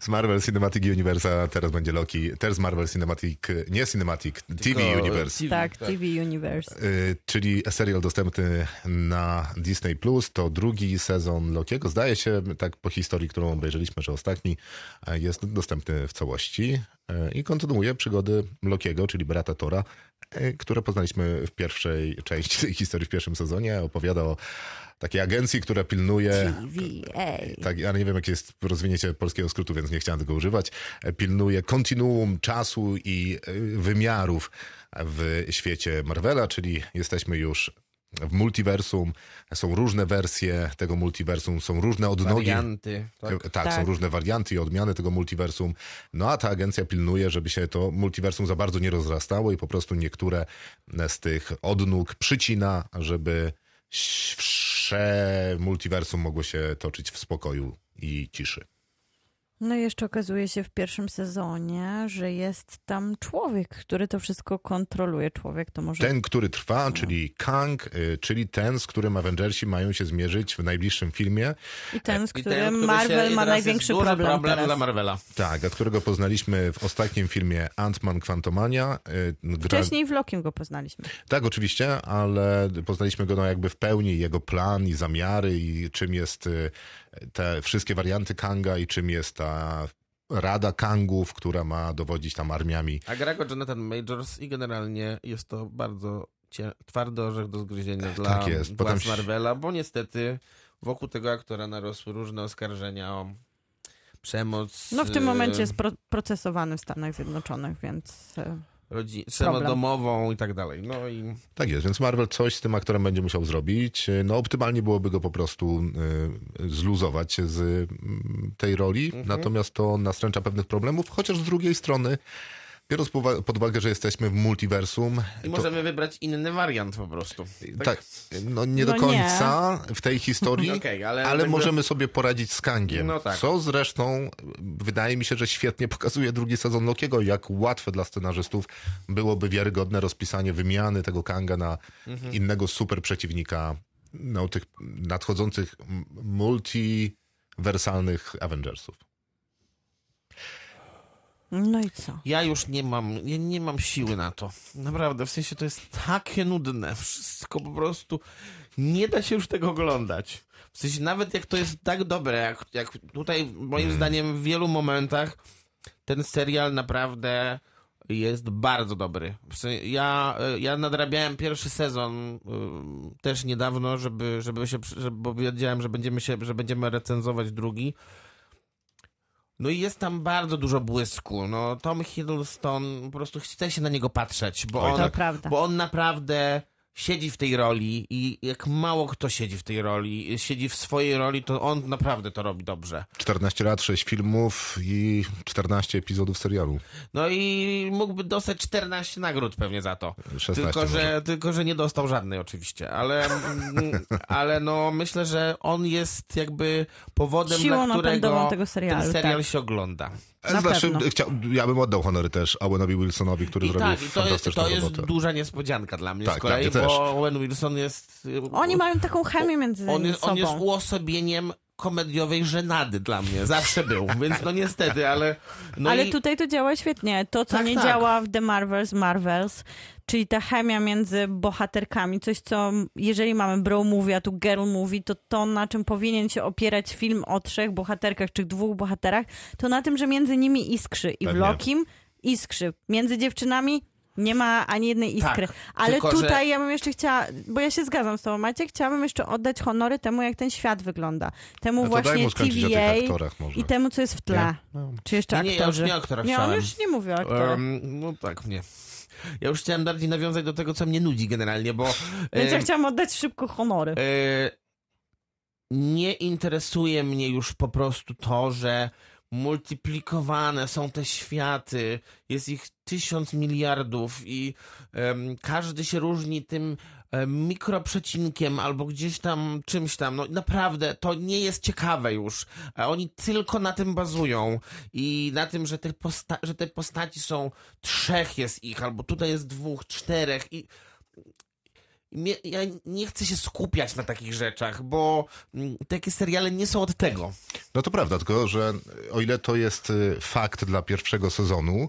Z Marvel Cinematic Universe, a teraz będzie Loki. Też z Marvel Cinematic, nie Cinematic, TV Tylko- Universe. TV, Tak, TV Universe. Y, czyli serial dostępny na Disney Plus. To drugi sezon Lokiego. Zdaje się, tak po historii, którą obejrzeliśmy, że ostatni e, jest dostępny w całości E, i kontynuuje przygody Lokiego, czyli brata Tora, e, które poznaliśmy w pierwszej części tej historii, w pierwszym sezonie. Opowiada o takiej agencji, która pilnuje. TVA. Tak, ale nie wiem, jakie jest rozwinięcie polskiego skrótu, więc nie chciałem tego używać. E, Pilnuje kontinuum czasu i e, wymiarów w świecie Marvela, czyli jesteśmy już w multiversum, są różne wersje tego multiversum, są różne odnogi. Warianty. Tak. Tak, są Tak. różne warianty i odmiany tego multiversum. No a ta agencja pilnuje, żeby się to multiversum za bardzo nie rozrastało i po prostu niektóre e, z tych odnóg przycina, żeby ś- wsze multiversum mogło się toczyć w spokoju i ciszy. No i jeszcze okazuje się w pierwszym sezonie, że jest tam człowiek, który to wszystko kontroluje. Człowiek to może... Ten, który trwa, czyli Kang, y, czyli ten, z którym Avengersi mają się zmierzyć w najbliższym filmie. I ten, z I ten, którym który Marvel się- ma teraz największy jest duży problem, problem teraz. dla Marvela. Tak, a którego poznaliśmy w ostatnim filmie Ant-Man Quantumania. y, gra- Wcześniej w Lokim go poznaliśmy. Tak, oczywiście, ale poznaliśmy go no, jakby w pełni, jego plan i zamiary i czym jest y, te wszystkie warianty Kanga i czym jest ta Rada Kangów, która ma dowodzić tam armiami. A gra go Jonathan Majors i generalnie jest to bardzo cie... twardy orzech do zgryzienia dla tak jest. Potem władz się- Marvela, bo niestety wokół tego aktora narosły różne oskarżenia o przemoc. No w tym y, momencie jest pro- procesowany w Stanach Zjednoczonych, więc... e, rodzi... przemoc problem. domową i tak dalej. No i Tak jest, więc Marvel coś z tym aktorem będzie musiał zrobić. Y, No optymalnie byłoby go po prostu y, zluzować z y, tej roli, natomiast to nastręcza pewnych problemów, chociaż z drugiej strony, biorąc powa- pod uwagę, że jesteśmy w multiversum, I możemy wybrać inny wariant po prostu. Tak, no nie do No nie. końca w tej historii, Okej, ale tak ale, jakby- możemy sobie poradzić z Kangiem. No tak. Co zresztą y, wydaje mi się, że świetnie pokazuje drugi sezon Lokiego, jak łatwe dla scenarzystów byłoby wiarygodne rozpisanie wymiany tego Kanga na Mhm. innego super przeciwnika no, tych nadchodzących m- multiwersalnych Avengersów. No i co? Ja już nie mam, ja nie mam siły na to. Naprawdę, w sensie to jest takie nudne. Wszystko po prostu nie da się już tego oglądać. W sensie nawet jak to jest tak dobre, jak, jak tutaj moim zdaniem w wielu momentach ten serial naprawdę jest bardzo dobry. W sensie ja, y, ja nadrabiałem pierwszy sezon y, też niedawno, żeby, żeby się, przy- żeby, bo wiedziałem, że będziemy, się, że będziemy recenzować drugi. No i jest tam bardzo dużo błysku. No, Tom Hiddleston, po prostu chce się na niego patrzeć, bo, Oj, on, To prawda. Tak. bo on naprawdę siedzi w tej roli i jak mało kto siedzi w tej roli, siedzi w swojej roli, to on naprawdę to robi dobrze. 14 lat, 6 filmów i 14 epizodów serialu. No i mógłby dostać 14 nagród pewnie za to. 16 Tylko że, tylko, że nie dostał żadnej oczywiście, ale, mm, ale no myślę, że on jest jakby powodem, Siłą dla którego napędową tego serialu, ten serial tak. się ogląda. Na znaczy, pewno. chciał, ja bym oddał honory też Owenowi Wilsonowi, który I zrobił tak, i to jest, fantastyczną to jest robotę. duża niespodzianka dla mnie Tak, z dla kolei, mnie też. bo Owen Wilson jest... y, Oni mają taką chemię między on jest, sobą. on jest uosobieniem komediowej żenady dla mnie. Zawsze był, więc no niestety, ale... No Ale i... tutaj to działa świetnie. To, co Tak, nie tak. działa w The Marvels, Marvels, czyli ta chemia między bohaterkami, coś, co jeżeli mamy bro movie, a tu girl movie, to to, na czym powinien się opierać film o trzech bohaterkach czy dwóch bohaterach, to na tym, że między nimi iskrzy. I w Pewnie. Lokim iskrzy. Między dziewczynami nie ma ani jednej Tak, iskry. Ale tylko, że- tutaj ja bym jeszcze chciała, bo ja się zgadzam z tobą, Macie, chciałabym jeszcze oddać honory temu, jak ten świat wygląda. Temu No to daj właśnie mu skończyć o tych TVA aktorach może. i temu, co jest w tle. Czy jeszcze Tak. No Nie, nie, ja już aktorzy? nie o aktorach Nie, on chciałem. już nie mówi o aktorach. Em, no tak, nie. Ja już chciałem bardziej nawiązać do tego, co mnie nudzi generalnie, bo... Więc ja em, chciałam oddać szybko honory. E, nie interesuje mnie już po prostu to, że multiplikowane są te światy, jest ich tysiąc miliardów i em, każdy się różni tym em, mikroprzecinkiem albo gdzieś tam czymś tam. No naprawdę, to nie jest ciekawe już. A oni tylko na tym bazują i na tym, że te, posta- że te postaci są trzech jest ich, albo tutaj jest dwóch, czterech i mnie, ja nie chcę się skupiać na takich rzeczach, bo mm, takie seriale nie są od tego. No to prawda, tylko że e, o ile to jest y, fakt dla pierwszego sezonu,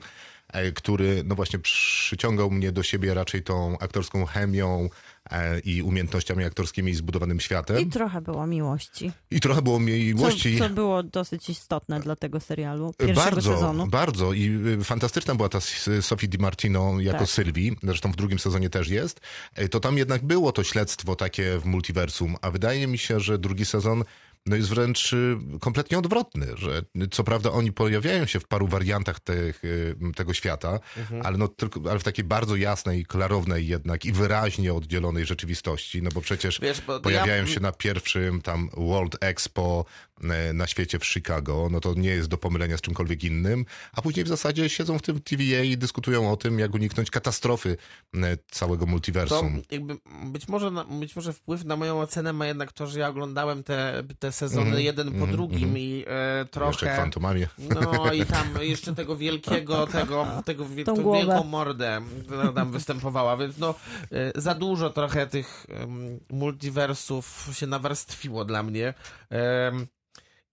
e, który no właśnie przyciągał mnie do siebie raczej tą aktorską chemią e, i umiejętnościami aktorskimi i zbudowanym światem. I trochę było miłości. I trochę było mnie Co, miłości. co było dosyć istotne dla tego serialu, E, pierwszego bardzo, sezonu. bardzo. I y, fantastyczna była ta S- Sophie Di Martino jako Tak. Sylwii, zresztą w drugim sezonie też jest. Y, To tam jednak było to śledztwo takie w multiversum, a wydaje mi się, że drugi sezon no jest wręcz y, kompletnie odwrotny, że y, co prawda oni pojawiają się w paru wariantach tych, y, tego świata, Mhm. ale, no, tylko, ale w takiej bardzo jasnej, klarownej jednak i wyraźnie oddzielonej rzeczywistości, no bo przecież Wiesz, bo to pojawiają ja- się na pierwszym tam World Expo e, na świecie w Chicago, no to nie jest do pomylenia z czymkolwiek innym, a później w zasadzie siedzą w tym TVA i dyskutują o tym, jak uniknąć katastrofy e, całego To multiversum. jakby mm, być może, na, być może wpływ na moją ocenę ma jednak to, że ja oglądałem te, te sezony jeden po drugim i e, Mhm, Jeszcze trochę. kwantumamie. No i tam jeszcze tego wielkiego, tego, tego wiel- Tą tą głowę. wielką mordę, która tam występowała, więc no e, za dużo trochę tych em, multiversów się nawarstwiło dla mnie. Em,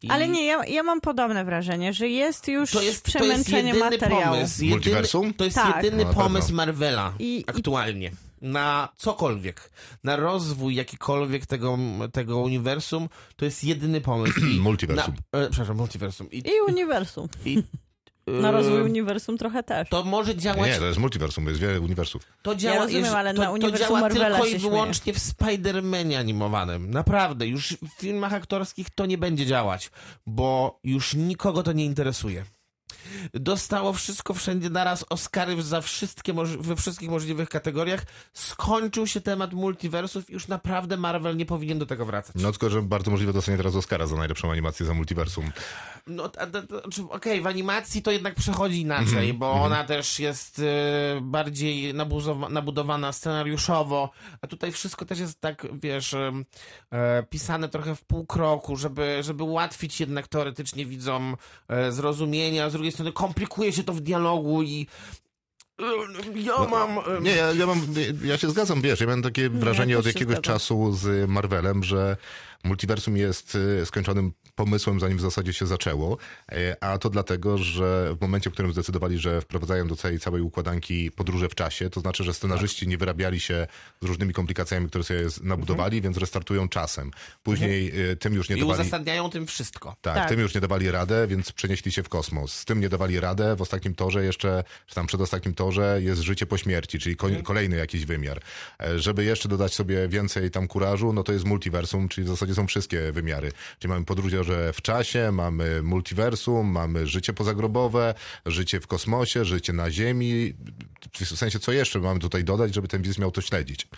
i- Ale nie, ja, ja mam podobne wrażenie, że jest już To jest, to jest przemęczenie jedyny materiału. pomysł. jedyny- Multiversum? No, To jest Tak. jedyny Na pomysł pewno. Marvela I- i- aktualnie. Na cokolwiek. Na rozwój jakikolwiek tego, tego uniwersum. To jest jedyny pomysł. I Multiversum. Na, e, przepraszam, multiversum. I, I uniwersum. i, Na e, rozwój uniwersum trochę też. To może działać. Nie, to jest multiversum, jest wiele uniwersów. To działa, rozumiem, jeż- ale to, na to uniwersum działa Marvela tylko się i śmieję. wyłącznie w Spider-Manie animowanym. Naprawdę. Już w filmach aktorskich to nie będzie działać, bo już nikogo to nie interesuje. Dostało wszystko wszędzie naraz Oscary za wszystkie, moż- we wszystkich możliwych kategoriach. Skończył się temat multiversów i już naprawdę Marvel nie powinien do tego wracać. No tylko, że bardzo możliwe dostanie teraz Oscara za najlepszą animację za multiversum. No, a- a- a- czy- Okej, w animacji to jednak przechodzi inaczej, Mhm, bo ona też jest y, bardziej nabuzowa- nabudowana scenariuszowo, a tutaj wszystko też jest tak, wiesz, em, e, pisane trochę w pół kroku, żeby, żeby ułatwić jednak teoretycznie widzom e, zrozumienie, a z drugiej strony komplikuje się to w dialogu i y, ja mam... y, em, No, Nie, ja, ja, mam, ja się zgadzam, wiesz, ja miałem takie wrażenie No, też od się jakiegoś zgadzam. czasu z Marvelem, że multiversum jest y, skończonym pomysłem, zanim w zasadzie się zaczęło, y, a to dlatego, że w momencie, w którym zdecydowali, że wprowadzają do tej całej układanki podróże w czasie, to znaczy, że Tak. scenarzyści nie wyrabiali się z różnymi komplikacjami, które sobie z- nabudowali, Mhm. więc restartują czasem. Później y, tym już nie I dawali... uzasadniają tym wszystko. Tak, Tak. tym już nie dawali radę, więc przenieśli się w kosmos. Z tym nie dawali radę, w ostatnim torze jeszcze, czy tam przed ostatnim torze jest życie po śmierci, czyli koń- kolejny jakiś wymiar. E, Żeby jeszcze dodać sobie więcej tam kurażu, no to jest multiversum, czyli w zasadzie są wszystkie wymiary. Czyli mamy podróże w czasie, mamy multiversum, mamy życie pozagrobowe, życie w kosmosie, życie na Ziemi. W sensie, co jeszcze mamy tutaj dodać, żeby ten widz miał to śledzić.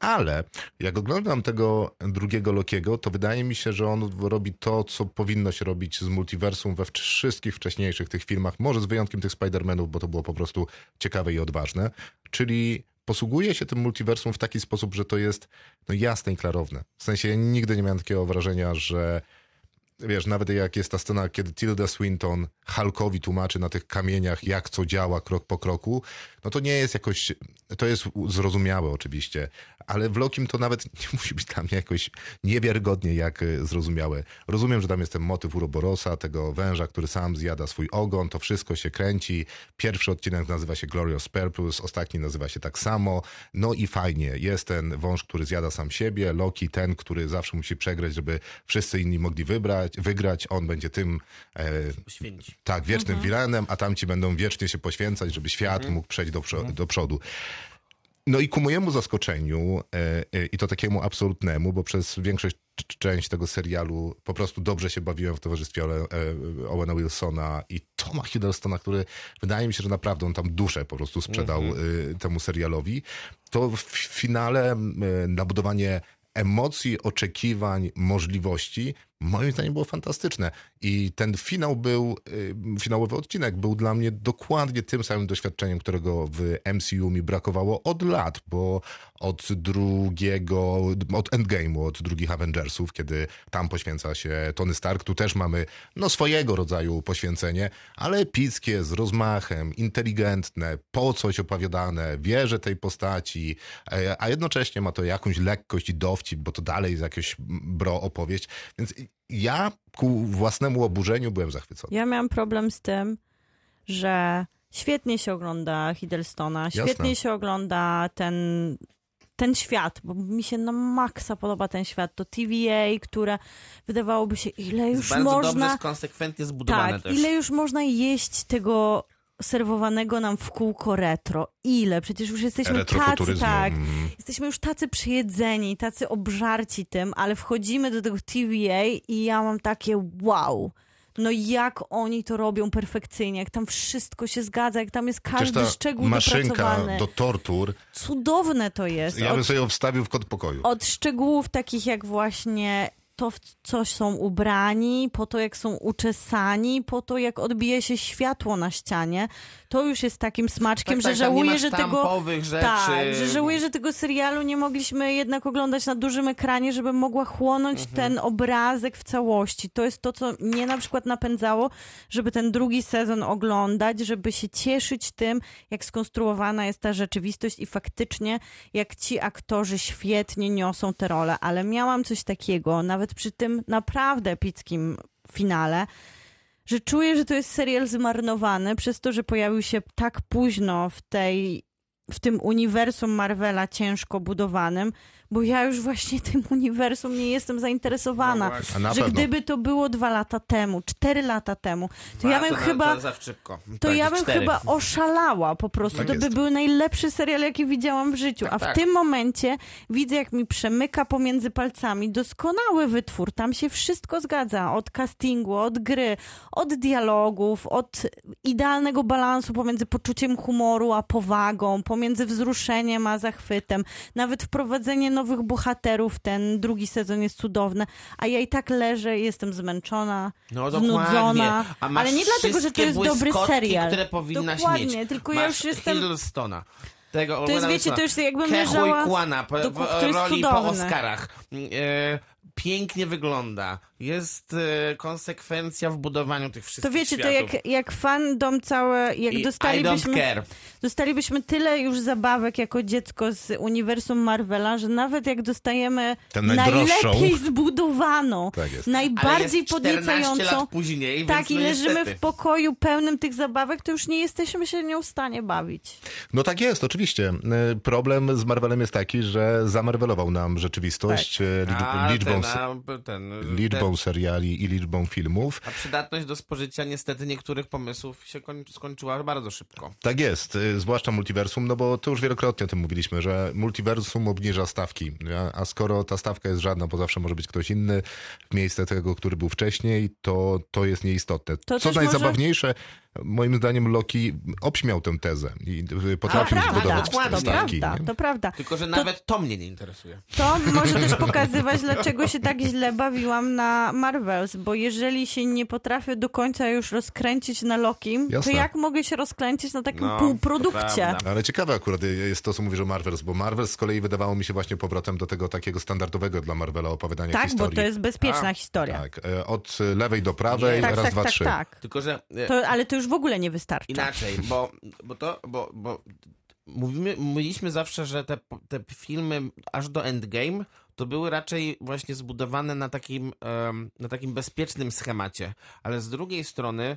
Ale jak oglądam tego drugiego Lokiego, to wydaje mi się, że on robi to, co powinno się robić z multiversum we wszystkich wcześniejszych tych filmach, może z wyjątkiem tych Spider-Manów, bo to było po prostu ciekawe i odważne. Czyli posługuje się tym multiversum w taki sposób, że to jest no, jasne i klarowne. W sensie ja nigdy nie miałem takiego wrażenia, że wiesz, nawet jak jest ta scena, kiedy Tilda Swinton Hulkowi tłumaczy na tych kamieniach, jak co działa krok po kroku, no to nie jest jakoś, to jest u- zrozumiałe oczywiście, ale w Lokim to nawet nie musi być dla mnie jakoś niewiarygodnie jak y, zrozumiałe. Rozumiem, że tam jest ten motyw Uroborosa, tego węża, który sam zjada swój ogon, to wszystko się kręci. Pierwszy odcinek nazywa się Glorious Purpose, ostatni nazywa się tak samo. No i fajnie, jest ten wąż, który zjada sam siebie, Loki ten, który zawsze musi przegrać, żeby wszyscy inni mogli wybrać, wygrać, on będzie tym e, Święci. tak, wiecznym wilenem, a tamci będą wiecznie się poświęcać, żeby świat mógł przejść do, przo- do przodu. No i ku mojemu zaskoczeniu, e, e, i to takiemu absolutnemu, bo przez większość c- część tego serialu po prostu dobrze się bawiłem w towarzystwie Ole, e, Owena Wilsona i Toma Hiddlestona, który wydaje mi się, że naprawdę on tam duszę po prostu sprzedał e, temu serialowi, to w finale m, e, nabudowanie emocji, oczekiwań, możliwości, moim zdaniem było fantastyczne. I ten finał był, y, finałowy odcinek był dla mnie dokładnie tym samym doświadczeniem, którego w MCU mi brakowało od lat, bo od drugiego, od Endgame'u, od drugich Avengersów, kiedy tam poświęca się Tony Stark, tu też mamy no swojego rodzaju poświęcenie, ale epickie, z rozmachem, inteligentne, po coś opowiadane, wierzę tej postaci, e, a jednocześnie ma to jakąś lekkość i dowcip, bo to dalej jest jakaś bro opowieść, więc ja ku własnemu oburzeniu byłem zachwycony. Ja miałam problem z tym, że świetnie się ogląda Hiddlestona, Jasne. świetnie się ogląda ten, ten świat, bo mi się na maksa podoba ten świat. To TVA, które wydawałoby się, ile już bardzo dobrze, można... jest konsekwentnie zbudowane Tak, też. ile już można jeść tego serwowanego nam w kółko retro? Ile? Przecież już jesteśmy tacy, Retrofuturyzmu. tak. Mhm. Jesteśmy już tacy przyjedzeni, tacy obżarci tym, ale wchodzimy do tego TVA i ja mam takie wow. No jak oni to robią perfekcyjnie, jak tam wszystko się zgadza, jak tam jest Przecież każdy ta szczegół maszynka dopracowany. do tortur, Cudowne to jest. ja Od bym sobie ją wstawił w kąt pokoju. od szczegółów takich jak właśnie to, w co są ubrani, po to, jak są uczesani, po to, jak odbije się światło na ścianie, to już jest takim smaczkiem, Tak, że tak, tam nie żałuję, masz że tego. sztampowych rzeczy. Tak, że żałuję, że tego serialu nie mogliśmy jednak oglądać na dużym ekranie, żeby mogła chłonąć Mhm. ten obrazek w całości. To jest to, co mnie na przykład napędzało, żeby ten drugi sezon oglądać, żeby się cieszyć tym, jak skonstruowana jest ta rzeczywistość i faktycznie jak ci aktorzy świetnie niosą te role, ale miałam coś takiego, nawet przy tym naprawdę epickim finale, że czuję, że to jest serial zmarnowany przez to, że pojawił się tak późno w tej w tym uniwersum Marvela ciężko budowanym, bo ja już właśnie tym uniwersum nie jestem zainteresowana. A No na że pewno. gdyby to było dwa lata temu, cztery lata temu, to ja bym to, chyba To, za szybko. to tak, ja bym cztery. chyba oszalała po prostu. Tak to by jest. był najlepszy serial, jaki widziałam w życiu. A w tak. tym momencie widzę, jak mi przemyka pomiędzy palcami doskonały wytwór. Tam się wszystko zgadza. Od castingu, od gry, od dialogów, od idealnego balansu pomiędzy poczuciem humoru a powagą, pomiędzy wzruszeniem a zachwytem. Nawet wprowadzenie nowych bohaterów, ten drugi sezon jest cudowny. A ja i tak leżę, i jestem zmęczona. No znudzona. dokładnie. A masz Ale nie dlatego, że to wszystkie jest dobry błyskotki, serial. które powinnaś Dokładnie, mieć. tylko masz ja już jestem. Hiddlestona. Tego To jest, Orwella wiecie, to już jakbym leżała. Kłana, po, do- w- to jest roli po cudowne. Oscarach. E, pięknie wygląda. Jest e, konsekwencja w budowaniu tych To wszystkich wiecie, to światów. jak, jak fandom całe, jak I I don't dostalibyśmy, care. dostalibyśmy tyle już zabawek jako dziecko z uniwersum Marvela, że nawet jak dostajemy Tę najdroższą. najlepiej zbudowaną, Tak jest. Ale najbardziej jest 14 podniecającą, lat później, tak więc i no leżymy niestety. w pokoju pełnym tych zabawek, to już nie jesteśmy się nią w stanie bawić. No tak jest, oczywiście. Y, Problem z Marvelem jest taki, że zamarwelował nam rzeczywistość y, liczb- Tak. A, liczbą, ten, se- a, ten, e, liczbą ten- seriali i liczbą filmów. A przydatność do spożycia niestety niektórych pomysłów się koń, skończyła bardzo szybko. Tak jest, y, zwłaszcza multiversum, no bo to już wielokrotnie o tym mówiliśmy, że multiversum obniża stawki, a- a skoro ta stawka jest żadna, bo zawsze może być ktoś inny w miejsce tego, który był wcześniej, to to jest nieistotne. To Co też może- najzabawniejsze, moim zdaniem Loki obśmiał tę tezę i y, potrafił A, prawda, zbudować dokładnie. te To stawki. prawda, nie? to prawda. Tylko, że nawet to mnie nie interesuje. To może też pokazywać, dlaczego się tak źle bawiłam na Marvels, bo jeżeli się nie potrafię do końca już rozkręcić na Lokim, Jasne. to jak mogę się rozkręcić na takim No, to półprodukcie? prawda. Ale ciekawe akurat jest to, co mówisz o Marvels, bo Marvels z kolei wydawało mi się właśnie powrotem do tego takiego standardowego dla Marvela opowiadania Tak, historii. bo to jest bezpieczna A, historia. Tak, e, od lewej do prawej, tak, raz, tak, dwa, tak, trzy. tak. Tylko, że e, To, ale to już w ogóle nie wystarczy. inaczej, bo, bo to, bo, bo mówimy, mówiliśmy zawsze, że te, te filmy aż do Endgame to były raczej właśnie zbudowane na takim, em, na takim bezpiecznym schemacie. Ale z drugiej strony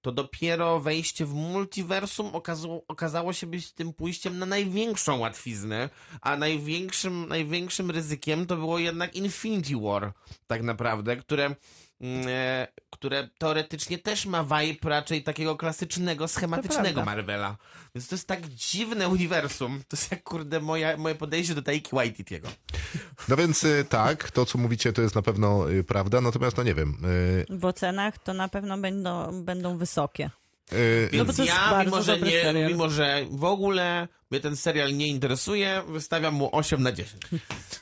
to dopiero wejście w multiversum okazało, okazało się być tym pójściem na największą łatwiznę, a największym, największym ryzykiem to było jednak Infinity War, tak naprawdę, które, mm, e, które teoretycznie też ma vibe raczej takiego klasycznego, schematycznego prawda. Marvela. Więc to jest tak dziwne uniwersum. To jest jak, kurde, moja, moje podejście do Taiki Waititiego. No więc y, tak, to co mówicie to jest na pewno y, prawda, natomiast no nie wiem. y, W ocenach to na pewno będą, będą wysokie. y, No bo Więc to jest ja, mimo bardzo że, dobry nie, serial. mimo że w ogóle mnie ten serial nie interesuje, wystawiam mu 8 na 10.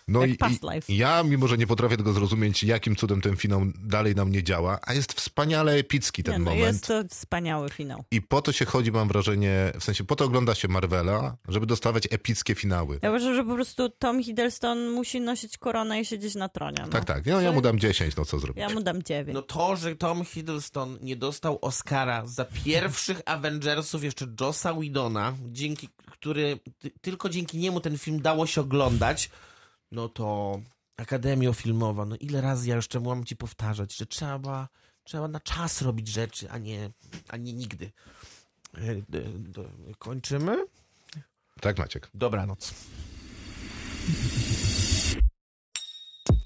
No Jak i, Past Life. i ja, mimo że nie potrafię tego zrozumieć, jakim cudem ten finał dalej nam nie działa, a jest wspaniale epicki ten Nie, no, moment. jest to wspaniały finał. I po to się chodzi, mam wrażenie, w sensie po to ogląda się Marvela, żeby dostawać epickie finały. Ja uważam, że po prostu Tom Hiddleston musi nosić koronę i siedzieć na tronie. No. Tak, tak. No, ja mu dam 10, no co zrobić. Ja mu dam dziewięć. No to, że Tom Hiddleston nie dostał Oscara za pierwszych Avengersów jeszcze Jossa Whedona, dzięki który, ty, tylko dzięki niemu ten film dało się oglądać, no to Akademio Filmowa, no ile razy ja jeszcze mam ci powtarzać, że trzeba, trzeba na czas robić rzeczy, a nie, a nie nigdy. E, d- d- Kończymy? Tak, Maciek. Dobranoc.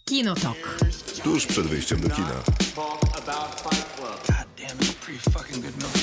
Kinotok. Tuż przed wyjściem do kina. Talk about Fight Club. God damn, it's pretty fucking good movie.